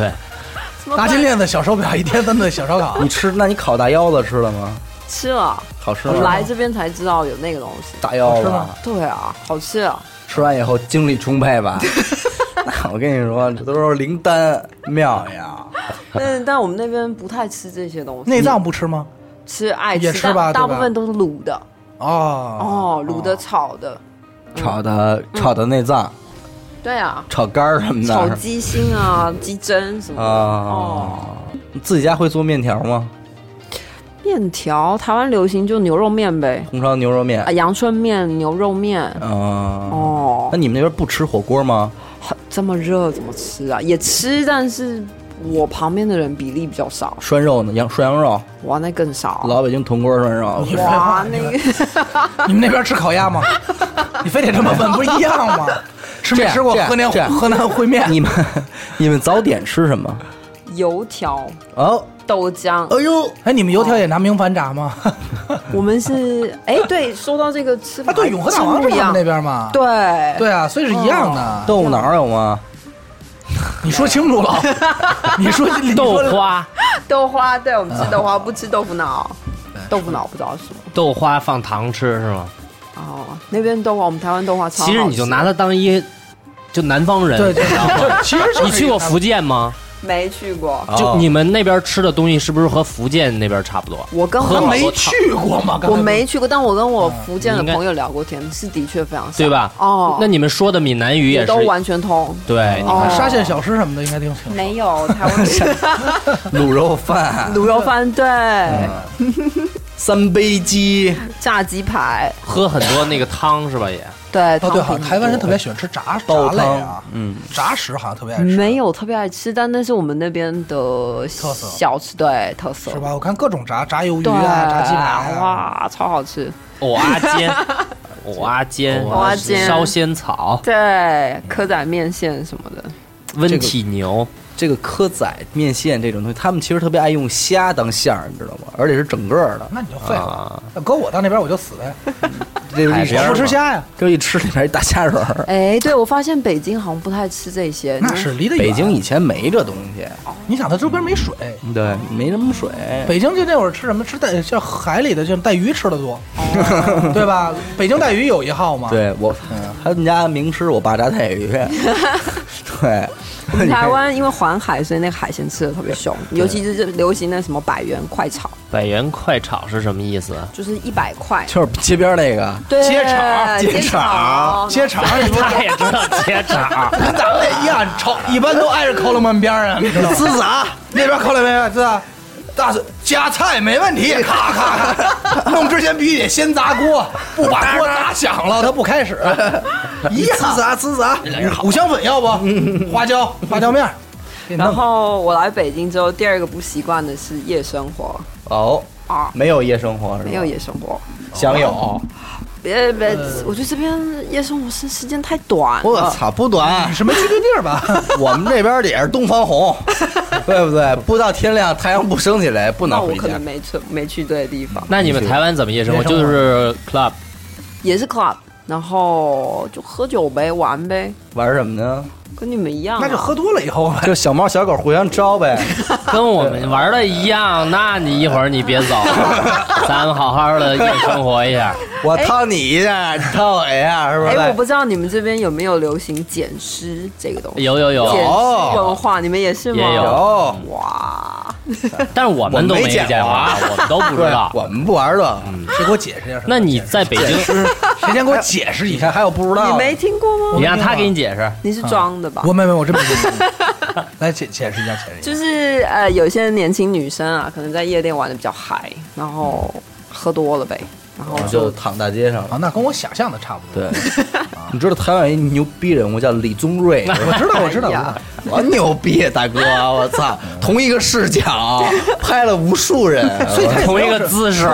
E: 对，
D: 拿金链子小手表，一天三顿小烧 [LAUGHS] 烤
C: 你。吃？那你烤大腰子吃了吗？
F: 吃了，
C: 好吃
F: 我
C: 吗？
F: 来这边才知道有那个东西。
C: 大腰子
D: 好吃吗
F: 对啊，好吃 [LAUGHS] 啊，
C: 吃完以后精力充沛
D: [LAUGHS]
C: 吧？那我跟你说，这都是灵丹妙药。
F: 但但我们那边不太吃这些东西，
D: 内脏不吃吗？
F: 吃爱
D: 也
F: 吃，
D: 吃
F: 但
D: 吧对
F: 大
D: 吧
F: 部分都是卤的
D: 哦
F: 哦，卤的炒的，
C: 炒的炒的内脏、
F: 对啊，
C: 炒肝儿什么的。
F: 炒鸡心啊，鸡胗什么的哦。
C: 啊，你自己家会做面条吗？
F: 面条，台湾流行就牛肉面呗，
C: 红烧牛肉面
F: 啊，。
D: 哎
F: 阳春面、牛肉面。
C: 嗯，
F: 哦
C: 那，你们那边不吃火锅吗？
F: 好这么热怎么吃啊？也吃，但是我旁边的人比例比较少，
C: 涮肉呢？羊涮羊肉，
F: 哇，那更少。
C: 老北京铜锅涮肉。
F: 哇，那个 [LAUGHS]
D: [LAUGHS] 你们那边吃烤鸭吗？你非得这么问，不是一样 [LAUGHS] 吗？吃没吃过
C: 这样
D: 河南
C: 这样
D: [LAUGHS] 河南烩面？
C: 你们你们早点吃什么？
F: 油条、
C: 哦，
F: 豆浆，
C: 哎呦，
D: 哎，你们油条也拿明矾炸吗？
F: 我们是哎，对，说到这个吃法，
D: 啊，对，永和大王
F: 不
D: 是
F: 一
D: 他
F: 样
D: 们那，边嘛。
F: 对
D: 对啊，所以是一样的。
C: 豆腐脑儿有吗？
D: 你说清楚 [LAUGHS] 了，你说你说
E: 豆花，
F: 豆花，对我们吃豆花，不吃豆腐
D: [LAUGHS]
F: 脑，豆腐脑不知道是什么。
E: 豆花放糖吃是吗？
F: 哦，那边豆花，我们台湾豆花超
E: 其实
F: 好
E: 你就
F: 吃
E: 拿它当一，就南方人。
D: 对对，对， [LAUGHS] 其实就是
E: 你去过福建吗？
F: 没去
D: 啊
F: 过，
E: 就你们那边吃的东西是不是和福建那边差不多？
F: 我跟
E: 喝
F: 我
E: 好
D: 没去过吗？刚才啊
F: 我没去过，但我跟我福建的
E: 你应该
F: 朋友聊过天，是的确非常像，
E: 对吧？
F: 哦，
E: 那你们说的闽南语
F: 也
E: 也是
F: 都完全通。
E: 对，你
F: 哦
E: 看
D: 沙县小吃什么的应该挺清楚。
F: 没有台湾、
D: [LAUGHS]
C: 卤肉饭
F: 卤肉饭，对，
D: 嗯
C: 三杯鸡，
F: 炸鸡排，
E: 喝很多那个汤是吧？也
F: 对，
D: 哦，
F: 汤
D: 对，
F: 品
D: 好像台湾人特别喜欢吃炸
C: 煲
D: 炸类啊
C: 汤，嗯，
D: 炸食好像特别爱吃，
F: 没有特别爱吃，但那是我们那边的
D: 特色
F: 小吃，对，特色
D: 是？吧？我看各种炸，炸鱿鱼
F: 对，
D: 啊，炸鸡排啊，
F: 哇，超好吃，
E: 藕啊煎，藕啊煎，
F: 藕啊煎
E: 烧仙草，
F: 对，蚵仔面线什么的，
E: 温体牛，
C: 这个蚵仔面线这种东西，他们其实特别爱用虾当馅儿，你知道吗？而且是整个儿的，
D: 那你就废了。那搁我到那边我就死呗，
C: 这
E: 海
C: 是一
E: 边
D: 我
E: 儿
D: 不
E: 嘛
D: 吃虾呀，
C: 这一吃里面一大虾仁儿。
F: 哎，对我发现北京好像不太吃这些，
D: 那是离得远。
C: 北京以嗯前没这东西，
D: 你想它周边没水，
C: 对，没什么水。
D: 北京就那会儿吃什么吃带像海里的像带鱼吃的多，对吧？北京带鱼有一号嘛，，
C: 对我，他们家名吃我爸炸带 [LAUGHS] 鱼。对，
F: 我们台湾因为环海，所以那个海鲜吃的特别凶，尤其是流行那什么百元快炒，
E: 百元快炒是什么意思？
F: 就是一百块，
C: 就是街边那个，
F: 对，
D: 接炒
F: 接
C: 接炒
D: 接肠儿你不是
E: 他也知道接炒，
D: 跟咱们一样，炒一般都挨着烤冷面边儿啊，你知道吗？
C: 滋啥？
D: 那边烤冷面是吧？大蒜加菜没问题，咔咔咔，弄之前必须得先砸锅，不把锅砸响
C: 哦
D: 了，它不开始。一样，
C: 滋啥？滋啥？
D: 五香粉要不？花椒，花椒面儿。
F: 然后我来北京之后，第二个不习惯的是夜生活
C: 哦，
F: 啊，
C: 没有夜生活是吧？
F: 没有夜生活，
C: 哦想有，
F: 别别，呃我觉得这边夜生活时时间太短了。
C: 我操，不短啊
D: 你，是没去对地儿吧？
C: [LAUGHS] 我们这边也是东方 [LAUGHS] 红，对不对？不到天亮，太阳不升起来，不
F: 那
C: 能
F: 我
C: 回
F: 可
C: 家
F: 能。没去没去对的地方，
E: 那你们台湾怎么夜生活？
D: 夜生活
E: 就是 club
F: 也是 club，然后就喝酒呗，玩呗，
C: 玩什么呢？
F: 跟你们一样啊、
D: 那就喝多了以后吧。
C: [LAUGHS] 就小猫小狗互相招
F: [LAUGHS]
C: 呗。
E: 跟我们玩的一样，那你一会儿你别走，咱们好好的夜生活一下。
C: 我掏你一下，你掏我一下，是不是？
F: 哎，我不知道你们这边有没有流行捡尸这个东西？
E: 有有有，
F: 捡尸文化，你们也是吗？
E: 也有
C: 有，
F: 哇，
E: 但是我们都
C: 我
E: 没
C: 没见
E: 见过啊，我们都不知
C: 对嗯
E: 道，。
C: 我们不玩这个。
D: 谁给我解释一下？
E: 那你在北京，
D: 谁先给我解释一
C: 你
D: 下
C: 看，？还有不知道的
F: 你没听过吗？
E: 你让他给你解释。
F: 你是装的吧？
C: 嗯
D: 我没没，我真没听过。 [LAUGHS] 来解解释一下，解释一下。
F: 就是呃，有些年轻女生啊，可能在夜店玩的比较嗨，然后喝多了呗，然后
C: 我
F: 就
C: 就躺大街上了。
D: 啊，那跟我想象的差不多。
C: 对，你知道台湾有一牛逼人物叫李宗 [LAUGHS] 瑞，
D: 我知道，我知道，我知
F: 哎
D: 道
F: 呀。
C: 多牛逼，大哥！我操，同一个视角拍了无数人， [LAUGHS]
E: 同一个姿势，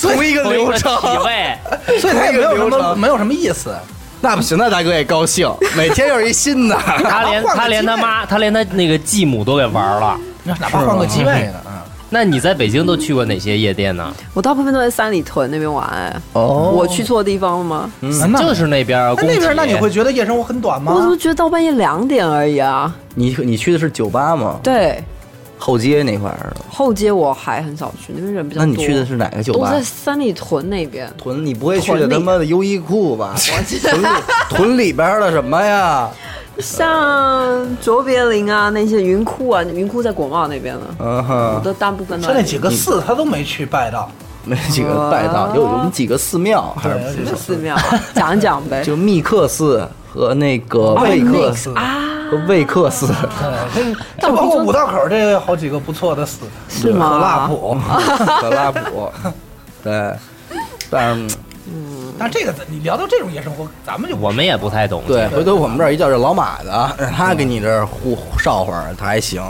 C: 同一个
E: 同一
C: 流
E: 个体
C: 程，
E: 位，
D: 所以他也没有什
C: 流
D: 么
C: 程
D: 没有什么意思。
C: 那不行，那大哥也高兴，每天又是一新的。
E: [LAUGHS] 他连他连他妈，他连他那个继母都给玩了。
D: 哪怕换个机位呢，啊，
E: 那你在北京都去过哪些夜店呢？
F: 我大部分都在三里屯那边玩、哎
C: 哦
F: 我去错地方了吗？
D: 嗯那
E: 就是那边儿
D: 那
E: 工体
D: 那边那你会觉得夜生活很短吗
F: 我？怎么觉得到半夜两点而已啊？
C: [LAUGHS] 你你去的是酒吧吗？
F: 对，
C: 后街那块儿的。
F: 后街我还很少去，那边人比较
C: 那
F: 多。
C: 你去的是哪个酒
F: 都
C: 吧
F: 在？三里屯那边。
C: 屯，你不会去的
F: 屯里
C: 他妈的优衣库 [LAUGHS] 吧？屯里屯里边的什么 [LAUGHS] 呀？
F: 像卓别林啊，那些云库啊，云库在国贸那边了，
C: 嗯
F: 我
C: 哼，
F: 都大部分都
D: 就那几个寺他都没去拜到，
C: 没几个拜道，有我们几个寺庙，还是
D: 对
F: 寺庙啊讲一讲
C: [LAUGHS]
F: 呗。
C: 就密克寺和那个魏克寺和魏克寺。
D: 嗯对， [LAUGHS] 这包括五道口这好几个不错的寺，
F: 是
D: 可
F: 吗
D: 辣普。
C: 格拉普，对，但是
D: 但这个咱你聊到这种夜生活，咱们就
E: 我们也不太懂。
C: 对，回头我们这儿一叫这老马的，让他给你这儿呼烧会儿，他还行。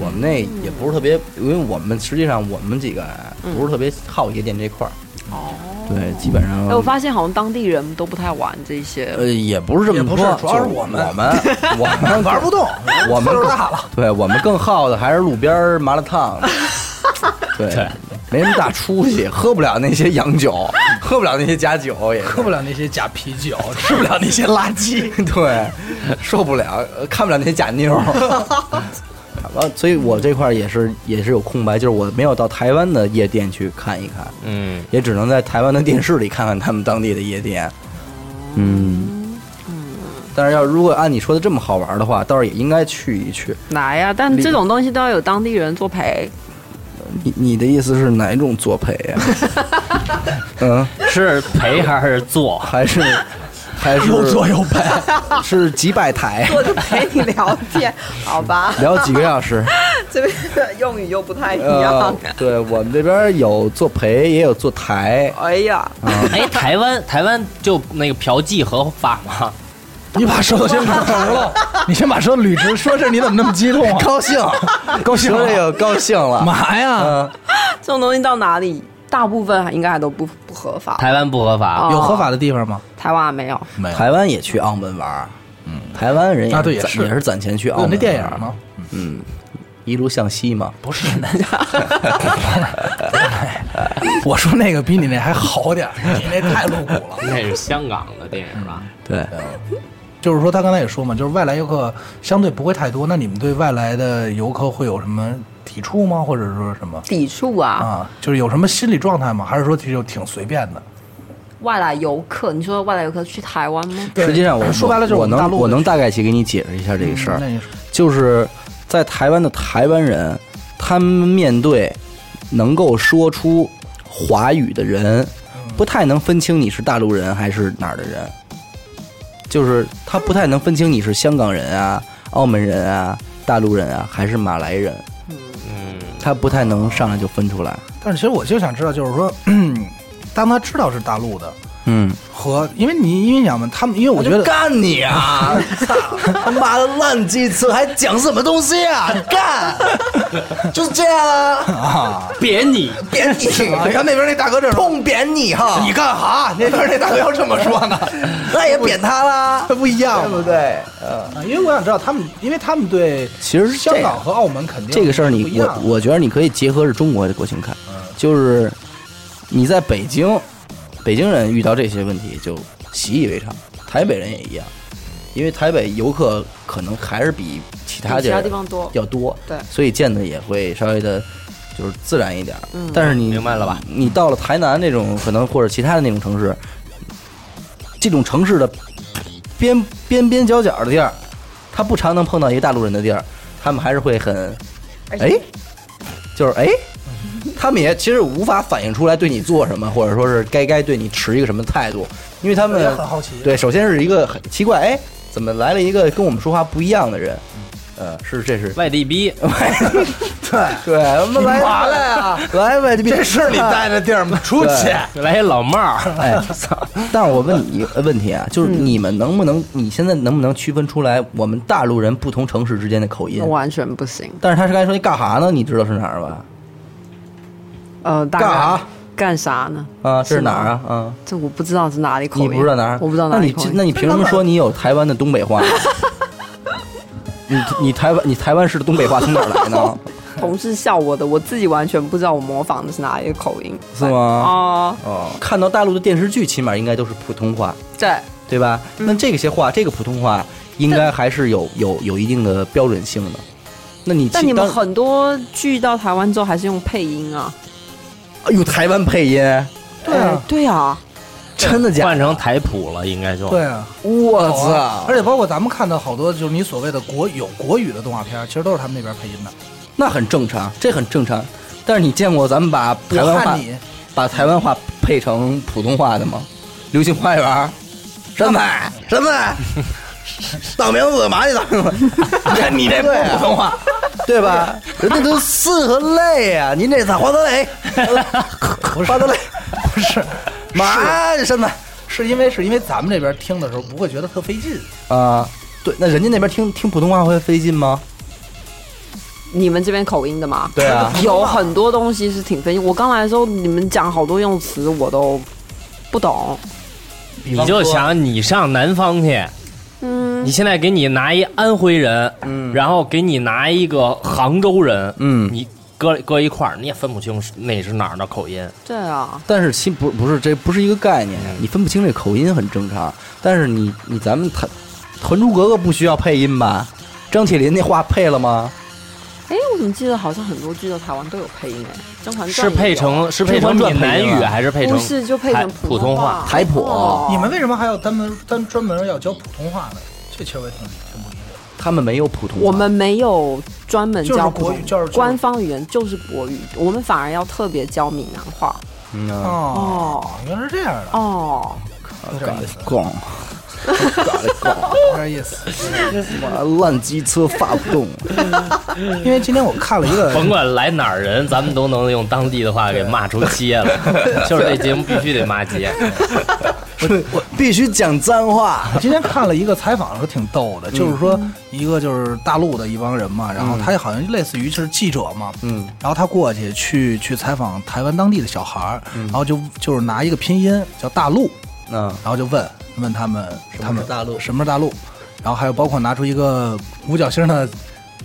C: 我们那也不是特别，因为我们实际上我们几个啊不是特别好夜店这块儿。嗯哦，对，基本上
F: 哎，我发现好像当地人都不太玩这些。
C: 呃也不是这
D: 也
C: 么
D: 不
C: 多，
D: 是主要是
C: 就
D: 我们
C: 我们我 [LAUGHS] 们
D: 玩不动，
C: [LAUGHS] 我们
D: 岁数
C: 更
D: 大了，
C: 对我们更好的还是路边儿麻辣烫，
D: [LAUGHS]
C: 对，
E: 对
C: 没什么大出息，喝不了那些洋酒，喝不了那些假酒，也是
D: 喝不了那些假啤酒，吃不了那些垃 [LAUGHS] 圾。
C: 对，受不了，呃看不了那些假
D: [LAUGHS]
C: 妞儿。 [LAUGHS] 完，所以我这块儿也是也是有空白，就是我没有到台湾的夜店去看一看，
E: 嗯，
C: 也只能在台湾的电视里看看他们当地的夜店。嗯。但是要如果按你说的这么好玩的话，倒是也应该去一去。
F: 来呀、但这种东西都要有当地人作陪。
C: 你你的意思是哪种作啊陪呀、
D: [LAUGHS]
C: 嗯，
E: 是陪还是坐？
C: 还是还是
D: 又左右摆，
C: [LAUGHS] 是几百台
F: 我就陪你聊天， [LAUGHS]
C: [LAUGHS]
F: 好吧？
C: 聊几个小
D: [LAUGHS]
C: 时？
F: 这边的用语又不太一
C: 呃
F: 样。，
C: 对我们这边有做陪，也有做台。
F: 哎呀，
E: [LAUGHS] 哎，台湾台湾就那个嫖妓合法吗？
D: [LAUGHS] 你把舌头先捋直 [LAUGHS] 了，你先把舌头捋直。说这你怎么那么激动啊？
C: 高兴，
D: 高兴
C: 说
D: 了
C: 这个高兴了。
D: 嘛呀？
C: 嗯，
F: 这种东西到哪里，大部分还应该还都不不合法。
E: 台湾不合法
F: 哦，
D: 有合法的地方吗？
F: 台湾没有，
D: 没
C: 台湾也去澳门玩儿，嗯，台湾人也
D: 啊对也
C: 攒
D: 是
C: 也是攒钱去澳
D: 有
C: 门。
D: 那电影吗？？
C: 一路向西嘛，
D: 不是，我说那个比你那还好点儿，你那太露骨了。
E: 那是香港的电影吧？
C: 对，
D: 就是说，他刚才也说嘛，就是外来游客相对不会太多。那你们对外来的游客会有什么抵触吗？或者说什么
F: 抵触啊，
D: 啊？就是有什么心理状态吗？还是说就挺随便的？
F: 外来游客。你说外来游客去台湾吗？
D: 对
C: 实际上我
D: 说白了就是
C: 我
D: 们大
C: 能
D: 陆的嗯
C: 我能大概去给你解释一下这个事儿
D: 那。你说
C: 就是在台湾的台湾人，他们面对能够说出华语的人，
D: 嗯
C: 不太能分清你是大陆人还是哪儿的人，就是他不太能分清你是香港人啊、澳门人啊、大陆人啊还是马来人，
E: 嗯，
C: 他不太能上来就分出来。
D: [CLEARS THROAT] 但是其实我就想知道，就是说，当他知道是大陆的，
C: 嗯，
D: 和因为你因为你想嘛，他们因为我觉
C: 我就
D: 得
C: 干你啊！
D: [LAUGHS]
C: 操他妈的烂鸡翅，还讲什么东西啊？干，就是这样啊！
E: 扁你，
C: 扁你！你看那边那大哥这痛扁你哈！你干哈？那边那大哥要这么说呢，那也扁他啦
D: 这，不一样
C: 对不对？嗯，
D: 啊，因为我想知道他们，因为他们对
C: 其实是这
D: 香
C: 样
D: 港和澳门肯定
C: 这个事儿
D: 不一
C: 你
D: 样
C: 我我觉得你可以结合着中国的国情看，就是你在北京，北京人遇到这些问题就习以为常，台北人也一样，因为台北游客可能还是比其他
F: 比其
C: 地
F: 他
C: 儿
F: 地方多
C: 要多，
F: 对
C: 所以见的也会稍微的。就是自然一点儿，
F: 嗯
C: 但是你
E: 明白了吧？
C: 啊你到了台南那种可能或者其他的那种城市，这种城市的边边边角角的地儿，他不常能碰到一个大陆人的地儿，他们还是会很，哎，就是哎，他们也其实无法反映出来对你做什么，或者说是该该对你持一个什么态度，因为他们
D: 也很好奇
C: 对，首先是一个很奇怪，哎，怎么来了一个跟我们说话不一样的人？呃，是这
D: [LAUGHS]
C: 是。
E: 外地逼，
C: 对对，我们来嘛来啊，来呗，这是你待
D: 的地儿吗？出
C: 出去。
E: 来一老帽儿，
F: [LAUGHS]
C: 哎，但是我问你一个问题啊，就是
F: 嗯
C: 你们能不能，你现在能不能区分出来我们大陆人不同城市之间的口音
F: 我？完全不行。
C: 但是他是刚才说你干哈呢？你知道是哪儿吧？
F: 呃，大
C: 干
F: 概
C: 啥
F: 干啥呢？
C: 啊，这是哪儿
F: 吗？
C: 啊？啊，
F: 这我不知道是哪里口
C: 你
F: 音，
C: 不知道哪儿？
F: 我不知道哪
C: 那
F: 里
C: 你
F: 口音。
C: 那你凭什么说你有台湾的东北话？ [LAUGHS] 你你台湾你台湾式的东北话从哪儿来呢？
F: 同事笑我的，我自己完全不知道我模仿的是哪一个口音。
C: 是吗？
F: 哦，
C: 哦，看到大陆的电视剧，起码应该都是普通话。
F: 对，
C: 对吧？那
F: 嗯
C: 这些话，这个普通话应该还是有有有一定的标准性的。那你
F: 但
C: 去
F: 你们
C: 当
F: 很多剧到台湾之后还是用配音啊？
C: 哎呦台湾配音，
D: 对啊
F: 哎，对啊，
C: [LAUGHS] 真的假
E: 换
C: 的？
E: 成台普了，应该就
D: 对啊，
C: 我
D: 好啊
C: 操
D: 而，且包括咱们看到好多就是你所谓的国有国语的动画片，其实都是他们那边配音的。
C: 那很正常，这很正常。但是你见过咱们把台
D: 我
C: 湾
D: 看
C: 话
D: 你，
C: 把台湾话配成普通话的吗？《流星花园》什么
D: [LAUGHS]
C: 什么党名字嘛去党名字？你这不普通话。 [LAUGHS] 对吧？人家都四和泪呀、您这咋花泽
D: [LAUGHS]
C: 类？花泽类，
D: 不是，
C: 嘛这身子
D: 是因为是因为咱们这边听的时候不会觉得特费劲，
C: 啊，对，那人家那边听听普通话会费劲吗？
F: 你们这边口音的嘛？
C: 对啊
F: 有很多东西是挺费劲。我刚来的时候，你们讲好多用词我都不懂。
E: 你就想你上南方去，嗯，你现在给你拿一安徽人，嗯，然后给你拿一个杭州人，
C: 嗯
E: 你搁搁一块儿，你也分不清是哪是哪儿的口音。
F: 对啊，
C: 但是其不不是这不是一个概念，你分不清这口音很正常。但是你你咱们团《还珠格格》不需要配音吧？张起灵那话配了吗？
F: 哎，我怎么记得好像很多剧到台湾都有配音哎，《甄嬛传》
E: 是配
F: 也有
E: 成是配
C: 甄
E: 成
C: 嬛
E: 闽
C: 传
E: 南
C: 配音
E: 语
C: 了
E: 还是配成
F: 不是就配成
E: 台
F: 普通
E: 话？
C: 台普
F: 哦
D: 你们为什么还要专门专专门要教普通话呢？这其实我也挺挺不理解。
C: 他们没有普通话，
F: 我们没有专门
D: 就是
F: 教
D: 国语
F: 普通
D: 就是就是
F: 官方语言，就是国语，我们反而要特别教闽南话。
C: 嗯啊
D: 哦，
F: 哦
D: 原来是这样的，
F: 哦，
D: 有点意思，
C: 杠，
D: 有点意思。
C: 妈烂机车发不动。
D: 因为今天我看了一 [LAUGHS] 个，
E: 甭管来哪儿人，咱们都能用当地的话给骂出街
D: [LAUGHS]
E: 了。就是这节目必须得骂街。
C: [LAUGHS] 我必须讲脏话。
D: 我今天看了一个采访，说挺逗
C: 嗯
D: 的，就是说一个就是大陆的一帮人嘛，然后他好像类似于是记者嘛，嗯，然后他过去去去采访台湾当地的小孩儿，然后就就是拿一个拼音叫大陆，
C: 嗯，
D: 然后就问问他们他们
C: 是大陆
D: 什么是大陆，然后还有包括拿出一个五角星的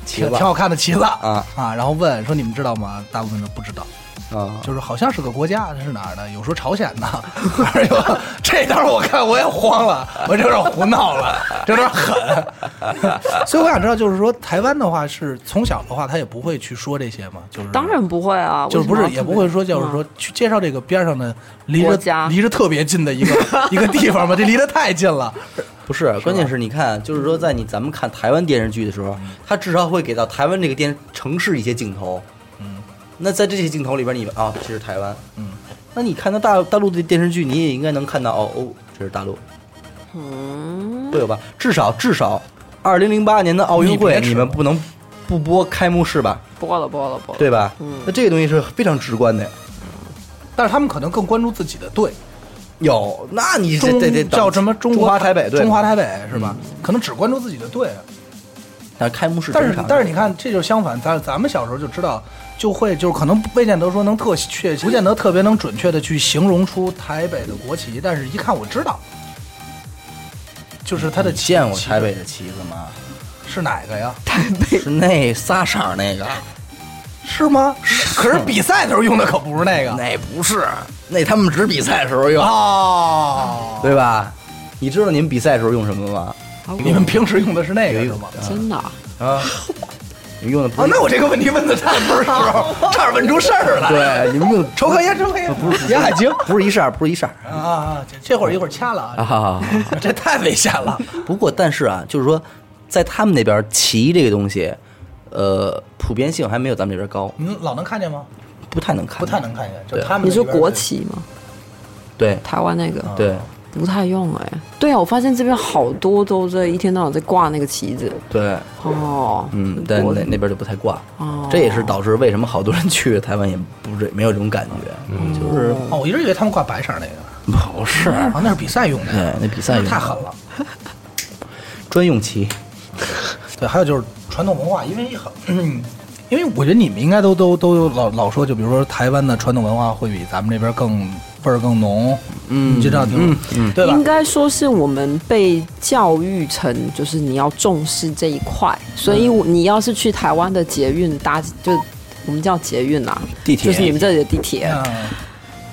C: 旗子
D: 挺挺好看的旗子
C: 啊
D: 啊，然后问说你们知道吗？大部分都不知道。
C: 啊，
D: 就是好像是个国家，是哪儿的？有说朝鲜的， [LAUGHS] 哎呦，这段我看我也慌了，我这有点胡闹了，这有点狠。
C: [LAUGHS]
D: [LAUGHS] 所以我想知道，就是说台湾的话，是从小的话，他也不会去说这些嘛，就是
F: 当然不会啊，
D: 就是不
F: 为
D: 是
F: 什么
D: 也
F: 要特别
D: 不会说，就是说去介绍这个边上的离
F: 国
D: 着
F: 家
D: 离着特别近的
F: [LAUGHS]
D: 一个一个地方嘛，这离得太近了。
C: 不是，关键是你看，就是说，在你咱们看台湾电视剧的时候，
D: 嗯
C: 他至少会给到台湾这个电城市一些镜头。嗯，那在这些镜头里边你，啊，这是台湾。嗯，那你看到大大陆的电视剧，你也应该能看到哦哦，这是大陆，
F: 嗯，
C: 会有吧？至少至少，二零零八年的奥运
D: 你
C: 会
D: 别扯
C: 你们不能不播开幕式吧？
F: 播了播了播了，
C: 对吧？那这个东西是非常直观的呀。
D: 但是他们可能更关注自己的队，
C: 有，那你
D: 中
C: 这得得等
D: 叫什么中
C: 中
D: 国
C: 华台北对嗯吧
D: 中华台北是吧？可能只关注自己的队，啊
C: 但是开幕式
D: 但
C: 整
D: 是
C: 场
D: 但是你看，这就相反，咱咱们小时候就知道，就会就是可能未见得说能特确，不见得特别能准确的去形容出台北的国旗，但是一看我知道，就是它的
C: 你
D: 旗
C: 见过
D: 旗
C: 台北的旗子吗？
D: 是哪个呀？
C: 是那仨色儿那个，[LAUGHS]
D: 是吗？可是比赛的时候用的可不是那个
C: 那不是，那他们只比赛时候
D: 啊
C: 用，
D: 哦，
C: 对吧？你知道你们比赛时候用什么吗？
D: 你们平时用的是那个
C: 有一
D: 是
C: 个
D: 吗？
F: 真的啊、
C: 啊，你们用的不
D: 啊
C: 是，
D: 那我这个问题问的差点不是时候，
C: [LAUGHS]
D: 差点问出事儿来。
C: 对，你们用的
D: [LAUGHS] 仇恨烟，仇恨烟，不是野海晶
C: 不是一色儿，不是一色儿
D: 啊啊！啊这这会儿一会儿掐了
C: 啊
D: 啊，
C: 好好好。 [LAUGHS]
D: 这太危险了。
C: 不过，但是啊，就是说，在他们那边旗这个东西，呃，普遍性还没有咱们这边高，
D: 你们老能看见吗？
C: 不太能看，
D: 不太能看见，就
C: 对
D: 他们
F: 你说
D: 那边
F: 国旗吗？
C: 对
F: 台湾那个、
D: 啊
C: 对
F: 不太用哎、对啊，我发现这边好多都在一天到晚在挂那个旗子。
C: 对，
F: 哦，
C: 嗯，但
F: 我
C: 那那边就不太挂，
F: 哦
C: 这也是导致为什么好多人去台湾也不是没有这种感觉，就是
D: 哦，我一直以为他们挂白色那
C: [LAUGHS]
D: 个，
C: 不是，
D: 啊，那是比赛用的，
C: 对，那比赛用
D: 太狠了。
C: 专用旗，
D: 对，还有就是传统文化，因为很， [CLEARS THROAT] 嗯因为我觉得你们应该都都都老老说，就比如说台湾的传统文化会比咱们这边更味儿更浓，嗯，就这样，嗯嗯，对吧
F: 应？该说是我们被教育成，就是你要重视这一块，所
D: 嗯
F: 以我你要是去台湾的捷运搭，就我们叫捷运啊，
C: 地铁
F: 就是你们这里的地铁，
D: 嗯，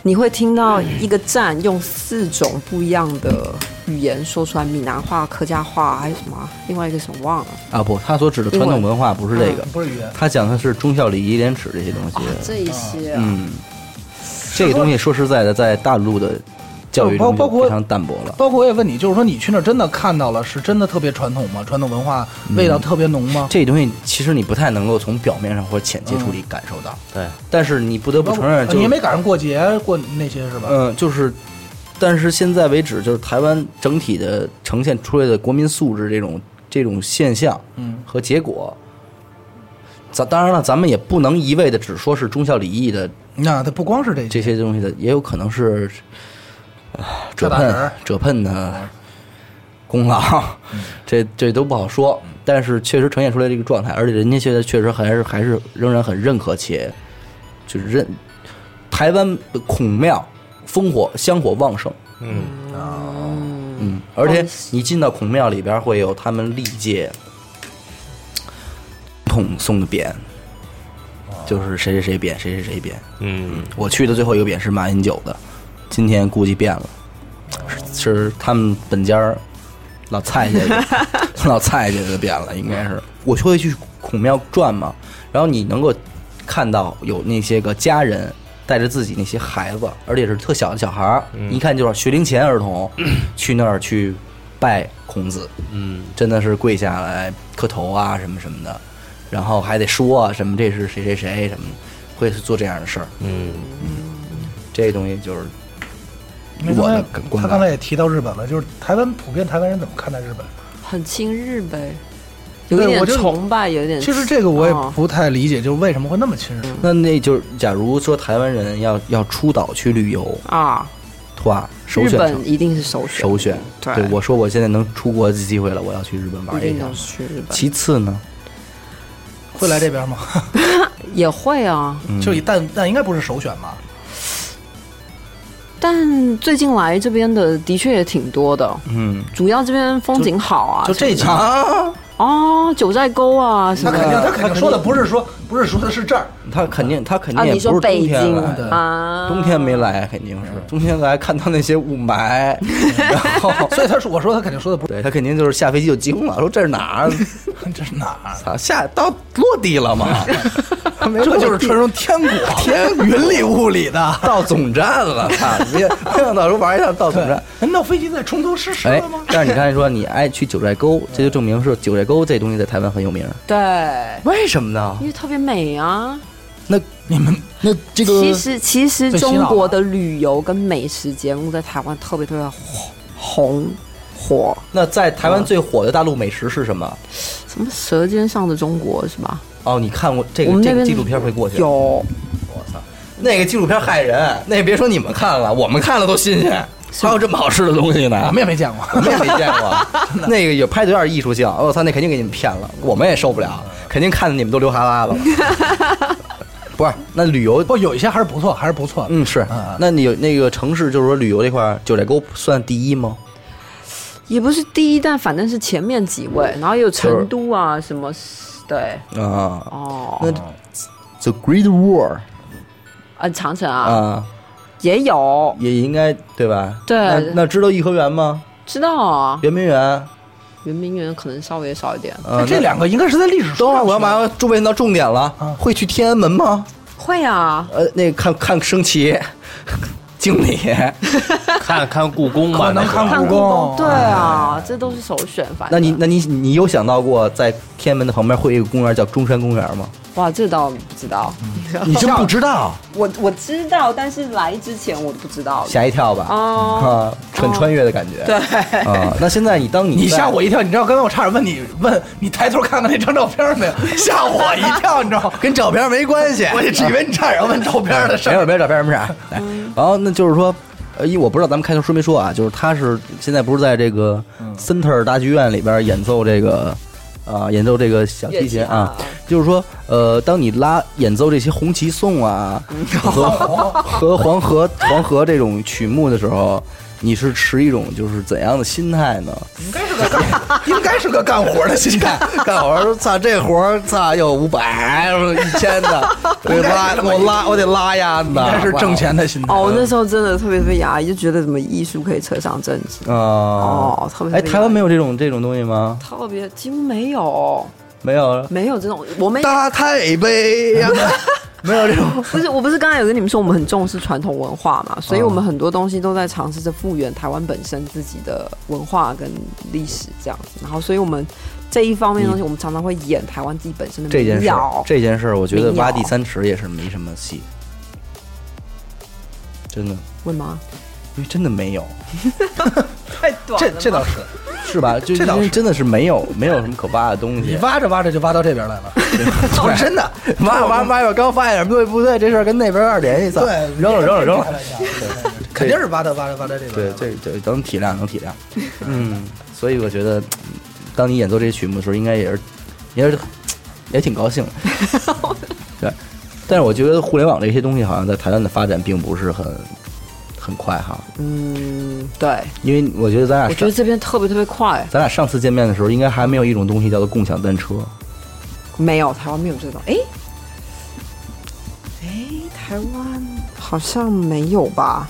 F: 你会听到一个站用四种不一样的语言说出来，闽南话、客家话，还有什么啊另外一个什么忘了，
C: 啊不，他所指的传统文化不是这个，
D: 不是语言，
C: 他讲的是忠孝礼义廉耻这些东西，
F: 啊这一些、
C: 嗯，这个东西说实在的，在大陆的教育中
D: 包包
C: 就
D: 括
C: 非常淡薄了。
D: 包括我也问你，就是说你去那儿真的看到了，是真的特别传统吗？传统文化味道特别浓吗？
C: 这东西其实你不太能够从表面上或者浅接触里感受到，
E: 对，
C: 但是你不得不
D: 嗯包括
C: 承认，就
D: 你也没赶上过节过那些是吧？
C: 嗯，就是，但是现在为止，就是台湾整体的呈现出来的国民素质这种这种现象
D: 嗯
C: 和结果，咱当然了，咱们也不能一味的只说是忠孝礼义的
D: 那它不光是这些，
C: 这些东西的，也有可能是啊者
D: 跳大神
C: 喷
D: 儿嗯
C: 者喷的功劳， [LAUGHS] 这这都不好说。但是确实呈现出来这个状态，而且人家现在确实还是还是仍然很认可且就是认台湾的孔庙烽火香火旺盛，
E: 嗯，
D: 啊
C: 嗯，而且你进到孔庙里边会有他们历届统送的
D: 啊
C: 匾，就是谁谁谁匾，谁谁谁匾。
E: 嗯，
C: 我去的最后一个匾是马英九的，今天估计变了，是是他们本家儿老蔡家的老蔡家的变了，应该是。我会去孔庙转嘛，然后你能够看到有那些个家人带着自己那些孩子，而且是特小的小孩儿，一看就是学龄前儿童，去那儿去拜孔子，嗯，真的是跪下来磕头啊什么什么的，然后还得说啊什么这是谁谁谁什么，会做这样的事儿，
E: 嗯，
C: 这东西就是
D: 因为
C: 我
D: 刚才
C: 的观
D: 他
C: 感
D: 刚才也提到日本了，就是台湾普遍台湾人怎么看待日本？
F: 很亲日呗，
D: 对
F: 有一点
D: 我就
F: 崇拜，有一
C: 嗯
F: 点
D: 其实这个我也
F: 哦
D: 不太理解，就是为什么会那么亲日本？
C: 那那就是，假如说台湾人要要出岛去旅游
F: 啊，
C: 的话，首
F: 日
C: 选
F: 本一定是首选，
C: 首选。
F: 对
C: 我说我现在能出国的机会了，我要去日本
F: 一
C: 玩一
F: 定
C: 下
F: 都。是去日本，
C: 其次呢，
D: 会来这边吗？
F: 也会啊，
C: 嗯
D: 就以但但应该不是首选吧？
F: 但最近来这边的的确也挺多的，
C: 嗯，
F: 主要这边风景好啊，
D: 就这
F: 什么
D: 家，
F: 哦，九寨沟啊什
D: 他
F: 么
D: 肯定
C: 嗯
F: 的
D: 他肯定说的不是说不是说的是这儿，
C: 他肯定他肯
F: 啊，
C: 定也
F: 你
C: 不是冬
F: 说北
C: 天
F: 京
C: 来的，
F: 啊，
C: 冬天没来肯定是冬天来看到那些雾霾，然后
D: [LAUGHS] 所以他说我说他肯定说的不
C: 对他肯定就是下飞机就惊了，说这是哪儿？
D: 是这是哪儿？
C: 操，下到落地了吗？没落
D: 这
C: 地
D: 就是传说中天国，天云里雾里的。
C: 到总站了，操！别没想到说玩一趟到总
D: 对
C: 站。，
D: 难道飞机在冲头失事
C: 哎
D: 了吗，？
C: 但是你刚才说你爱去九寨沟，这就证明是九寨沟这东西在台湾很有名。
F: 对，
C: 为什么呢
F: 因？为特别美啊。
C: 那
D: 你们
C: 那这个
F: 其实其实
D: 最洗脑
F: 中
D: 的
F: 国的旅游跟美食节目在台湾特别特别火红火，
C: 那在台
F: 嗯
C: 湾最火的大陆美食是什么？
F: 什么《舌尖上的中国》是吧？
C: 哦，你看过这
F: 我
C: 个
F: 们那
C: 这个
F: 边
C: 纪录片会过去？，
F: 有
C: 那个纪录片害人，那别说你们看了，我们看了都新鲜。还有这么好吃的东西呢？
D: 我们也没见过。
C: 我们也没见过，
F: [LAUGHS]
C: 那个也拍的有点艺术性。我操，那肯定给你们骗了，我们也受不了，肯定看的你们都流哈喇子了。
F: [LAUGHS]
C: 不是，那旅游，
D: 不，有一些还是不错，还是不错的。
C: 嗯，是
D: 嗯嗯，
C: 那你有那个城市，就是说旅游这块儿，九寨沟算第一吗？
F: 也不是第一，但反正是前面几位，然后也有成都啊什么，对，
C: 啊
F: 哦，
C: 那 The Great Wall
F: 啊长城啊、
C: 啊，
F: 也有，
C: 也应该对吧？
F: 对
C: 那那知道颐和园吗？
F: 知道啊，
C: 圆明园，
F: 圆明园可能稍微少一点，
C: 呃，
D: 这
C: 那
D: 两个应该是在历史书上。
C: 等会儿我要马上问到重点了
D: 啊，
C: 会去天安门吗？
F: 会啊，
C: 呃，那看看升旗， [LAUGHS] 经理，
E: 看看故宫吧，
D: 可能
E: 那个
D: 看
F: 看
D: 故
F: 故宫
D: 宫，
F: 对啊，这都是首选，反
C: 哎
F: 正
C: 那你那你你有想到过在天安门的旁边会有一个公园叫中山公园吗？
F: 哇，这倒不知道，
C: 你真不知道，
F: 我我知道，但是来之前我都不知道。
C: 吓一跳吧？
F: 哦
C: 啊，很穿越的感觉。
F: 对，
C: 啊，那现在你当你
D: 你
C: 在
D: 吓我一跳，你知道刚才我差点问你问你抬头看看那张照片 [LAUGHS] 没有？吓我一跳，你知道吗？
C: 跟照片没关 [LAUGHS] 系，
D: [LAUGHS] 我只以为你差点要问照片的事
C: 没哎
D: 儿。嗯
C: 有没有照片什么事儿。来，然后那就是说，呃，因为我不知道咱们开头说没说啊，就是他是现在不是在这个森特尔大剧院里边演奏这个。啊，演奏这个小提琴啊
F: 乐器啊，
C: 就是说，呃，当你拉演奏这些红旗颂啊
D: 嗯 [LAUGHS]
C: 和和黄河黄河这种曲目的时候，你是持一种就是怎样的心态呢？
D: 应该是个干，应该是个干活的心态。
C: [LAUGHS] 干活儿说操这活儿操有五百一千的，
D: [LAUGHS]
C: 我得拉我拉我得拉呀，应
D: 应该是挣钱的心态。
F: 哦，我那时候真的特别特别压抑，就觉得怎么艺术可以扯上政治，
C: 哦
F: 哦特别
C: 哎，
F: 特别
C: 台湾没有这种这种东西吗？
F: 特别几乎没有，
C: 没有，
F: [LAUGHS] 没有这种，我们
C: 大台北
F: [LAUGHS]
C: 呀，没有这种。啊
F: 不是，我不是刚才有跟你们说，我们很重视传统文化嘛，所以我们很多东西都在尝试着复原台湾本身自己的文化跟历史这样子，然后所以我们这一方面的东西，我们常常会演台湾自己本身的
C: 这件
F: 民
C: 事儿
F: 谣，，
C: 这件事儿，我觉得
F: 民谣
C: 挖地三尺也是没什么戏，真的，
F: 会吗？
C: 因为真的没有，
F: 太短
D: 这这倒是，
C: 是
D: [LAUGHS]
C: 吧？就
D: 这倒
C: 因为
D: 是
C: 真的是没有，没有什么可挖的东
D: 你
C: 西。
D: [LAUGHS] 挖着挖着就挖到这边来了。
C: 对，真的，挖挖挖着，刚发现什么东西不对，这事儿跟那边有点联系，操
D: 对，
C: 扔了扔了扔了。
D: 肯定是挖到挖到挖到这边来
C: 对
D: 了。，
C: 这这能体谅能体
F: [LAUGHS]
C: 谅。嗯，所以我觉得，当你演奏这些曲目的时候，应该也是，也是也挺高兴的。
F: [LAUGHS]
C: 对，但是我觉得互联网这些东西好像在台湾的发展并不是很很快哈，
F: 嗯，对，
C: 因为我觉得咱俩
F: 我觉得
C: 上
F: 这边特别特别快，
C: 咱俩上次见面的时候，应该还没有一种东西叫做共享单车。
F: 没有台湾没有这种，哎，哎，台湾好像没有吧，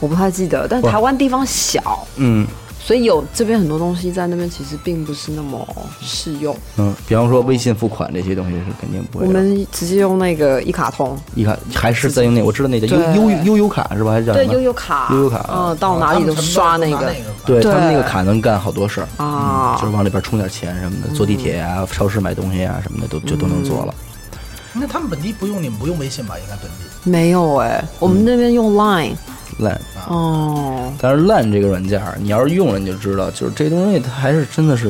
F: 我不太记得，但
C: 哇
F: 台湾地方小，
C: 嗯
F: 所以有这边很多东西在那边其实并不是那么适用。
C: 嗯，比方说微信付款这些东西是肯定不
F: 我
C: 会啊的。
F: 们直接用那个一卡通，
C: 一看还是在用那，我知道那叫
F: 对
C: 悠悠悠悠卡是吧？还是叫什
F: 对
C: 么？
F: 悠悠卡，
C: 悠悠卡
F: 嗯，到哪里都刷那个
C: 对他们那个
F: 对
C: 卡能干好多事儿。
F: 啊
C: 就，是往里边充点钱什么的，坐地铁
D: 嗯
C: 呀、超市买东西呀、什么的都就都能做了。
D: 那他们本地不用，你们不用微信吧？应该本地
F: 没有哎，我们那边
C: 嗯
F: 用 Line
C: 烂，
F: 哦，
C: 但是烂这个软件儿，你要是用了你就知道，就是这东西它还是真的是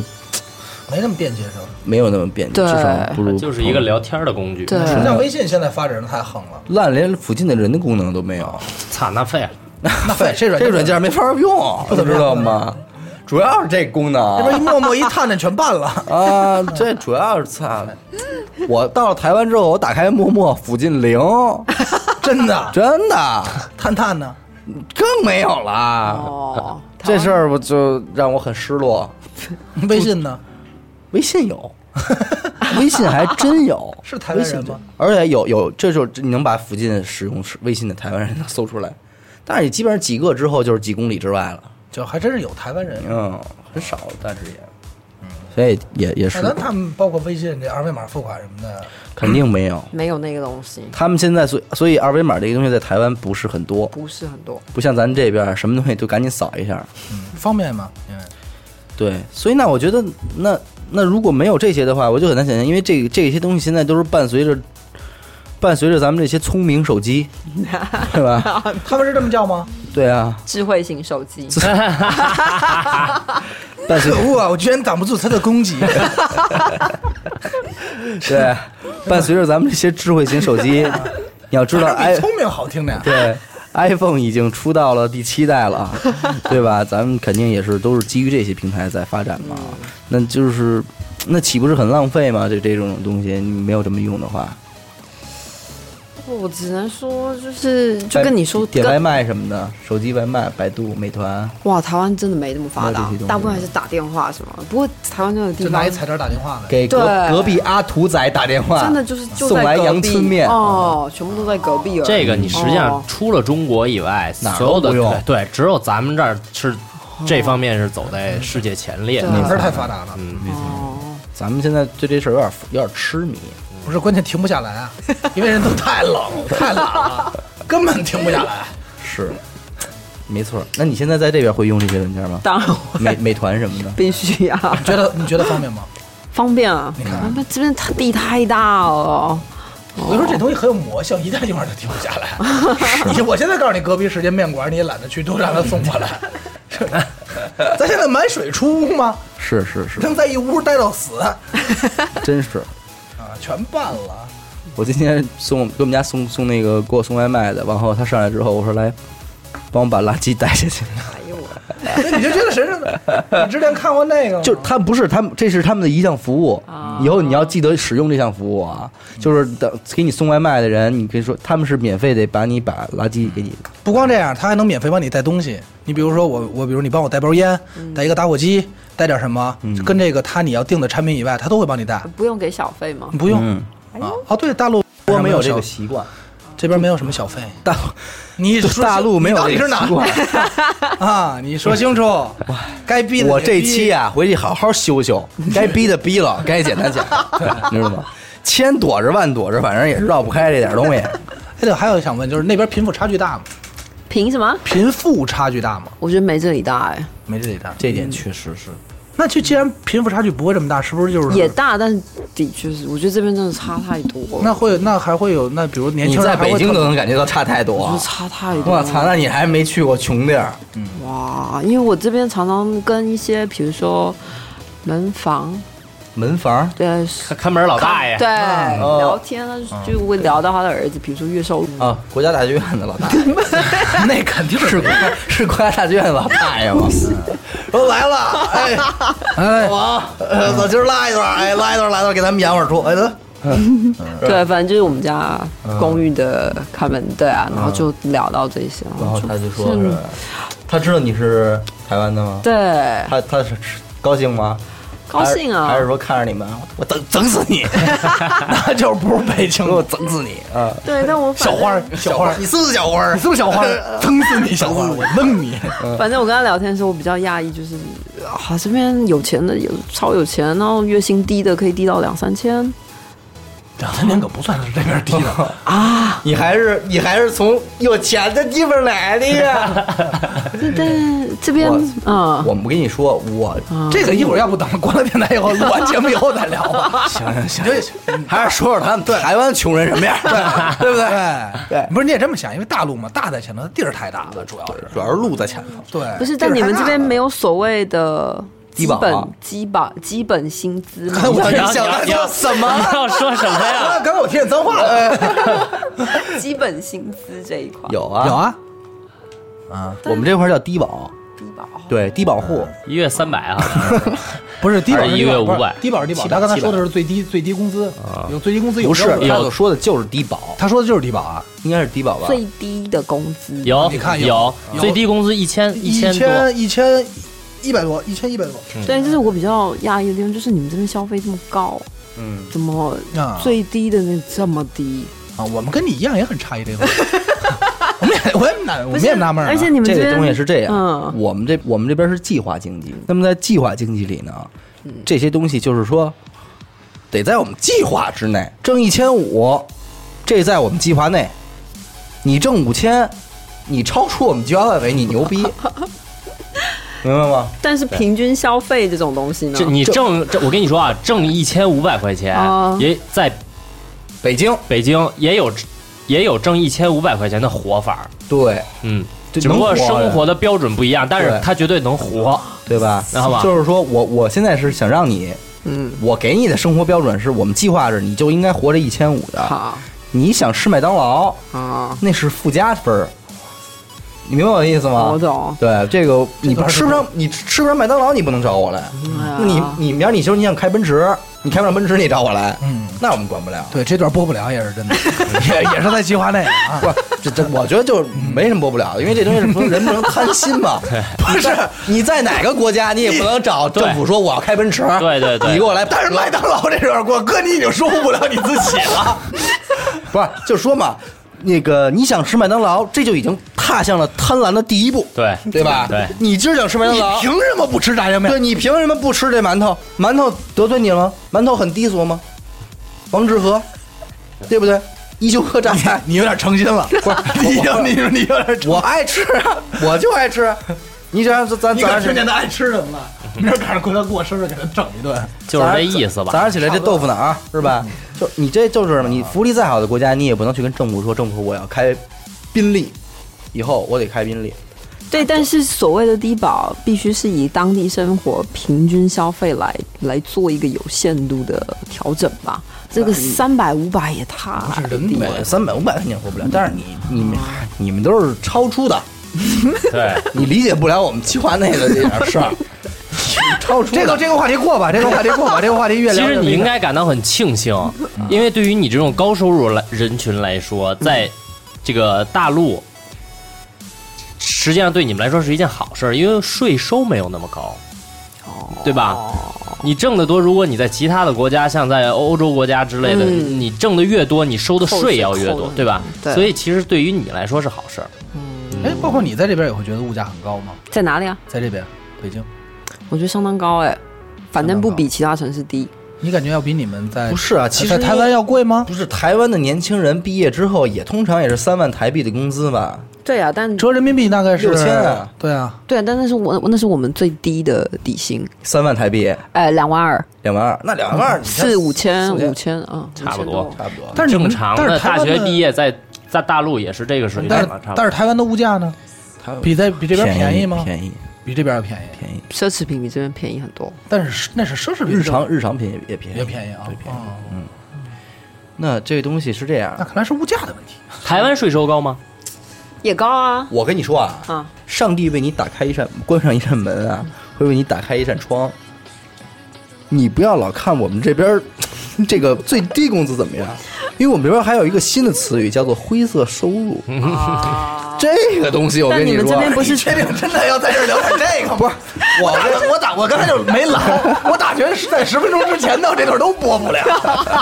D: 没那么便捷，是吧？
C: 没有那么便捷，
F: 对
C: 至少不如
E: 就是一个聊天的工具。
F: 对，
C: 嗯
D: 不像微信现在发展的太横了，
C: 烂，连附近的人的功能都没有。
E: 操，那废了。
D: 那对这软
C: 这软件没法用，
D: 不怎么
C: 知
D: 样
C: 道吗？主要是这功
D: [LAUGHS] 那
C: 能
D: 边一默默一探探全办了。
C: 啊，这主要是操！我到了台湾之后，我打开陌陌，附近零，
D: 真的，
C: 真的
D: 探探呢？
C: 更没有了。
F: 哦，
C: 这事儿我就让我很失
D: 哦
C: 落。
D: 微信呢？
C: 微信有， [LAUGHS] 微信还真有，
D: [LAUGHS] 是台湾人吗
C: 微信真而且有有，这时候你能把附近使用微信的台湾人能搜出来，但是也基本上几个之后就是几公里之外了，
D: 就还真是有台湾人，
C: 嗯，很少，但是也，所以也也是
D: 可能他们包括微信这二维码付款什么的，
C: 肯定没有。
F: 没有那个东西，
C: 他们现在所以所以二维码这个东西在台湾不是很多，
F: 不是很多，
C: 不像咱这边什么东西都赶紧扫一下。
D: 方便吗？因为
C: 对，所以那我觉得那那如果没有这些的话，我就很难想象，因为这个这些东西现在都是伴随着伴随着咱们这些聪明手
F: [LAUGHS]
C: 机，对吧？
D: [LAUGHS] 他们是这么叫吗？
C: 对啊，
F: 智慧型手机，
C: 伴随
D: 可恶啊！我居然挡不住他的攻击。
C: 对，啊
F: [LAUGHS]
C: 伴随着咱们这些智慧型手机，你要知道，
D: 还
C: 哎
D: 是比，聪明好听点。
C: 对 iPhone 已经出到了第七代
F: [LAUGHS]
C: 了，对吧？咱们肯定也是都是基于这些平台在发展嘛，
F: 嗯
C: 那就是那岂不是很浪费吗？这这种东西你没有这么用的话，
F: 我只能说，就是就跟你说，
C: 点外
F: 跟
C: 卖什么的，手机外卖、百度、美团，
F: 哇，台湾真的没那么发
C: 没有这
F: 达
C: 些东西，
F: 大部分还是打电话什么。不过台湾那个地
D: 就拿
F: 方
D: 一彩铃打电话的。
C: 给隔
F: 对
C: 隔壁阿图仔打电话，
F: 真的就是就
C: 送
F: 在
C: 来
F: 隔
C: 阳
F: 壁
C: 春面。
F: 哦，全部都在隔壁而已。
E: 这个你实际上
F: 哦
E: 除了中国以外，
D: 哦
C: 哪儿
E: 所
C: 都
E: 有的
C: 不用
E: 对，只有咱们这儿是这方面是走在世界前列
F: 对
D: 你们
E: 的。
D: 这儿太发达了，
F: 哦，
C: 咱们现在对这事儿有点有点痴迷，
D: 不是关键停不下来啊，因为人都太冷太懒了，根本停不下来。
C: 是，没错。那你现在在这边会用这些文件 [LAUGHS] 吗？
F: 当然我
C: 美美团什么的，
F: 必须呀，
D: 你觉得你觉得方便吗？
F: [LAUGHS] 方便啊！
D: 看
F: 啊那这边它地太大了，
D: 我就说这东西很有魔性，一旦用上就停不下来。你我现在告诉你，隔壁是间面馆，你也懒得去，都让他送过来。咱现在满水出屋吗？
C: 是是 [LAUGHS] 是，
D: 能在一屋待到死啊，
C: 真是。
D: 全办了。
C: 我今天送给我们家送送那个给我送外卖的，然后他上来之后，我说来，帮我把垃圾带下去。
F: 哎呦我，
D: 那你就觉得神圣的。你之前看过那个
C: [LAUGHS]
D: 吗？
C: 就是他不是他们，这是他们的一项服务。
F: 哦
C: 以后你要记得使用这项服务啊。就是等给你送外卖的人，你可以说他们是免费得把你把垃圾给你。
D: 不光这样，他还能免费帮你带东西。你比如说我，我比如你帮我带包烟，带一个打火机，带点什么，
C: 嗯
D: 就跟这个他你要订的产品以外，他都会帮你带，
F: 不用给小费吗
D: 你？不用。
C: 嗯，
D: 啊，哦，对，大陆
C: 我没有这
D: 小
C: 个，习惯，
D: 这边没有什么小费。
C: [LAUGHS] 大
D: 你说
C: 大陆没有
D: 你
C: 这
D: 到
C: 个
D: 底是哪
C: 习惯。
D: 啊？你说清楚，该逼的
C: 我
D: 得
C: 这
D: 逼
C: 期啊，回去好好修修，该逼的逼了，该减 [LAUGHS] 的减，你知道吗？千躲着万躲着，反正也绕不开这点 [LAUGHS] 东西。
D: 哎，对，还有想问，就是那边贫富差距大吗？
F: 凭什么？
D: 贫富差距大吗？
F: 我觉得没这里大哎，
D: 没这里大。
C: 这点确实是，
D: 那就既然贫富差距不会这么大，是不是就是
F: 也？大，但是的确是，我觉得这边真的差太多了。
D: 那会那还会有那比如年
C: 你
D: 轻人
C: 在
D: 还会
C: 北京
D: 特
C: 都能感觉到差太
F: 我觉
C: 多
F: 得。差太多
C: 我
F: 了。
C: 操，那你还没去过穷地儿？
F: 哇！因为我这边常常跟一些，比如说门房，
C: 门房
F: 对
E: 看看门老大爷 [LAUGHS]
F: 对、，聊天呢，就会聊到他的儿子，比如说月收入。
C: 啊，国家大剧院的老大爷， [LAUGHS] 那肯定是国家是国家大剧院的老大爷吗？ [LAUGHS] 都来了，哎，
D: 哎，
C: 王，呃，我今儿拉一段，哎，拉一段，拉一段，给咱们演会儿出，哎，得，啊
F: 对，反正就是我们家公寓的看门，对啊，然后就聊到这些，
C: 嗯然后他就说
F: 是
C: 是，他知道你是台湾的吗？
F: 对，
C: 他他是是高兴吗？
F: 高兴啊
C: 还是还是说看着你们，我整整死
D: [LAUGHS]
C: 你，那就不是北京，我整死你啊！
F: 对，但我反
D: 小花儿小花儿，
C: 你是不是小花儿？
D: 你是不是小花 [LAUGHS] 儿？疼死你，小花儿，我弄你！
C: 嗯
F: 反正我跟他聊天的时候，我比较讶异，就是啊，这边有钱的有超有钱，然后月薪低的可以低到两三千，
D: 两三年可不算是这边低的，
F: 啊
C: 你还是你还是从有钱的地方来的呀？
F: 但但这边啊，
C: 我不跟你说，我
D: 这个一会儿要不等关了电台以后，录
C: [LAUGHS]
D: 完节目以后再聊吧。嗯行行行，
C: 还是说说他们台湾穷人什么样， [LAUGHS] 对不对？
D: 对，不是你也这么想，因为大陆嘛，大在前头，地儿太大了，主要是
C: 主要是路在前头。
D: 对。
F: 不是，但你们这边没
D: 有。
F: 有所谓的
C: 低
F: 基
C: 保啊
F: 本基本基本薪资吗？
D: 我
C: 你
D: 就
C: 要
D: 想
C: 你要
D: 到什么？
E: 你要说什么呀？
F: [LAUGHS]
D: 刚刚我听见脏话了。
F: 基本薪资这一块
C: 有啊
D: 有，啊，
C: 我们这块儿叫低保，
F: 低保，
C: 对低保户。
E: 一月三百
D: [LAUGHS]
E: 啊，
D: 不是低保是
E: 一
D: 低保
E: 月
D: 不是
E: 500
D: 低保是低保。他刚才说的是最低最低工资，
E: 啊
D: 有最低工资有
C: 不是，
D: 标准
C: 他所说的就是低保，
D: 他说的就是低保啊，
C: 应该是低保吧？
F: 最低的工资
E: 有
D: 你看有
E: 有
D: 有
E: 最低工资一千
D: 一
E: 千多，
D: 千一千一百多，一千一百多。
F: 对，这是我比较讶异的地方，就是你们这边消费这么高，嗯，怎么
D: 啊
F: 最低的那这么低？
D: 啊，我们跟你一样也很诧异这个问题，
E: [LAUGHS]
D: 我们也我也纳我
F: 不
D: 们
F: 是
D: 也纳闷儿啊，
F: 而且你们
C: 这个
F: 边
C: 东西是这样，
F: 嗯
C: 我们这我们这边是计划经济。那么在计划经济里呢，
F: 嗯
C: 这些东西就是说，得在我们计划之内挣一千五，这在我们计划内。你挣五千，你超出我们计划范围，你牛
F: [LAUGHS]
C: 逼，明白吗？
F: 但是平均消费这种东西呢
E: 这，你挣这我跟你说啊，挣一千五百块钱
F: 啊
E: 也在
C: 北京
E: 北京也有也有挣一千五百块钱的活法儿，
C: 对
E: 嗯，
C: 这
E: 只不过
C: 能活呀
E: 生活的标准不一样，但是
C: 对
E: 他绝对能活。
C: 对吧？
E: 然后吧
C: 就是说我我现在是想让你，
F: 嗯，
C: 我给你的生活标准是我们计划着你就应该活这一千五的，
F: 好
C: 你想吃麦当劳，
F: 啊，
C: 那是附加分儿。你明白我的意思吗？
F: 我懂
C: 对，这个你
D: 段是
C: 吃不上，你吃不上麦当劳，你不能找我来。那
F: 哎
C: 嗯你
F: 呀
C: 你明儿你就是你想开奔驰，你开不上奔驰，你找我来，
D: 嗯，
C: 那我们管不了。
D: 对，这段播不了也是真的，也也是在计划内啊。
C: 不， [LAUGHS] 这这我觉得就没什么播不了的，因为这东西是不能人不能贪心嘛。不是，你在哪个国家你也不能找政府说我要开奔驰，
E: 对对对
C: 你给我来。但是麦当劳这事儿，我哥你已经说服不
D: [LAUGHS]
C: 了你自己了。不是，就说嘛，那个你想吃麦当劳，这就已经踏向了贪婪的第一步，
E: 对 [LAUGHS]
C: 对吧？
E: 对
C: 你今儿想吃麦当
D: 你
C: 劳，
D: 凭什么不吃炸酱面
C: 对？你凭什么不吃这馒头？馒头得罪你了吗？馒头很低俗吗？王致和，对不对？一休喝榨菜。
D: 哎你有点诚心了，
C: 不
D: [LAUGHS]
C: 是，你就你你有点，我爱吃啊，我就爱吃。你想咱咱早上起
D: 他爱吃什么了？明儿赶上回头过生日给他整一顿。
E: 就是这意思
C: 早
E: 吧？
C: 上起来这豆腐脑儿是吧？就你这就是你福利再好的国家，你也不能去跟政府说，政府我要开宾利，以后我得开宾利。
F: 对，但是所谓的低保必须是以当地生活平均消费来来做一个有限度的调整吧。这个三百五百也太低了，
C: 对，哎三百五百肯定活不了，但是你你们你们都是超出的，
E: 对，
C: 你理解不了我们计划内的这点事儿，超出
D: 这个
C: 的
D: 这个话题过吧，这个话题过吧，这个话题越
E: 其
D: 聊越
E: 实
D: 没
E: 你应
D: 劲
E: 该感到很庆幸，
C: 嗯
E: 因为对于你这种高收入来人群来说，在这个大陆，实际上对你们来说是一件好事儿，因为税收没有那么高，
C: 哦
E: 对吧？
F: 哦
E: 你挣得多，如果你在其他的国家，像在欧洲国家之类的，
F: 嗯
E: 你挣得越多，你收的税要越
F: 扣税
E: 多
F: 扣，的
E: 对吧？
F: 对
E: 所以其实对于你来说是好事儿。
D: 哎，包括你在这边也会觉得物价很高吗？
F: 在哪里啊？
D: 在这边，北京，
F: 我觉得相当高哎、反正不
D: 相当
F: 比其他城市低。
D: 你感觉要比你们在
C: 不是啊，其实
D: 在台湾要贵吗？
C: 不是台湾的年轻人毕业之后也通常也是三万台币的工资吧？
F: 对啊，但
D: 折人民币大概是
C: 6000啊
D: 对啊，
F: 对啊，但那是我那是我们最低的底薪，
C: 三万台币，
F: 哎，两万二，
C: 两万二，那两万二你看
F: 四五千
C: 四
F: 五千啊，
E: 差不多
F: 5000
C: 差不多。
D: 但是
E: 正
D: 你们
E: 常
D: 但
E: 的
D: 是台
E: 大
D: 湾
E: 学
D: 的
E: 毕业在在大陆也是这个水平
D: 但
E: 吧，差
D: 是
E: 不
D: 但
E: 多。
D: 是台湾的物价呢？比在比这边便宜吗？
C: 呃便宜
D: 比这边要便宜，
C: 便宜，
F: 奢侈品比这边便宜很多。
D: 但是是那是奢侈品，
C: 日常日常品也也便宜，
D: 也便宜啊
C: 对，便宜。
D: 哦
C: 那这个东西是这
D: 那
C: 样，
D: 看来是物价的问题。
E: 台湾税收高吗？ [LAUGHS]
F: 也高啊，
C: 我跟你说啊，
F: [LAUGHS] 啊，
C: 上帝为你打开一扇，关上一扇门
F: 嗯
C: 啊，会为你打开一扇窗。你不要老看我们这边儿 [LAUGHS] 这个最低工资怎么样，因为我们这边还有一个新的词语叫做灰色收入。这个东西我跟
F: 啊但你
C: 说，
F: 们这边不是
C: 确定真的要在这儿聊点这
F: [LAUGHS]
C: 个吗？不是，我打我打我刚才就没来，我打觉是在十分钟之前的这段都播不了，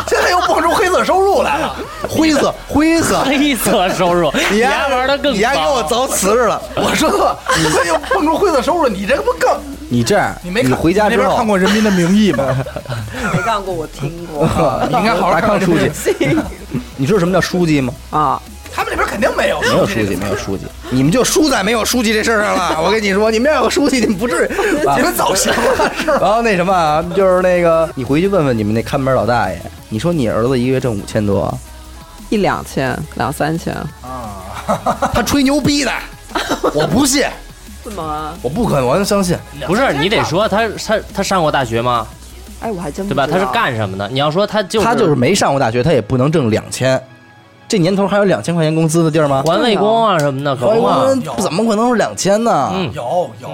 C: 现在又蹦出黑色收入来了，灰色灰色。
E: 黑色收入，
C: 你丫
E: 丫玩的更
C: 你丫给
E: 高啊
C: 我凿瓷实
E: [LAUGHS]
C: 了！我说哥，你这又蹦出灰色收入，你这个不更？你这样，
D: 你没看那边看过《人民的名义》吗？
F: 没干过，我听过 [LAUGHS]
C: [LAUGHS]
D: 你应该好好
C: 达
D: 看
C: 康
D: 看这
C: 书
D: 边
C: 记，你知道什么叫书记吗？
F: 啊，
D: 他们那边肯定没有，
C: 没有书记，没有书记， [LAUGHS] 你们就输在没有书记这事儿上了。我跟你说，你们要有书记，你们不至于， [LAUGHS] 你们早行了是吧？然后那什么啊，就是那个，你回去问问你们那看门老大爷，你说你儿子一个月挣五千多，
F: 一两千两三千，
C: 他吹牛逼 [LAUGHS] 的，我不信，
F: 怎么啊？
C: 我不可能相信。
E: 不是你得说他他他上过大学吗？
F: 哎，我还真不
E: 对吧？
F: 知
E: 他是
F: 道
E: 干什么的？你要说他就是
C: 他就是没上过大学，他也不能挣两千，这年头还有两千块钱工资的地儿吗？
E: 环卫工啊什么的，可
C: 我
E: 不嘛。
C: 我怎么可能是两千呢？
E: 嗯
D: 有有，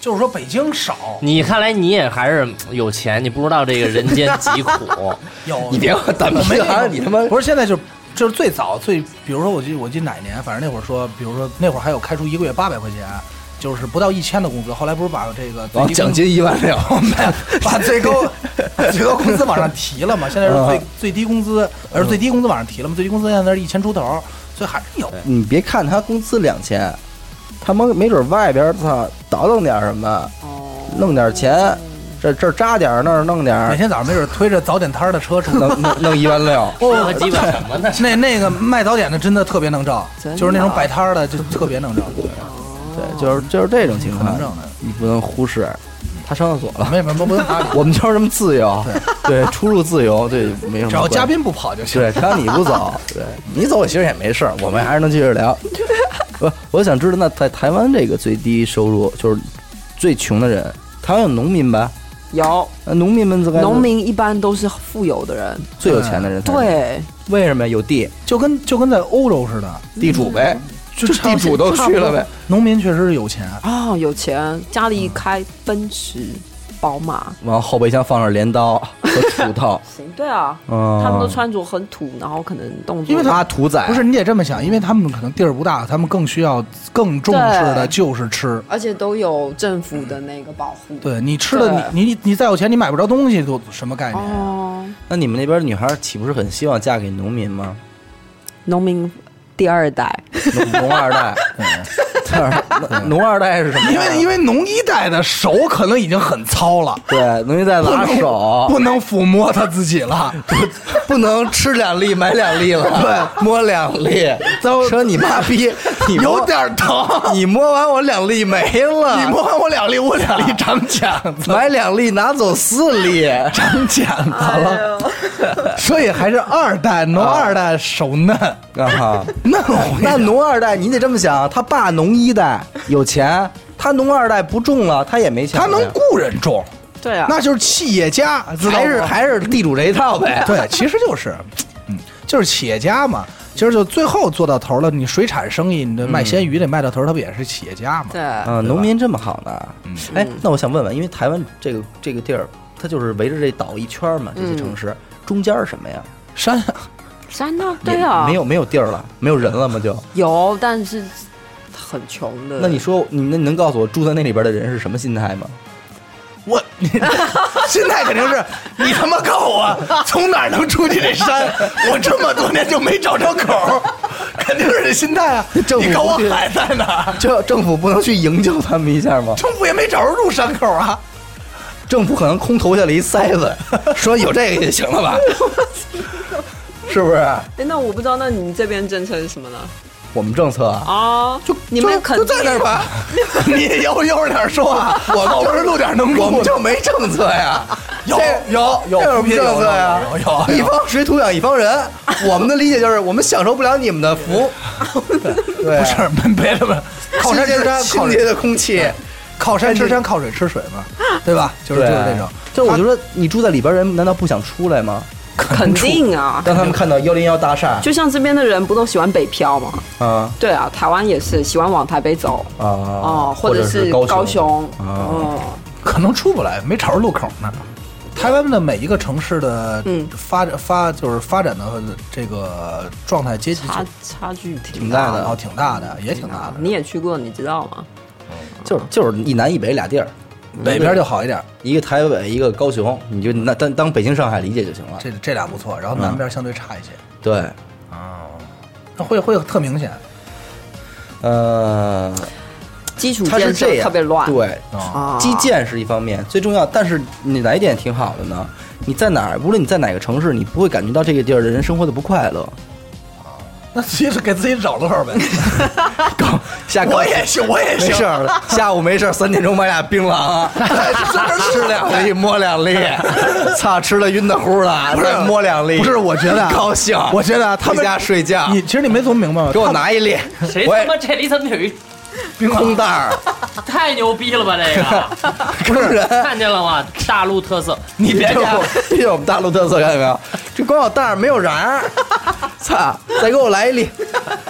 D: 就是说北京少
E: 你看来你也还是有钱，你不知道这个人间疾苦。
D: 有，
C: 你别咱们
D: 没
C: 这行，你他妈
D: 不是现在就就是最早最，比如说我记我记哪年，反正那会儿说，比如说那会儿还有开出一个月八百块钱，就是不到一千的工资，后来不是把这个最
C: 往
D: 低
C: 奖
D: 工资
C: 金一万两，
D: 把最高把最高工资往上提了嘛，现在是
C: 啊
D: 最最低工资，而
C: 嗯
D: 最低工资往上提了嘛，最低工资现在是一千出头，所以还是有。
C: [LAUGHS] 你别看他工资两千，他们没准外边儿操倒腾点儿什么，
F: 哦
C: 弄点儿钱，这这儿扎点儿那儿弄点
D: 每
C: 儿，
D: 天早上没准推着早点摊儿的车出
C: 弄弄弄一万六。 [LAUGHS]
E: 那么鸡巴什么呢？
D: 那那个卖早点的真的特别能挣
F: 真，的
D: 就是那种摆摊儿的就特别能挣，
C: 对，就是就是这种情况
D: 很正的，
C: 你不能忽视。他上厕所了，
D: 没没不不用搭理。
C: 我们就是这么自由，对，出入自由，对，没什么。
D: 只要嘉。宾不跑就行。
C: 对，只要你不走，对你走其实也没事儿，我们还是能继续聊。不，我想知道，那在台湾这个最低收入就是最穷的人，台湾有农民吧？
F: 有
C: 那农民们怎么
F: 农民一般都是富有的人，
C: 最有钱的人才是？
F: 对，
C: 为什么有地
D: 就跟就跟在欧洲似的，
F: 嗯
C: 地主呗？
D: 就
I: 就
D: 差
I: 地主都
D: 差不
I: 去了
D: 多
I: 呗。
D: 农民确实是有钱，
F: 啊、有钱，家里开奔驰、宝马，，
C: 往后备箱放上镰刀和锄头
F: [LAUGHS] 行，对啊，
C: 嗯，
F: 他们都穿着很土，然后可能动作，
D: 因为他
C: 他屠宰
D: 不是，你得这么想，因为他们可能地儿不大，他们更需要更重视
F: 对
D: 的就是吃。
F: 而且都有政府的那个保护。
D: 对你吃的，你你你再有钱，你买不着东西，都什么概念？
F: 哦，
C: 那你们那边女孩岂不是很希望嫁给农民吗？
F: 农民第二代，
C: 农农二 [LAUGHS] 代，嗯对那农二代是什么
D: 因
C: 样啊？
D: 为因为农一代的手可能已经很糙了，
C: 对农一代
D: 不
C: 拉
D: 能
C: 手，
D: 不能抚摸他自己了。
C: 不能吃两粒买两粒了，对，摸两粒，说你妈逼， [LAUGHS] 你摸
D: 有点疼，
C: [LAUGHS] 你摸完我两粒没了，
D: 你摸完我两粒，我两粒长茧子，
C: 买两粒拿走四 [LAUGHS] 粒，啊
D: 长茧子了。所以还是二代，农二代手嫩，
C: 啊 [LAUGHS] 哈。
D: 嫩回
C: 那
D: 来。
C: 农二代，你得这么想，他爸农一代有钱，他农二代不种了，他也没钱
D: 他
C: 了呀，
D: 能雇人种，
F: 对啊，
D: 那就是企业家，知道
C: 还是
D: 吗
C: 还是地主这一套呗。
D: [LAUGHS] 对，其实就是，嗯，就是企业家嘛。其实就最后做到头了，你水产生意，你的卖鲜鱼得卖到头，他不也是企业家嘛？
F: 对，
C: 啊，农民这么好呢？哎，那我想问问，因为台湾这个这个地儿，它就是围着这岛一圈儿嘛，这些城市中间是什么呀？
D: 山啊
F: 山啊，
C: 也
F: 对啊，
C: 没有没有地儿了，没有人了吗？就
F: 有，但是很穷的。
C: 那你说，你那你能告诉我住在那里边的人是什么心态吗？
D: 我 [LAUGHS] 心态肯定是你他妈告 [LAUGHS] 我从哪儿能出去这山？ [LAUGHS] 我这么多年就没找着口儿， [LAUGHS] 肯定是这心态啊！
C: 政府
D: 你告我
C: 不去
D: 海在哪
C: [LAUGHS]
D: 儿？
C: 这政府不能去营救他们一下吗？
D: 政府也没找着入山口
C: [LAUGHS]
D: 啊！
C: 政府可能空投下了一塞子，说有这个就行 [LAUGHS] 了吧？是不是？
F: 哎，那我不知道，那你们这边政策是什么呢？
C: 我们政策啊，
F: 啊，就你们肯
D: 就在那
C: [LAUGHS]
D: 儿吧，你悠悠着点说话，我后边录点能录，
C: 我们就没政策 [LAUGHS] 呀。
D: 有
C: 这
D: 有有
C: 这有什么政策呀？
D: 有有有有
C: 一方水土养一方人。我们的理解就是，我们享受不了你们的福， [LAUGHS] 对，
D: 不是，没 [LAUGHS] 别
C: [LAUGHS]
D: 这么靠
C: 清
D: 山
C: 洁
D: 吃山，靠
C: 清洁
D: 水
C: 的空气。
D: 靠山吃山，靠水吃水
C: [LAUGHS]
D: 嘛，对吧？就是就是这种，
C: 就是我觉得你住在里边，人难道不想出来吗？
F: 肯定啊。
C: 当他们看到幺零幺大厦，
F: 就像这边的人不都喜欢北漂吗？
C: 啊
F: 对啊，台湾也是喜欢往台北走
C: 啊
F: 哦，或
C: 或
F: 者
C: 是
F: 是
C: 高
F: 高雄，
C: 啊
F: 哦，
D: 可能出不来，没找着路口呢。台湾的每一个城市的
F: 嗯
D: 发展发就是发展的这个状态接近
F: 差差距挺
C: 挺大的
D: 然后挺大的，也挺大的。
F: 啊你也去过，你知道吗？
C: 就是就是一南一北俩地儿，
D: 北边就好一点，
C: 一个台北，一个高雄，你就那当当北京、上海理解就行了。
D: 这这俩不错，然后南边相对差一些，
C: 对，
D: 那会会特明显。
C: 呃，
F: 基础
C: 它是
F: 建设
C: 这样，
F: 特别乱，
C: 对，
D: 哦
F: 啊，
C: 基建是一方面最重要，但是你哪一点挺好的呢？你在哪儿，无论你在哪个城市，你不会感觉到这个地儿的人生活的不快乐。
D: 那自己给自己找乐儿呗。
C: 下课
D: 我也行，我也
C: 没
D: 行
C: 事。儿了，下午没事儿，三点钟买俩槟榔，啊
D: [LAUGHS]
C: 吃两粒摸两粒，操，吃了晕的乎的，
D: 不是
C: 再摸两粒，
D: 不是，我觉得
C: [LAUGHS]
D: 啊
C: 高兴，
D: [LAUGHS] 我觉得啊他们
C: 回家睡觉，
D: 你其实你没怎么明白吗？
C: 给我
D: 他们
C: 拿一粒，
E: 谁
C: 我
E: 他
C: 也
E: 妈这里怎么有一
C: 空袋儿，
E: 太牛逼了吧？
C: [LAUGHS]
E: 这
C: 不
E: 个
C: 是。
E: 看见了吗？大陆特色，
C: 你别这我，这是我们大陆特色，看见没有？这光有袋儿没有瓤儿，操！再给我来一粒，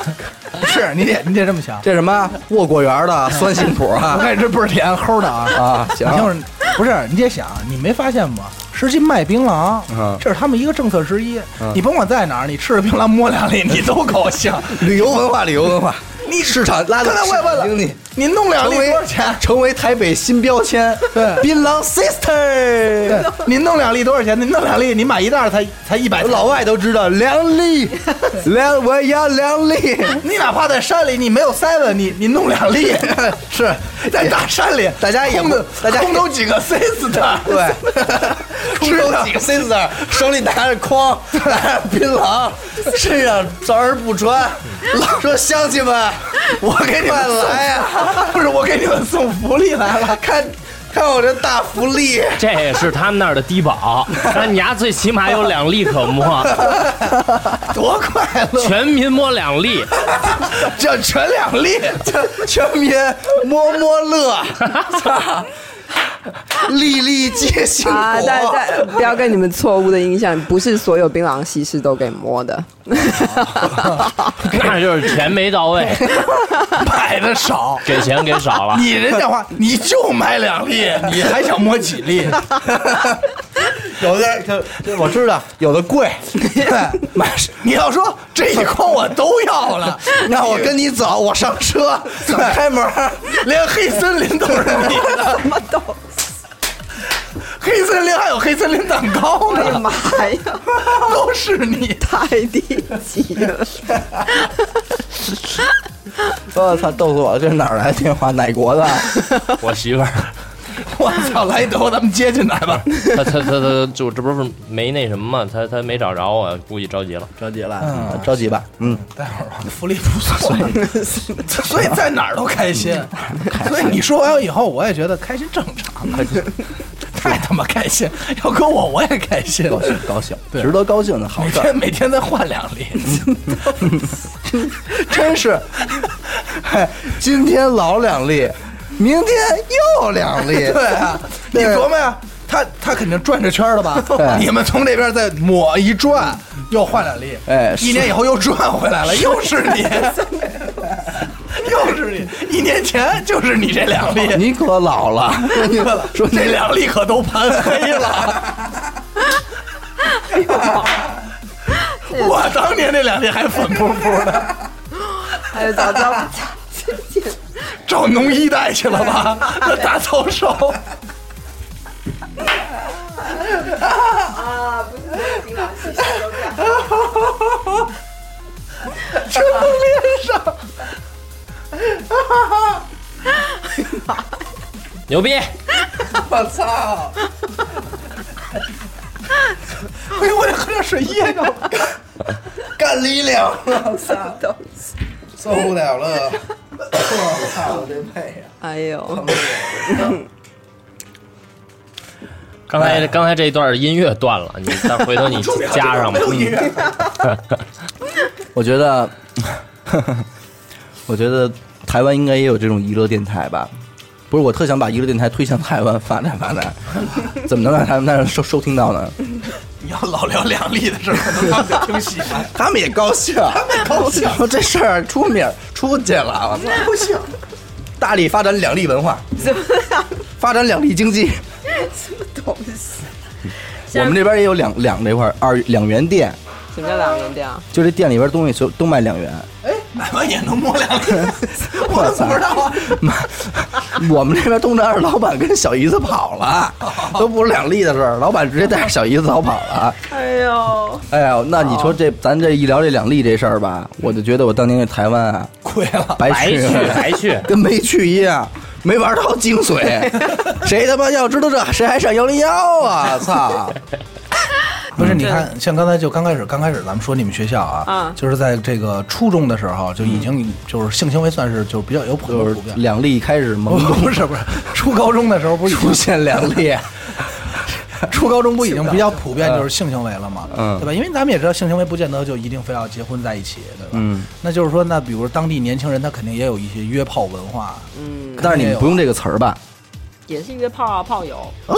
D: [LAUGHS] 是你得你得这么 [LAUGHS] 想。
C: 这什么沃果园的酸杏脯
D: 我
C: 啊
D: 看这倍儿甜，齁的啊！
C: 啊！
D: [LAUGHS] 你
C: 行，
D: 就是不是你得想，你没发现吗？实际卖槟榔
C: 嗯，
D: 这是他们一个政策之一
C: 嗯。
D: 你甭管在哪儿，你吃着槟榔摸两粒，你都高 [LAUGHS] 兴。
C: 旅游文化，旅游文化，你市场拉动
D: 刚才我也问了
C: 经济，
D: 你弄两
C: 成
D: 粒
C: 为
D: 多少钱？
C: 成为台北新标签，
D: 对
C: 槟榔 sister，
D: 对，你弄两粒多少钱？你弄两粒，你买一袋儿才才一百。
C: 老外都知道两粒，
D: [LAUGHS]
C: 两我要两粒，
D: 你哪怕在山里，你没有 seven，你你弄
C: [LAUGHS]
D: 两粒是在大山里，
C: 大家也
D: 空的，
C: 大家也
D: 空投几个 six 的， [LAUGHS]
C: 对，空手几个 sister，手里拿着筐，拿
D: [LAUGHS]
C: 着槟榔，身 [LAUGHS] 上着而不穿，老说乡亲们，我给你
D: [LAUGHS]
C: 们来呀、
D: 不是我给你们送福利来了。
C: 看看我这大福利，
E: 这也是他们那儿的低
C: [LAUGHS]
E: 保。那你丫最起码有两粒可摸，
C: 多快乐！
E: 全民摸两
C: [LAUGHS]
E: 粒，
C: 这
D: [LAUGHS]
C: 全两粒，这全民摸摸乐，操！粒粒皆辛苦。
F: [LAUGHS] [LAUGHS] 啊！但但不要跟你们错误的印象，不是所有槟榔西施都给摸的。
E: 那就是钱没到位，
C: [LAUGHS] 买的少，
E: 给钱给少了。
C: 你人讲话，你就买两粒，你还想摸几粒？ [LAUGHS] 有的就我知道，有的贵，对， [LAUGHS] 买。你要说这一筐我都要了， [LAUGHS] 那我跟你走，我上 [LAUGHS] 车，怎么开门？连黑森林都是你的，什么
F: [LAUGHS]
C: 都。黑森林还有黑森林蛋糕
F: 哎呀
C: 呢，
F: 妈呀，
C: 都是你。
F: 太低级了！
C: 我操，逗死我了！这哪儿来电话？哪国的？
E: 我媳妇儿，
C: 我操，来德，咱们接进来吧。
E: 她她她她，就这不是没那什么嘛，她她没找着我，估计着急了。
C: 着急了，着急吧，嗯，
D: 待会儿吧，福利不错， [LAUGHS] 所以在哪儿都开心。所以你说完以后，我也觉得开心正常， [LAUGHS] 太他妈开心！要搁我，我也开心。
C: 高兴高兴，
D: 对
C: 值得高兴的好
D: 每
C: 事儿。
D: 天每天再换两粒，
C: [LAUGHS] 真是，哎，今天老两粒，明天又两粒，
D: [LAUGHS] 对啊，你
C: 对
D: 琢磨呀，他他肯定转着圈儿的吧
C: [LAUGHS] 对？
D: 你们从这边再抹一转，又换两粒，
C: 哎
D: 一年以后又转回来了，又是
C: [LAUGHS]
D: 你，又是你，一年前就是你这两
C: [LAUGHS]
D: 粒，
C: 你可老了，
D: [LAUGHS]
C: 你可说
D: 这两粒可都盘黑 [LAUGHS] 了。哎 [LAUGHS] 我当年那两粒还粉扑扑的，
F: 还有哎早知道
D: 找农医带去了吧？那大操手，
E: 牛逼！
D: 哎呦，我得喝点水噎着。
C: 干力量，我操，受不了了，我操，这配呀，
F: [LAUGHS] 哎 [LAUGHS] 呦，
E: 刚
C: 哎
E: 才刚才这一段音乐断了，你待会儿回
C: [LAUGHS]
E: 头你加上吧。
C: 我觉得， [LAUGHS] 我觉得台湾应该也有这种娱乐电台吧。不是，我特想把娱乐电台推向台湾发展发
D: [LAUGHS]
C: 展，怎么能让他们那儿收收听到呢？
D: 你要老聊两粒的事儿， [LAUGHS] 可能他们就听喜欢。
C: 他们也高兴，他们高兴，说这事儿出名儿出去了，我操，高兴，大力发展两力文化，发展两力经济。我们这边也有两两这块儿二两元店，
F: 什么叫两元店啊？
C: 就这店里边东西都都卖两元。
D: 哎，买完也能摸两粒，
C: [LAUGHS]
D: [LAUGHS] 我
C: 我
D: 都
C: 操
D: 不知道啊。
C: 妈， [LAUGHS] 我们这边通常是老板跟小姨子跑
D: [LAUGHS]
C: 了，都不是两利的事儿，老板直接带着小姨子逃跑了。
F: 哎呦，
C: 哎呦，那你说这咱这一聊这两利这事儿吧，我就觉得我当年那台湾啊，
D: 啊亏了，
C: 白
E: 白去白去，
C: [LAUGHS] 跟没去一样，没玩到精髓。
D: [LAUGHS]
C: 谁他妈要知道这，谁还上幺零幺啊？
D: [LAUGHS]
C: 操！
D: 不是，你看，像刚才就刚开始，刚开始咱们说你们学校啊，
F: 啊
D: 就是在这个初中的时候就已经就是性行为算是就是比较有普
C: 就是
D: 普遍。
C: 两利开始
D: 不
C: 萌动
D: 不是不是，初高中的时候不是已经
C: 出现两利，
D: [LAUGHS] 初高中不已经比较普遍就是性行为了嘛，
C: 嗯
D: 对吧？因为咱们也知道性行为不见得就一定非要结婚在一起，对吧？
C: 嗯
D: 那就是说，那比如当地年轻人他肯定也有一些约炮文化，嗯，
C: 但是你们不用这个词儿吧？
F: 也是约炮啊，炮友啊？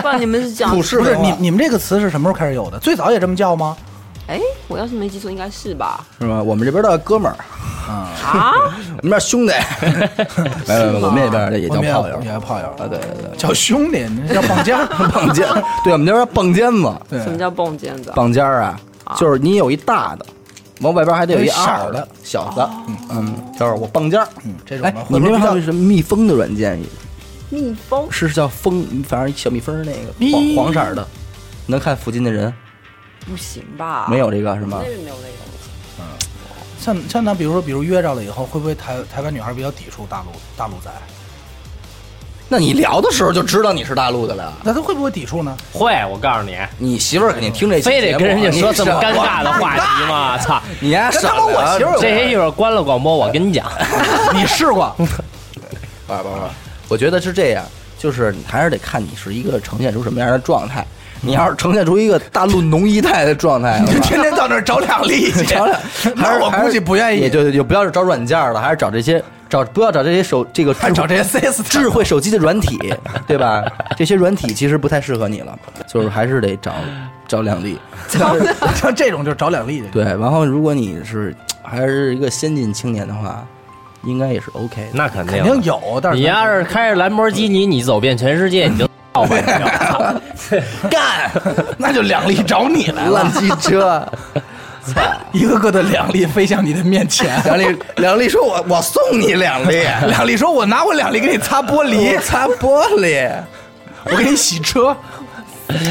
F: 不然你们是讲
D: 不是不是你你们这个词是什么时候开始有的？最早也这么叫吗？
F: 哎，我要是没记错，应该是 [LAUGHS] 吧？
C: 是吧？我们这边的哥们儿，
F: 啊，
C: 我们这儿兄
D: [LAUGHS]
C: 弟，没有没有，我们这边的也
D: 我
C: 叫
D: 们也
C: 炮友
D: 哦也叫炮友
C: 啊，对对对，
D: 叫兄弟，你叫棒尖
C: [LAUGHS]
D: 儿，
C: 棒尖，
D: [LAUGHS]
C: 对我们这边棒尖嘛，
D: 对
F: 什么叫蹦尖子啊？
C: 棒尖儿啊，就是你有一大的，往外边还得有一
D: 有一小
C: 二
D: 的哦
C: 小的，嗯，就是我棒尖儿。
D: 这种
C: 哎
D: 的，
C: 你
D: 会不
C: 们那边
D: 会比
C: 还
D: 较
C: 有什么蜜蜂的软件？
F: 蜜蜂
C: 是叫蜂，反正小蜜蜂儿那个
D: 咦
C: 黄黄色儿的，能看附近的人
F: 不行吧？
D: 啊
C: 没有这个是吗
F: 那？边没有那个东西。
D: 像像咱比如说，比如约着了以后，会不会台台湾女孩比较抵触大陆大陆仔？
C: 那你聊的时候就知道你是大陆的了。
D: 那她会不会抵触呢？
E: 会，我告诉你，
C: 你媳妇儿肯定听这期
E: 非
C: 节
E: 得
C: 目啊
E: 跟人家说
C: 你
E: 这么
C: 少
E: 尴尬的话题吗？操！
C: 你呀，
D: 跟他妈我媳妇儿有
E: 这些一哎会儿关了广播，我跟你讲，
D: 你试过？
C: 不不不，我觉得是这样，就是你还是得看你是一个呈现出什么样的状态。你要是呈现出一个大陆农一代的状
D: [LAUGHS]
C: 态，
D: 你天 [LAUGHS] 天到那儿找两粒去，
C: 瞧瞧，还
D: 那
C: 是
D: 我
C: 还是
D: 估计不愿意
C: 也就也不要是找软件了，还是找这些找不要找这些手这个
D: 还
C: 智
D: [LAUGHS] 找
C: 慧 [LAUGHS]
D: 这些 CS
C: 智慧手机的软
D: [LAUGHS]
C: 体，对吧？这些软体其实不太适合你了，就是还是得找找两
D: [LAUGHS]
C: 例。
D: 像这种就是找两例的。
C: 对，然后如果你是还是一个先进青年的话，应该也是 OK 的。
E: 那肯定
D: 肯
E: 啊
D: 定有，但是
E: 你要是开着兰博基尼，你走遍全世界，你就到不了。
C: 干，
D: 那就两例找你来了，
C: 烂机车。
D: [LAUGHS] 一个个的两例飞向你的面 [LAUGHS] 前。
C: 梁丽，梁丽说我：“我送你两
D: [LAUGHS]
C: 粒，
D: 两例说：“我拿我两例给你擦玻璃，
C: 擦玻璃。
D: 我给你洗 [LAUGHS] 车。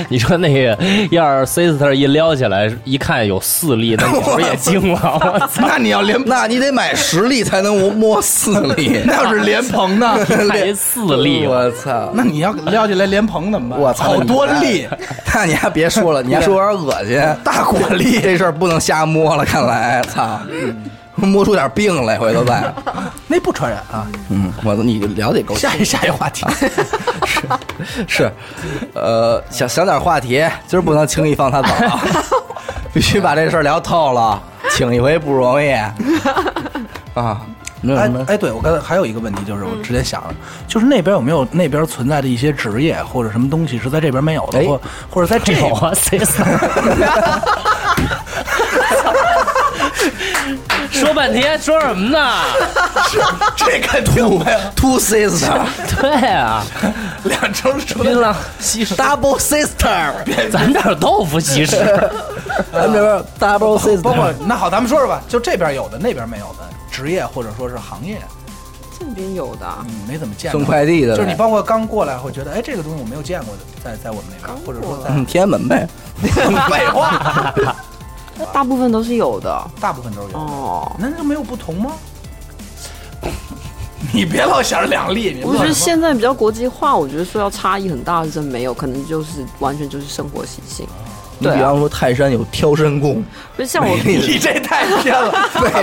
E: 你说那个要是 Sister 一撩起来，一看有四粒，那你是不是也惊了？我 [LAUGHS] 操！
C: 那你要连，那你得买十粒才能摸四 [LAUGHS] 粒。
D: 那要是莲蓬
C: [LAUGHS]
D: 呢？
E: 还四粒，
C: 我操！
D: 那你要撩起来莲蓬怎么办？
C: 我操！
D: 好多
C: [LAUGHS]
D: 粒，，
C: 那你还别说了，你还说有点恶心。 [LAUGHS] 大果粒这事儿不能瞎摸了，看来操，摸出点病来，回头再。
D: 那不传染啊。 [LAUGHS]
C: 嗯，我你了解够
D: 下一下一话题，
C: 是，呃，想想点话题，今儿不能轻易放他 [LAUGHS] 走，啊必须把这事儿聊透了，请一回不容易啊。没有
D: 哎
C: 什么，
D: 哎，对我刚才还有一个问题，就是我之前想了，就是那边有没有那边存在的一些职业或者什么东西是在这边没有的，
C: 哎
D: 或或者在这
E: 有啊，Sister。说半天说什么呢？
D: 这肯定没有。
C: two sister
E: 对啊，
D: 两成熟
E: 槟榔，
C: double sister，
E: 咱这儿豆腐其实。
C: 咱们这边 double
D: 包括
C: sister，
D: 那好，咱们说说吧，就这边有的，那边没有的职业或者说是行业，
F: 这边有的啊，
D: 嗯，没怎么见过。
C: 送快递的呗，
D: 就是你包括刚过来会觉得，哎，这个东西我没有见过的，在在我们那边，或者说在
C: 嗯天安门呗， [LAUGHS]
D: 废话，
F: 那大部分都是有的
D: 大部分都是有。
F: 哦。
D: 难道没有不同吗？你别老想着两例，你
F: 我觉得现在比较国际化，我觉得说要差异很大是真没有，可能就是完全就是生活习性。
C: 你比方说泰山有挑山工，
F: 就像我，
D: 你这太偏了，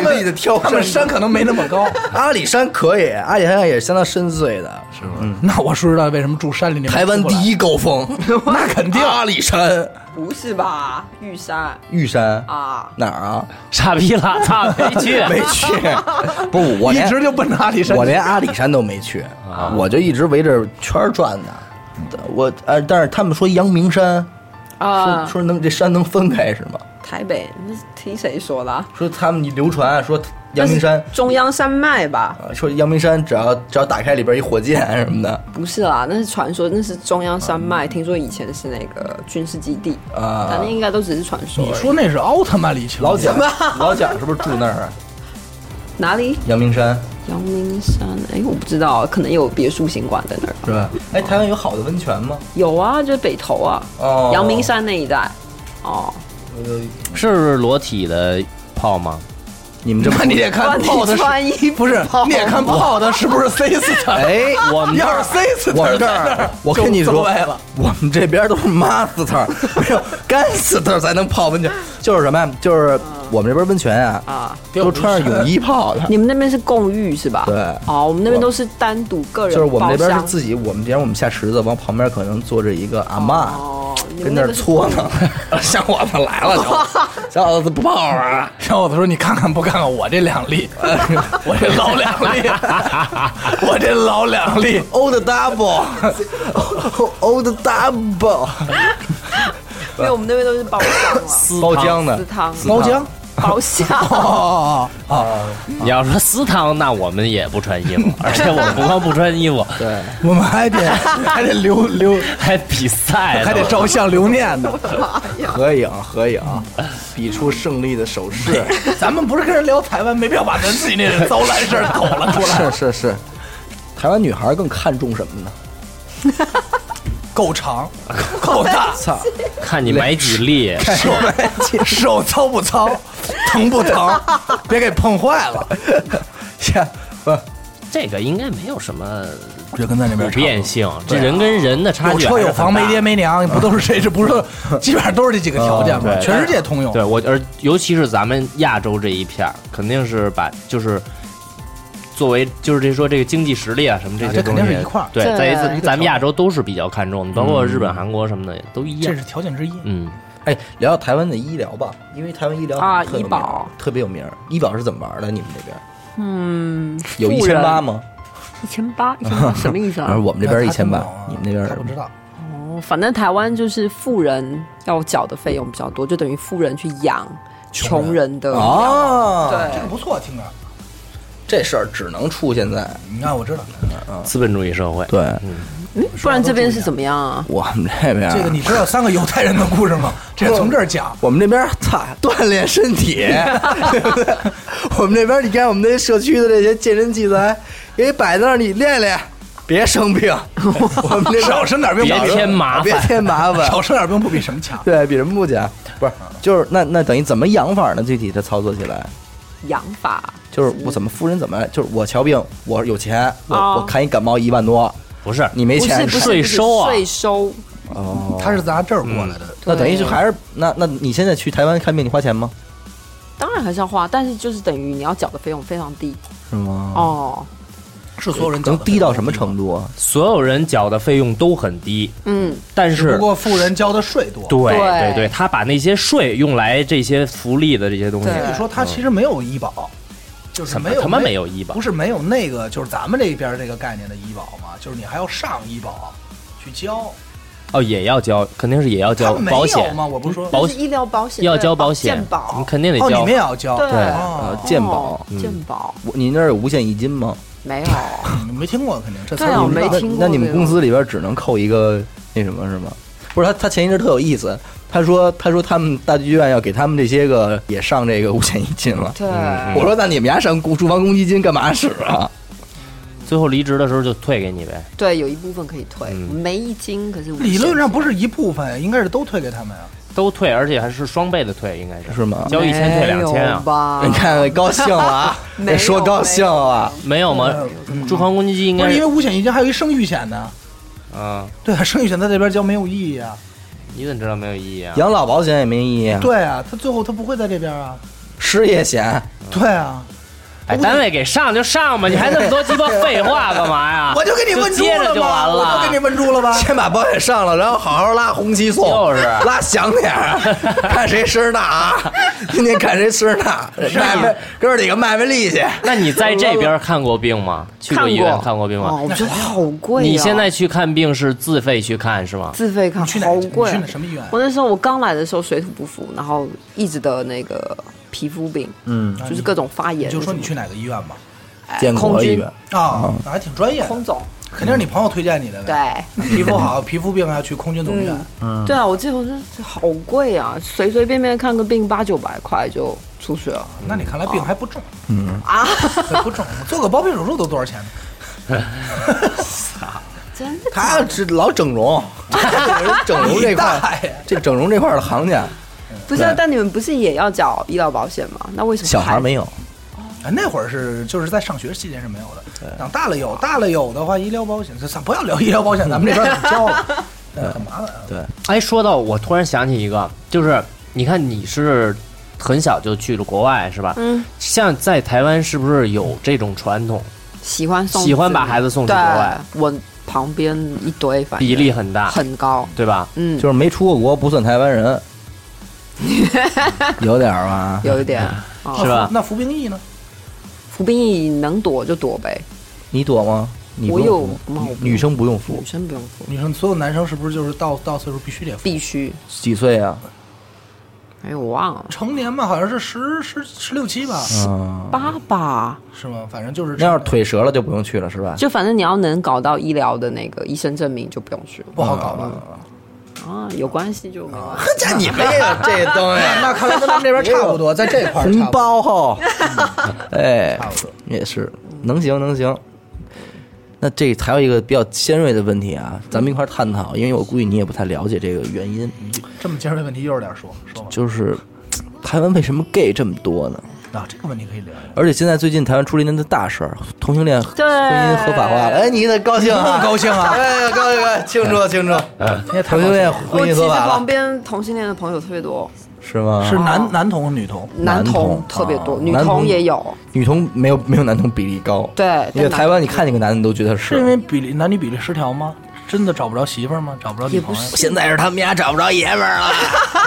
C: 美丽的挑
D: 他们
C: 山
D: 山
C: 工，
D: 可能没那么高。
C: 阿里山可以，阿里山也是相当深邃的，是嗯，
D: 那我说知道为什么住山里面
C: 台湾第
D: 一，
C: 一高峰，那肯定阿里山、
F: 不是吧？玉山
C: 玉山
F: 啊，
C: 哪儿啊？
E: 傻逼拉擦没去，
C: 没去，不是我
D: 一
C: 连
D: 直就奔着阿里山去。
C: 我连阿里山都没去，我就一直围着圈儿转呢。我呃，但是他们说阳明山，说
F: 啊，
C: 说能这山能分开是吗？
F: 台北，那是听谁说的啊？
C: 说他们流传说阳明山
F: 那，是中央山脉吧？
C: 呃说阳明山只要只要打开里边一火箭什么的，
F: 不是啦，那是传说，那是中央山脉。听说以前是那个军事基地
C: 啊
F: 但那应该都只是传说而已。
D: 你说那是奥特曼里去，
C: 老蒋老蒋是不是住那儿啊？
F: 哪里？
C: 阳明山
F: 阳明山？哎，我不知道，可能有别墅行馆在那儿。
C: 是吧？哎，台湾有好的温泉吗？
F: 有啊，就是北投啊，
C: 哦
F: 阳明山那一带。哦，
C: 呃
E: 是裸体的泡吗？
C: 你们这么
D: 那你得看
F: 你
D: 泡的是
F: 穿衣服
D: 不是？你也看泡的是不是 C 四层？
C: 哎，
E: 我们
D: 要是 C 四层，
C: 我们这儿，我跟你
D: 就
C: 说
D: 走歪了，
C: 我们这边都是妈死特，没有干死特才能泡温泉。就是什么呀？就是我们这边温泉啊，
F: 啊，
C: 都穿着泳衣泡的。
F: 你们那边是共浴是吧？
C: 对
F: 哦，我们那边
C: 我
F: 都是单独个人
C: 就是我们这边
F: 包
C: 是
F: 厢
C: 自己，我们比方我们下池子，往旁边可能坐着一个阿嬷，
F: 哦，你们
C: 跟那儿
F: 边是
C: 搓呢。小伙子来了，就小伙子不泡
G: [LAUGHS]
C: 啊？
D: 小伙子说：“你看看不看看我这两粒，我这老两粒，我这老两粒。
C: Old
D: [LAUGHS]
C: double，old
G: [LAUGHS]
C: double，
F: [LAUGHS] 因为我们那边都是包厢了，
C: [LAUGHS] 包浆的
F: 私汤
D: 包浆
F: 包厢。
D: 哦，
E: 你要说私汤，那我们也不穿衣服，而且我们不光不穿衣服，
C: 对，
D: 我们还得还得留留，
E: 还比赛呢，
D: 还得照相留念呢。
C: 合影合影，比出胜利的手势。
D: 咱们不是跟人聊台湾，没必要把咱自
G: 哎
D: 己那糟烂事儿抖了出来。
C: 是是是，台湾女孩更看重什么呢？
D: 够长，够大，
C: 操，
E: 看你买几
D: [LAUGHS]
E: 粒。
D: 手
E: [LAUGHS]
D: 手糙不 [LAUGHS] 糙，疼不疼？别给碰坏 [LAUGHS] 了。
C: 像不
E: 这个应该没有什么
D: 就跟咱这
E: 普
D: 边差不多
E: 遍性，这人跟人的差
D: 有
E: 距。
D: 车有房没爹。没娘，不都是谁？这不是基本上都是这几个条件吗？
E: 对
D: 全世界通用。
E: 对我，而尤其是咱们亚洲这一片儿，肯定是把就是作为就是这说这个经济实力啊什么这
D: 啊
E: 些
D: 这
E: 东
D: 肯
E: 西，
D: 定是一块儿
E: 对，
F: 这
E: 在
F: 一
E: 一
F: 个
E: 咱们亚洲都是比较看重的，包括日本、韩国什么的都一样
D: 这是。条件之一。
E: 嗯，
C: 哎，聊聊台湾的医疗吧，因为台湾医疗
F: 啊
C: 特有
F: 医保
C: 名儿特别有名儿。医保是怎么玩儿的？你们那边？有一
F: 嗯富
C: 千
F: 人
C: 八吗？
F: 一千八，一千八什么意思
C: [LAUGHS] 反
F: 啊
C: 正？我们这边一
D: 他
C: 千
D: 听不
C: 八
D: 懂啊，
C: 你们那边
D: 他不知道。
F: 哦，反正台湾就是富人要缴的费用比较多，就等于富人去养穷人的。
C: 啊？
F: 对
D: 这个不错，听着。
C: 这事儿只能出现在
D: 你看，我知道
E: 资本主义社会，
C: 对
F: 嗯不然这边是怎么样啊？
C: 我们这边
D: 这个，你知道三个犹太人的故事吗？这从这儿讲，
C: 我们这边操锻炼身体，对不对？我们这边你看我们那社区的这些健身器材，给你摆那儿，你练练，别生病。我们这边
D: 少生点病，
E: 别
D: 少生
E: 添麻烦
C: 别添麻烦，
D: 少生点病不比什么强？
C: [LAUGHS] 对比什么不假？不是，就是那那等于怎么养法呢？具体的操作起来，
F: 养法
C: 就是我怎么夫人怎么来，就是我瞧病，我有钱，我、
F: 啊
C: 我看一感冒一万多，
E: 不是
C: 你没
F: 不是
C: 钱
F: 不是
E: 税
F: 不是
E: 收啊
F: 税收
C: 哦，嗯
D: 他是咱这儿过来的，
C: 那等于是
F: 对
C: 还是那那你现在去台湾看病，你花钱吗？
F: 当然还是要花，但是就是等于你要缴的费用非常低
C: 是吗？
F: 哦。
D: 是所有人
C: 能低到什么
D: 度？
C: 程度啊？
E: 所有人缴的费用都很低，
F: 嗯，
E: 但是
D: 不过富人交的税多。
E: 对
F: 对
E: 对对，他把那些税用来这些福利的这些东西，
D: 所以
F: 对
D: 说他其实没有医保，就是
E: 怎么
D: 没有
E: 他妈没有医保
D: 不？是没有那个，就是咱们这边这个概念的医保嘛，就是你还要上医保去交，
E: 哦，也要交，肯定是也要
D: 他
E: 交
D: 们没
E: 保
D: 有
E: 险，
D: 吗？我不是说
E: 保
F: 但是医疗保险
E: 要
F: 对
E: 交
F: 保
E: 险嗯
F: 健，保
E: 你肯定得
D: 哦，你
E: 交
D: 们。也要交，
F: 对
C: 呃
D: 哦，
C: 健保
E: 嗯
F: 哦，健保
C: 我你那儿有五险一金吗？
E: [LAUGHS]
F: 没有。
D: 你没听过肯定，这词
F: 对啊
D: 儿
F: 我
D: 你不知
F: 没
D: 道
F: 听过
C: 那那你们
F: 这个
C: 公司里边只能扣一个那什么是吗？不是他，他前一阵特有意思，他说他说他们大剧院要给他们这些个也上这个五险一金了。
F: 对，
C: [LAUGHS]
E: 嗯
C: 我说那你们家上公住房公积金干嘛使啊？
E: 最后离职的时候就退给你呗。
F: 对，有一部分可以退，
E: 嗯
F: 没一金，可是无
D: 理论
F: 限
D: 上不是一部分，应该是都退给他们啊。
E: 都退，而且还是双倍的退，应该是
C: 是吗
E: 交一千退两千
F: 没有
E: 啊？
F: 吧？
C: 你
F: [LAUGHS]
C: 看高兴了啊，这
F: 没
C: [LAUGHS]
F: 有
C: 说高兴了啊。
E: 没有吗？住房公积金应
D: 不
E: 该
D: 是因为
E: 是
D: 五险一金还有一生育险呢，
E: 啊？
D: 对啊，生育险在这边交没有意义啊。
E: 嗯你怎么知道没有意义啊？
C: 养老保险也没意义啊，
D: 对啊，他最后他不会在这边啊。
C: 失业险
D: 对啊，
E: 哎，单位给上就上
D: [LAUGHS]
E: 吧，你还那么多鸡巴废话干嘛呀？
D: 我就给你问住
E: 接着
D: 了
E: 就完
D: 吧，我就给
E: 了
D: 你。问住了吧。
C: 先把保险上了，然后好好拉红旗颂，
E: 就是
D: 啊
C: 拉响点
D: [LAUGHS]
C: 儿，看谁声儿大啊！今天看谁声儿大，
D: 啊
C: 卖卖哥几个卖卖力气。
E: 那你在这边看过病吗？去过医院看过病
F: 哦
E: 吗？
F: 我觉得好贵、啊。
E: 你现在去看病是自费去看是吗？
F: 自费看
D: 你去哪
F: 好贵、
D: 你去哪什么医院
F: 我那时候我刚来的时候水土不服，然后一直得那个皮肤病，嗯，就是各种发炎。
D: 你就说你去哪个医院吧。
C: 建
F: 哎空
C: 国
F: 军
C: 医院，
D: 啊，
E: 嗯
D: 那还挺专业的。
F: 空总，
D: 肯定是你朋友推荐你的
F: 对
D: 呗。，皮肤好，皮肤病要啊去空军总医院。
E: 嗯
F: 对啊，我记得我说这好贵啊，随随便便看个病八九百块就出去了。
D: 那你看来病还不重，
E: 嗯 [LAUGHS]
F: 啊，
D: 还
F: [LAUGHS]
D: 不重。做个包皮手术都多少钱呢？
F: 真的假
C: 他
F: 的？
C: 这老整容，整容这块
D: 你大
C: 儿
D: 爷，
C: 这整容这块儿的行家，
F: 不是啊
C: 对，
F: 但你们不是也要缴医疗保险吗？那为什么
C: 小孩
F: 还
C: 儿没有，
D: 啊，那会儿是就是在上学期间是没有的，长大了有，大了有的话，医疗保险，咱不要聊医疗保险，咱们这边很交了，呃很麻烦啊。
C: 对，
E: 哎，说到我突然想起一个，就是你看你是很小就去了国外是吧？
F: 嗯，
E: 像在台湾是不是有这种传统？
F: 喜欢送
E: 喜欢把
F: 子
E: 孩子送去国外，
F: 对我旁边一堆，反正
E: 比例很大，
F: 很高。
E: 对吧？
F: 嗯，
C: 就是没出过国不算台湾
F: [LAUGHS]
C: 人，有点儿吧？
F: 有一点。
E: 是
F: 哦，
E: 吧？
D: 那服兵役呢？
F: 服兵役能躲就躲呗，
C: 你躲吗？你不
F: 我有
C: 用
F: 吗
C: 服
F: 我不
C: 女
F: 用
C: 女生不用服
F: 女，生不用服，
D: 你说所有男生是不是就是到到岁数必须得服？
F: 必须。
C: 几岁啊？
F: 哎呦，我忘了，
D: 成年嘛，好像是十十十六七吧，
C: 嗯，
F: 八吧，
D: 是吗？反正就是
C: 那要是腿折了就不用去了是吧？
F: 就 [LAUGHS] 反正你要能搞到医疗的那个医生证明就不用去了
D: 不好搞了。
F: 啊，有关系就没关系。
C: 这你们 [LAUGHS] 也有这东西，啊
D: 那看来跟咱们这边差不多，在这块儿差
C: 红
D: 不多
C: 包哈，哎
D: 差不多，
C: 也是能行能行。那这还有一个比较尖锐的问题啊，咱们一块儿探讨，因为我估计你也不太了解这个原因，
D: 这么尖锐的问题，一会儿点说说吧。
C: 就是台湾为什么 gay 这么多呢？
D: 啊，这个问题可以聊一聊。
C: 而且现在最近台湾出了一件大事儿，同性恋婚
F: 对
C: 姻合法化了。哎，你得高兴啊，
D: 高兴啊
C: 哎呀，高兴高兴，庆祝庆祝！同性恋婚
F: 我其
C: 姻
F: 实
C: 合法
F: 旁
C: 了，
F: 边同性恋的朋友特别多，
C: 是吗？
D: 是男男童女童，
C: 男
F: 童
C: 同
F: 特别多，
C: 啊
F: 女
C: 男同
F: 同也有。
C: 女同没有没有男同比例高。
F: 对
C: 因为
F: 但
C: 台湾你看见个男的你都觉得是
D: 是因为比例男女比例失调吗？真的找不着媳妇儿吗？找不着女
F: 也不
D: 朋友？
F: 是，
C: 现在是他们家找不着爷们儿了。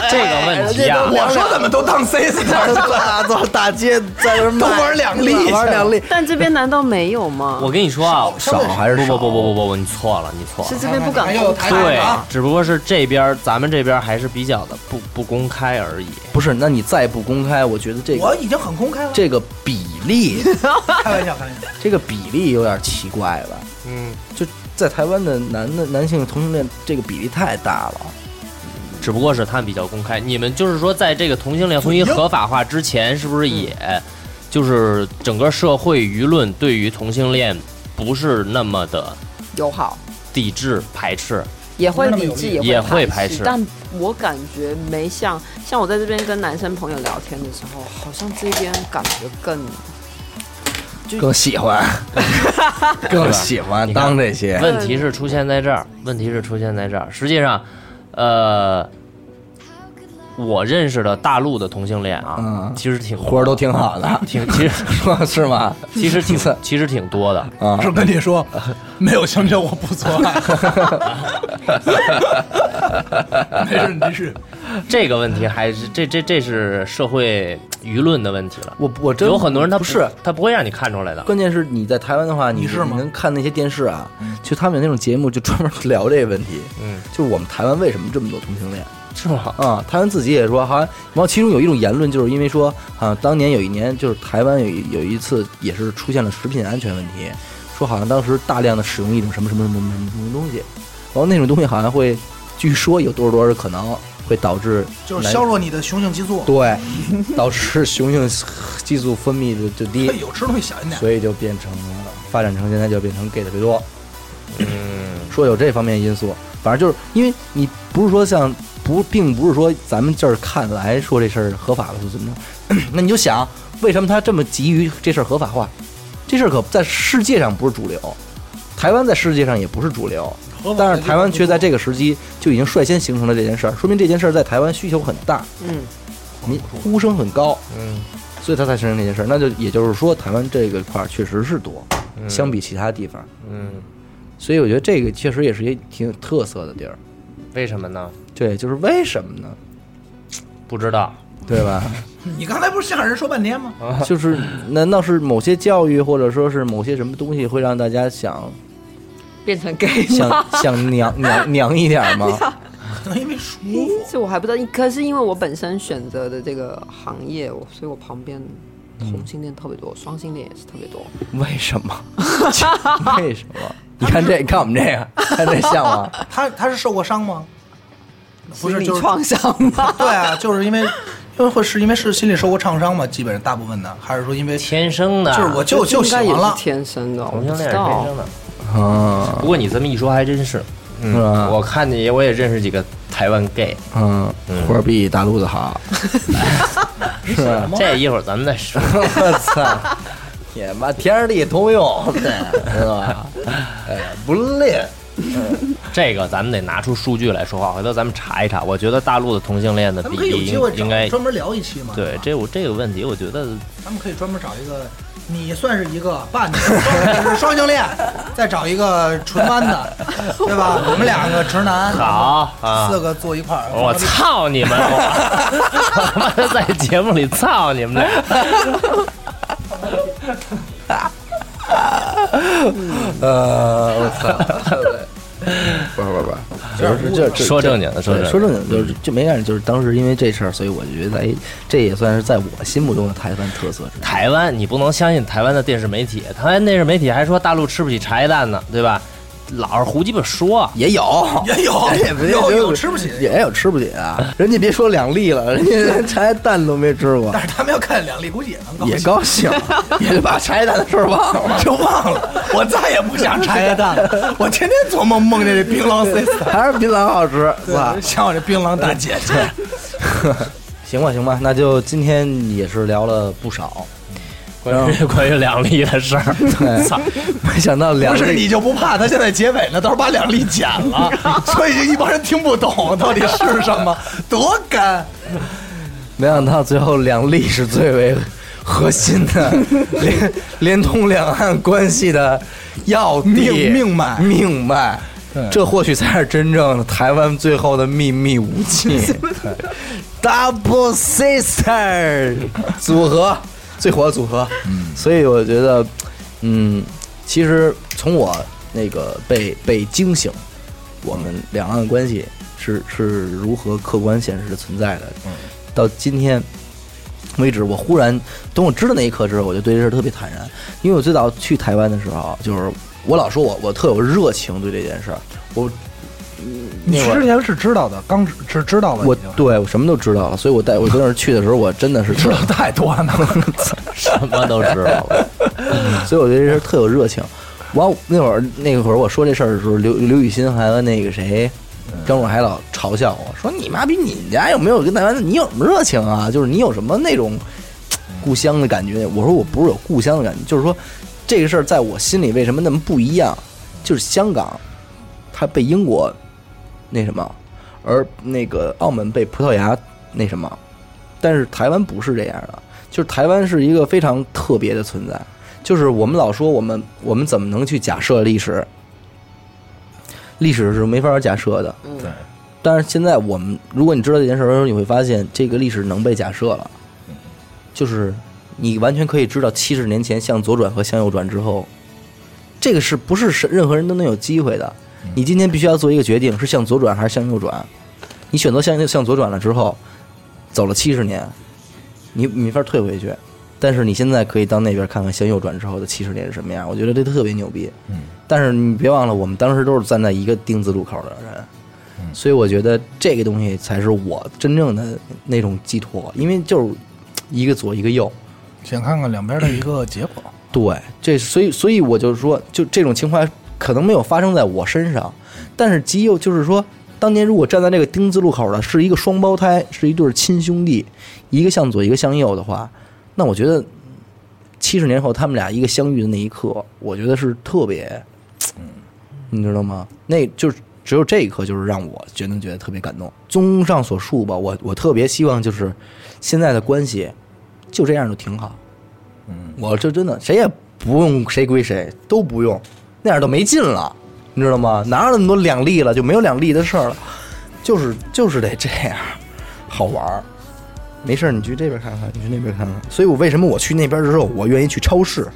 E: 这个问题啊，
C: 我说怎么哎都当 C 字头 [LAUGHS] 了，走大街在这都玩两粒，玩两粒，
F: [LAUGHS] 但这边难道没有吗？
E: 我跟你说啊，
C: 少还是
E: 不不不
C: 不，
E: 不不不，你错了，你错
F: 是
E: 了。
F: 这边不敢
D: 哎呦
F: 公
D: 台
F: 开
D: 湾
E: 对
D: 啊，
E: 只不过是这边儿咱们这边儿还是比较的不不公开而已。
C: 不是，那你再不公开，我觉得这
D: 我
C: 个
D: 已经很公开了，
C: 这个比例，
D: 开玩笑，开玩笑。
C: 这个比例有点奇怪吧？
E: 嗯，
C: 就在台湾的男的男性同性恋这个比例太大了，
E: 只不过是他们比较公开。你们就是说，在这个同性恋婚姻合法化之前，是不是也就是整个社会舆论对于同性恋不是那么的
F: 友好，
E: 抵制排斥？
F: 也会理智，
D: 也
F: 也
E: 会
F: 会
E: 排
F: 排
E: 斥
F: 但我感觉没像像我在这边跟男生朋友聊天的时候，好像这边感觉更
C: 更喜欢，更喜欢当这些。
E: 问题是出现在这儿，问题是出现在这儿。实际上，呃，我认识的大陆的同性恋啊，
C: 嗯
E: 其实挺多
C: 活儿都挺好的，
E: 挺其实
C: 说是吗？
E: 其实挺其实挺多的。
C: 啊，
D: 是跟你说，没有香蕉我不做爱。没事，你继续。
E: 这个问题还是这这这是社会舆论的问题了。
C: 我我真
E: 有很多人他
C: 不是，
E: 他不会让你看出来的。
C: 关键是你在台湾的话，你
D: 你是吗
C: 你
D: 嗯
C: 能看那些电视啊，就他们有那种节目，就专门聊这个问题。
E: 嗯，
C: 就是我们台湾为什么这么多同性恋
E: 是吗？
C: 啊？台湾自己也说，好像然后其中有一种言论，就是因为说，好像当年有一年，就是台湾有一有一次也是出现了食品安全问题，说好像当时大量的使用一种什么什么什么什么什么东西，然后那种东西好像会，据说有多少多少可能会导致
D: [LAUGHS] 就是
C: 男
D: 削弱你的雄性激素。
C: 对，导致雄性激素分泌的就低。
D: 有吃东西小心点。
C: 所以就变成了发展成现在就变成 gay 的最多。嗯，说有这方面因素，反正就是因为你不是说像不，并不是说咱们这儿看来说这事儿合法了就怎么着，那你就想为什么他这么急于这事儿合法化？这事儿可在世界上不是主流，台湾在世界上也不是主流，但是台湾却在这个时机就已经率先形成了这件事儿，说明这件事儿在台湾需求很大，
F: 嗯，
C: 你呼声很高，
E: 嗯
C: 所以他才承认这件事儿。那就也就是说，台湾这个块儿确实是多，相比其他地方，
E: 嗯，
C: 所以我觉得这个确实也是一挺有特色的地儿。
E: [LAUGHS] 为什么呢？
C: 对，就是为什么呢？
E: 不知道。
C: 对吧？
D: 你刚才不是想让人说半天吗？
C: [LAUGHS] 就是难道是某些教育，或者说是某些什么东西，会让大家想
F: 变成 gay 吗
C: 想？想娘娘娘一点吗？
D: 可能因为舒
F: 咦
D: 服。
F: 这我还不知道，可 [LAUGHS] 是因为我本身选择的这个行业，我所以我旁边同性恋特别多，双性恋也是特别多。
C: 为什么？ [LAUGHS] 为什么？你看这，你看我们这个，看这像吗？
D: 他他是受过伤吗？不是，
F: 心理
D: 就是
F: 创伤吧？
D: [LAUGHS] 对啊，就是因为因为会是因为是心理受过创伤嘛，基本上大部分的，还是说因为就
E: 天生的，
D: 是我就就
F: 应
D: 喜
F: 该
D: 欢
F: 也
D: 了
F: 是。天生的，我
E: 同性
F: 不
E: 恋是
F: 知
E: 天
F: 道
E: 生。的。
C: 嗯
E: 不过你这么一说，还真是。嗯
C: 是吧
E: 我看见也我也认识几个台湾 gay，
C: 嗯，活儿比大陆的好， [LAUGHS] 是吧？
E: 这一会儿咱们再说。 [LAUGHS]
C: 我操！也妈天地通用，对，知道吧？哎呀，不累。
E: 这个咱们得拿出数据来说话，回头咱们查一查。我觉得大陆的同性恋的
D: 咱
E: 比
D: 们可以有
E: 例
D: 机会
E: 应应该
D: 找专门聊一期嘛？
E: 对
D: 吧
E: 这我这个问题，我觉得
D: 咱们可以专门找一个，你算是一个，爸你是 [LAUGHS] 双性恋，再找一个纯弯的，对吧？我们两个直男，
E: 好啊
D: 四个坐一块儿，
E: 我操你们！
D: [LAUGHS]
E: 我他妈的在节目里操你们俩！
C: 呃，我操！不是不是不是，主要是这这
E: 说正经的说
C: 对
E: 正经
C: 说正
E: 的
C: 经的就是就没干，就是当时因为这事儿，所以我觉得在这也算是在我心目中的台湾特色之一。
E: 台湾，你不能相信台湾的电视媒体，台湾电视媒体还说大陆吃不起茶叶蛋呢，对吧？老是胡鸡巴说，
C: 也有
D: 也 [LAUGHS] 有
C: [LAUGHS]
D: 哎
C: 也不
D: 有
C: 也
D: 有吃不起
C: 也有吃不起的。人家别说两粒了，人家连茶叶蛋都没吃过
D: 但，是他们要看两粒，估计也能高兴
C: 也高兴，
D: [LAUGHS]
C: 也就把茶叶蛋的事儿忘了，
D: 就忘了，我再也不想茶叶蛋 [LAUGHS] 了。我天天做梦梦见这槟榔 C 四，
C: 还是槟榔好吃，是吧？
D: [LAUGHS] 像我这槟榔大姐姐。
C: 行吧，行吧，那就今天也是聊了不少，
E: 关于 [LAUGHS] 关于两粒的事儿， [LAUGHS] 操！
C: 没想到两
D: 不是
C: 个
D: 你就不怕他现在结尾呢？到时候把两粒剪了，所以就一帮人听不懂到底是什么，多干。
C: 没想到最后两例是最为核心的，连连通两岸关系的要地
D: 命命脉
C: 命脉。
D: 对
C: 这或许才是真正的台湾最后的秘密武器。Double Sister 组合最火的组合，
D: 嗯
C: 所以我觉得，嗯，其实从我那个被被惊醒，我们两岸关系是是如何客观现实的存在的，到今天为止，我忽然等我知道那一刻之后，我就对这事儿特别坦然。因为我最早去台湾的时候，就是我老说我我特有热情对这件事儿，我
D: 你
C: 那会
D: 去
C: 儿
D: 之前是知道的，刚只只知道了已
C: 我
D: 经，
C: 对我什么都知道了，所以我带我跟那儿去的时候，我真的是知道
D: 太多 [LAUGHS] 了，
E: 什么都知道了。
C: 所以我对这事儿特有热情。完那会儿那会儿我说这事儿的时候，刘刘雨欣还和那个谁。张若还老嘲笑我说：“你妈逼，你们家有没有跟台湾的？你有什么热情啊？就是你有什么那种故乡的感觉？”我说：“我不是有故乡的感觉，就是说这个事儿在我心里为什么那么不一样？就是香港，它被英国那什么，而那个澳门被葡萄牙那什么，但是台湾不是这样的，就是台湾是一个非常特别的存在。就是我们老说我们我们怎么能去假设历史？历史是没法假设的。
D: 对。
C: 但是现在我们，如果你知道这件事儿的时候，你会发现这个历史能被假设了，就是你完全可以知道七十年前向左转和向右转之后，这个是不是是任何人都能有机会的？你今天必须要做一个决定，是向左转还是向右转？你选择向向左转了之后，走了七十年，你你没法退回去。但是你现在可以到那边看看向右转之后的七十年是什么样，我觉得这特别牛逼。嗯，但是你别忘了，我们当时都是站在一个丁字路口的人，所以我觉得这个东西才是我真正的那种寄托，因为就是一个左一个右，
D: 想看看两边的一个结果。
C: 对，这所以所以我就说，就这种情况可能没有发生在我身上，但是极有就是说，当年如果站在这个丁字路口的是一个双胞胎，是一对亲兄弟，一个向左一个向右的话，那我觉得七十年后他们俩一个相遇的那一刻，我觉得是特别，你知道吗？那就是。只有这一刻，就是让我觉得觉得特别感动。综上所述吧，我我特别希望就是现在的关系就这样就挺好，我这真的谁也不用谁归谁，都不用，那样都没劲了，你知道吗？哪有那么多两利了，就没有两利的事儿了，就是就是得这样，好玩儿。没事儿，你去这边看看，你去那边看看。所以我为什么我去那边之后，我愿意去超市，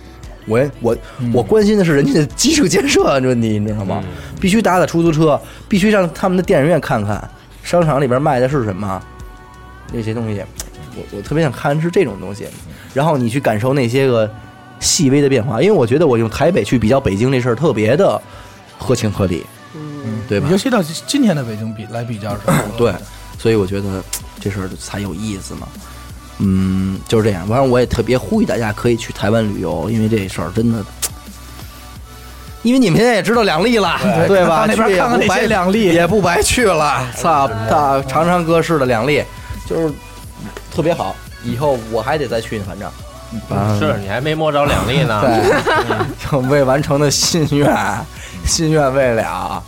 C: 我愿我、我关心的是人家的基础建设问题，你知道吗？必须打打出租车，必须让他们的电影院看看，商场里边卖的是什么，那些东西，我我特别想看是这种东西，然后你去感受那些个细微的变化，因为我觉得我用台北去比较北京这事儿特别的合情合理，嗯，对吧，
D: 你就？先到今天的北京比来比较是吧
C: 对，所以我觉得这事儿才有意思嘛。嗯，就是这样。反正我也特别呼吁大家可以去台湾旅游，因为这事儿真的，因为你们现在也知道两例了，对
D: 对
C: 吧？
D: 到那边
C: 去也
D: 看看
C: 不
D: 那
C: 白
D: 些两例
C: 也不白去
D: [LAUGHS]
C: 了。操，大长长哥式的两例，就是特别好。以后我还得再去，反正。
E: 是你还没摸着两
C: [LAUGHS]
E: 粒呢。
C: 对，未完成的心愿，心愿未了。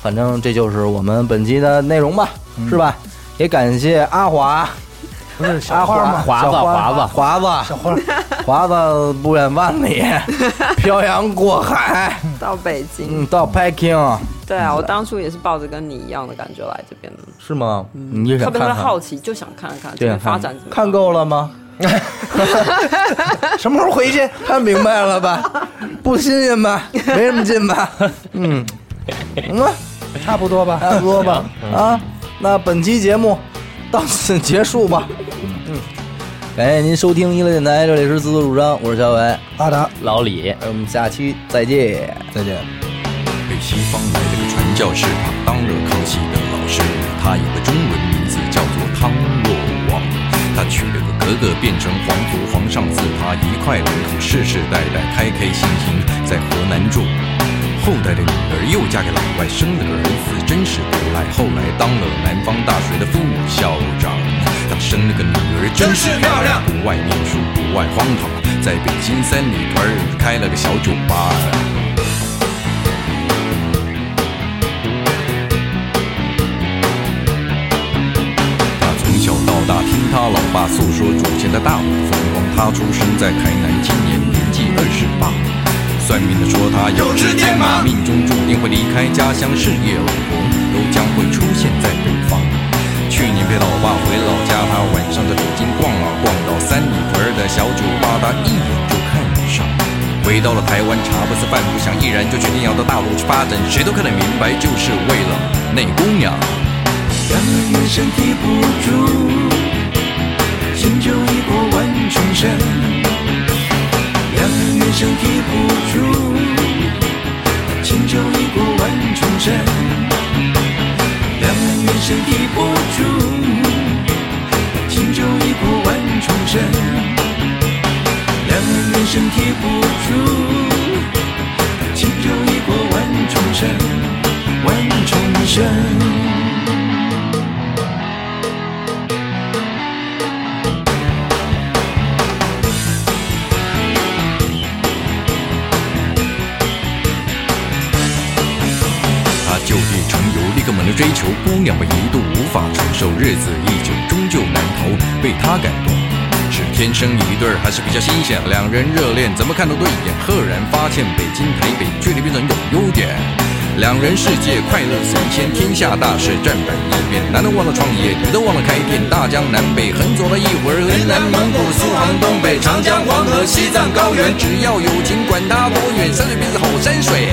C: 反正这就是我们本期的内容吧，是吧？也感谢阿华，不是阿华吗？
E: 华
C: 小
E: 子
C: 华
E: 华子
C: 华子，小花，华子不远万 [LAUGHS] 里，漂洋过海，
F: 到北京
C: 嗯，。到 Peking
F: 对啊，我当初也是抱着跟你一样的感觉来这边的，
C: 是吗？你也
F: 特
C: 想
F: 别
C: 看
F: 的
C: 看？
F: 好奇，就想看看这
C: 对啊
F: 边，发展怎么样
C: 看够了
F: [LAUGHS]
C: 吗？什么时候回去？看明白了吧？不新鲜吧？没什么劲吧？嗯，行吧，
D: 差不多吧。嗯
C: 差不多吧。啊，那本期节目到此结束吧。嗯，感谢您收听娱乐电台，这里是自作主张，我是小伟，
D: 阿达，
E: 老李，
C: 我们下期再见。
D: 再见。
I: 北西方来了个传教士，他当了康熙的老师，他有个中文名字叫做汤若望，他娶了个格格变成皇族，皇上赐他一块领土，世世代代开开心心在河南住。后代的女儿又嫁给老外，生了个儿子，真是不赖。后来当了南方大学的副校长，他生了个女儿，真是漂亮。不爱念书，不爱荒唐，在北京三里屯儿开了个小酒吧。他从小到大听他老爸诉说祖先的大武风光。他出生在台南，今年年纪二十八。算命的说他有只天马，命中注定会离开家乡，事业王国都将会出现在北方。去年陪老爸回老家，他晚上在北京逛啊逛，到三里屯的小酒吧，他一眼就看上。回到了台湾，茶不思饭不想，毅然就决定要到大陆去发展。谁都看得明白，就是为了那姑娘。
G: 两个眼神抵不住，心就已过万重山。两个眼神抵不住，心就已过万重山。两个眼神抵不住，心就已过万重山。两个眼神抵不住，心就已过万重山，万重山。
I: 他就地重游，立刻猛烈追求姑娘们一度无法承受，日子一久终究难逃，被他感动。是天生一对儿，还是比较新鲜？两人热恋，怎么看都对眼。赫然发现北京、台北距离变成有优点，两人世界快乐神仙，天下大事站板一面。男的忘了创业，女的忘了开店，大江南北横走了一会儿，云南、蒙古、苏杭、东北、长江、黄河、西藏、高原，只要有情，管他多远，山水便是好山水。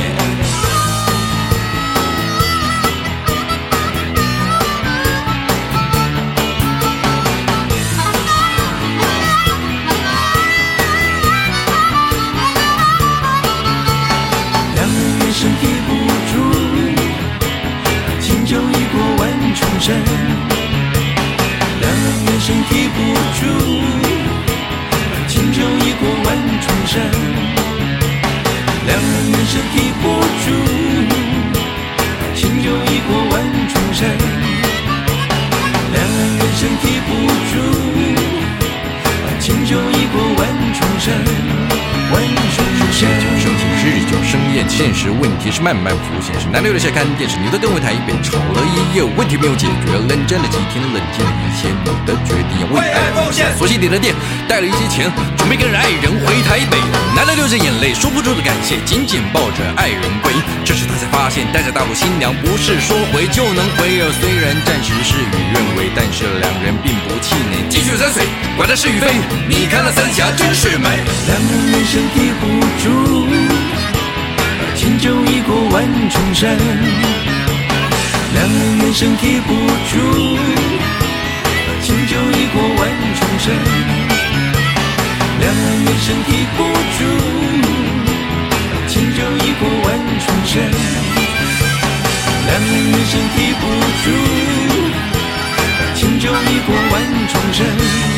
G: 两个眼神抵不住，心就已过万重山。两个眼神抵不住，心就已过万重山。两个眼神抵不住，心就已过万重山。两个眼神抵不住，心就已过万重山，万重
I: 日久
G: 山。
I: 生情，日久生厌，现实问题是慢慢浮现。是男的留在看电视，女的跟回台北，吵了一夜，问题没有解决，冷战了几天，冷静了一些，女的决定要为爱奉献，索性点了电，带了一些钱，准备跟着爱人回台北。男的流着眼泪，说不出的感谢，紧紧抱着爱人归。这时他才发现，带着大陆新娘不是说回就能回，虽然暂时事与愿违，但是两人并不气馁，继续山水，管他是与非。你看那三峡真是美。
G: 两个眼神抵不住，心就已过万重山。两个眼神抵不住，心就已过万重山。两个眼神抵不住，心就已过万重山。两个眼神抵不住，心就已过万重山。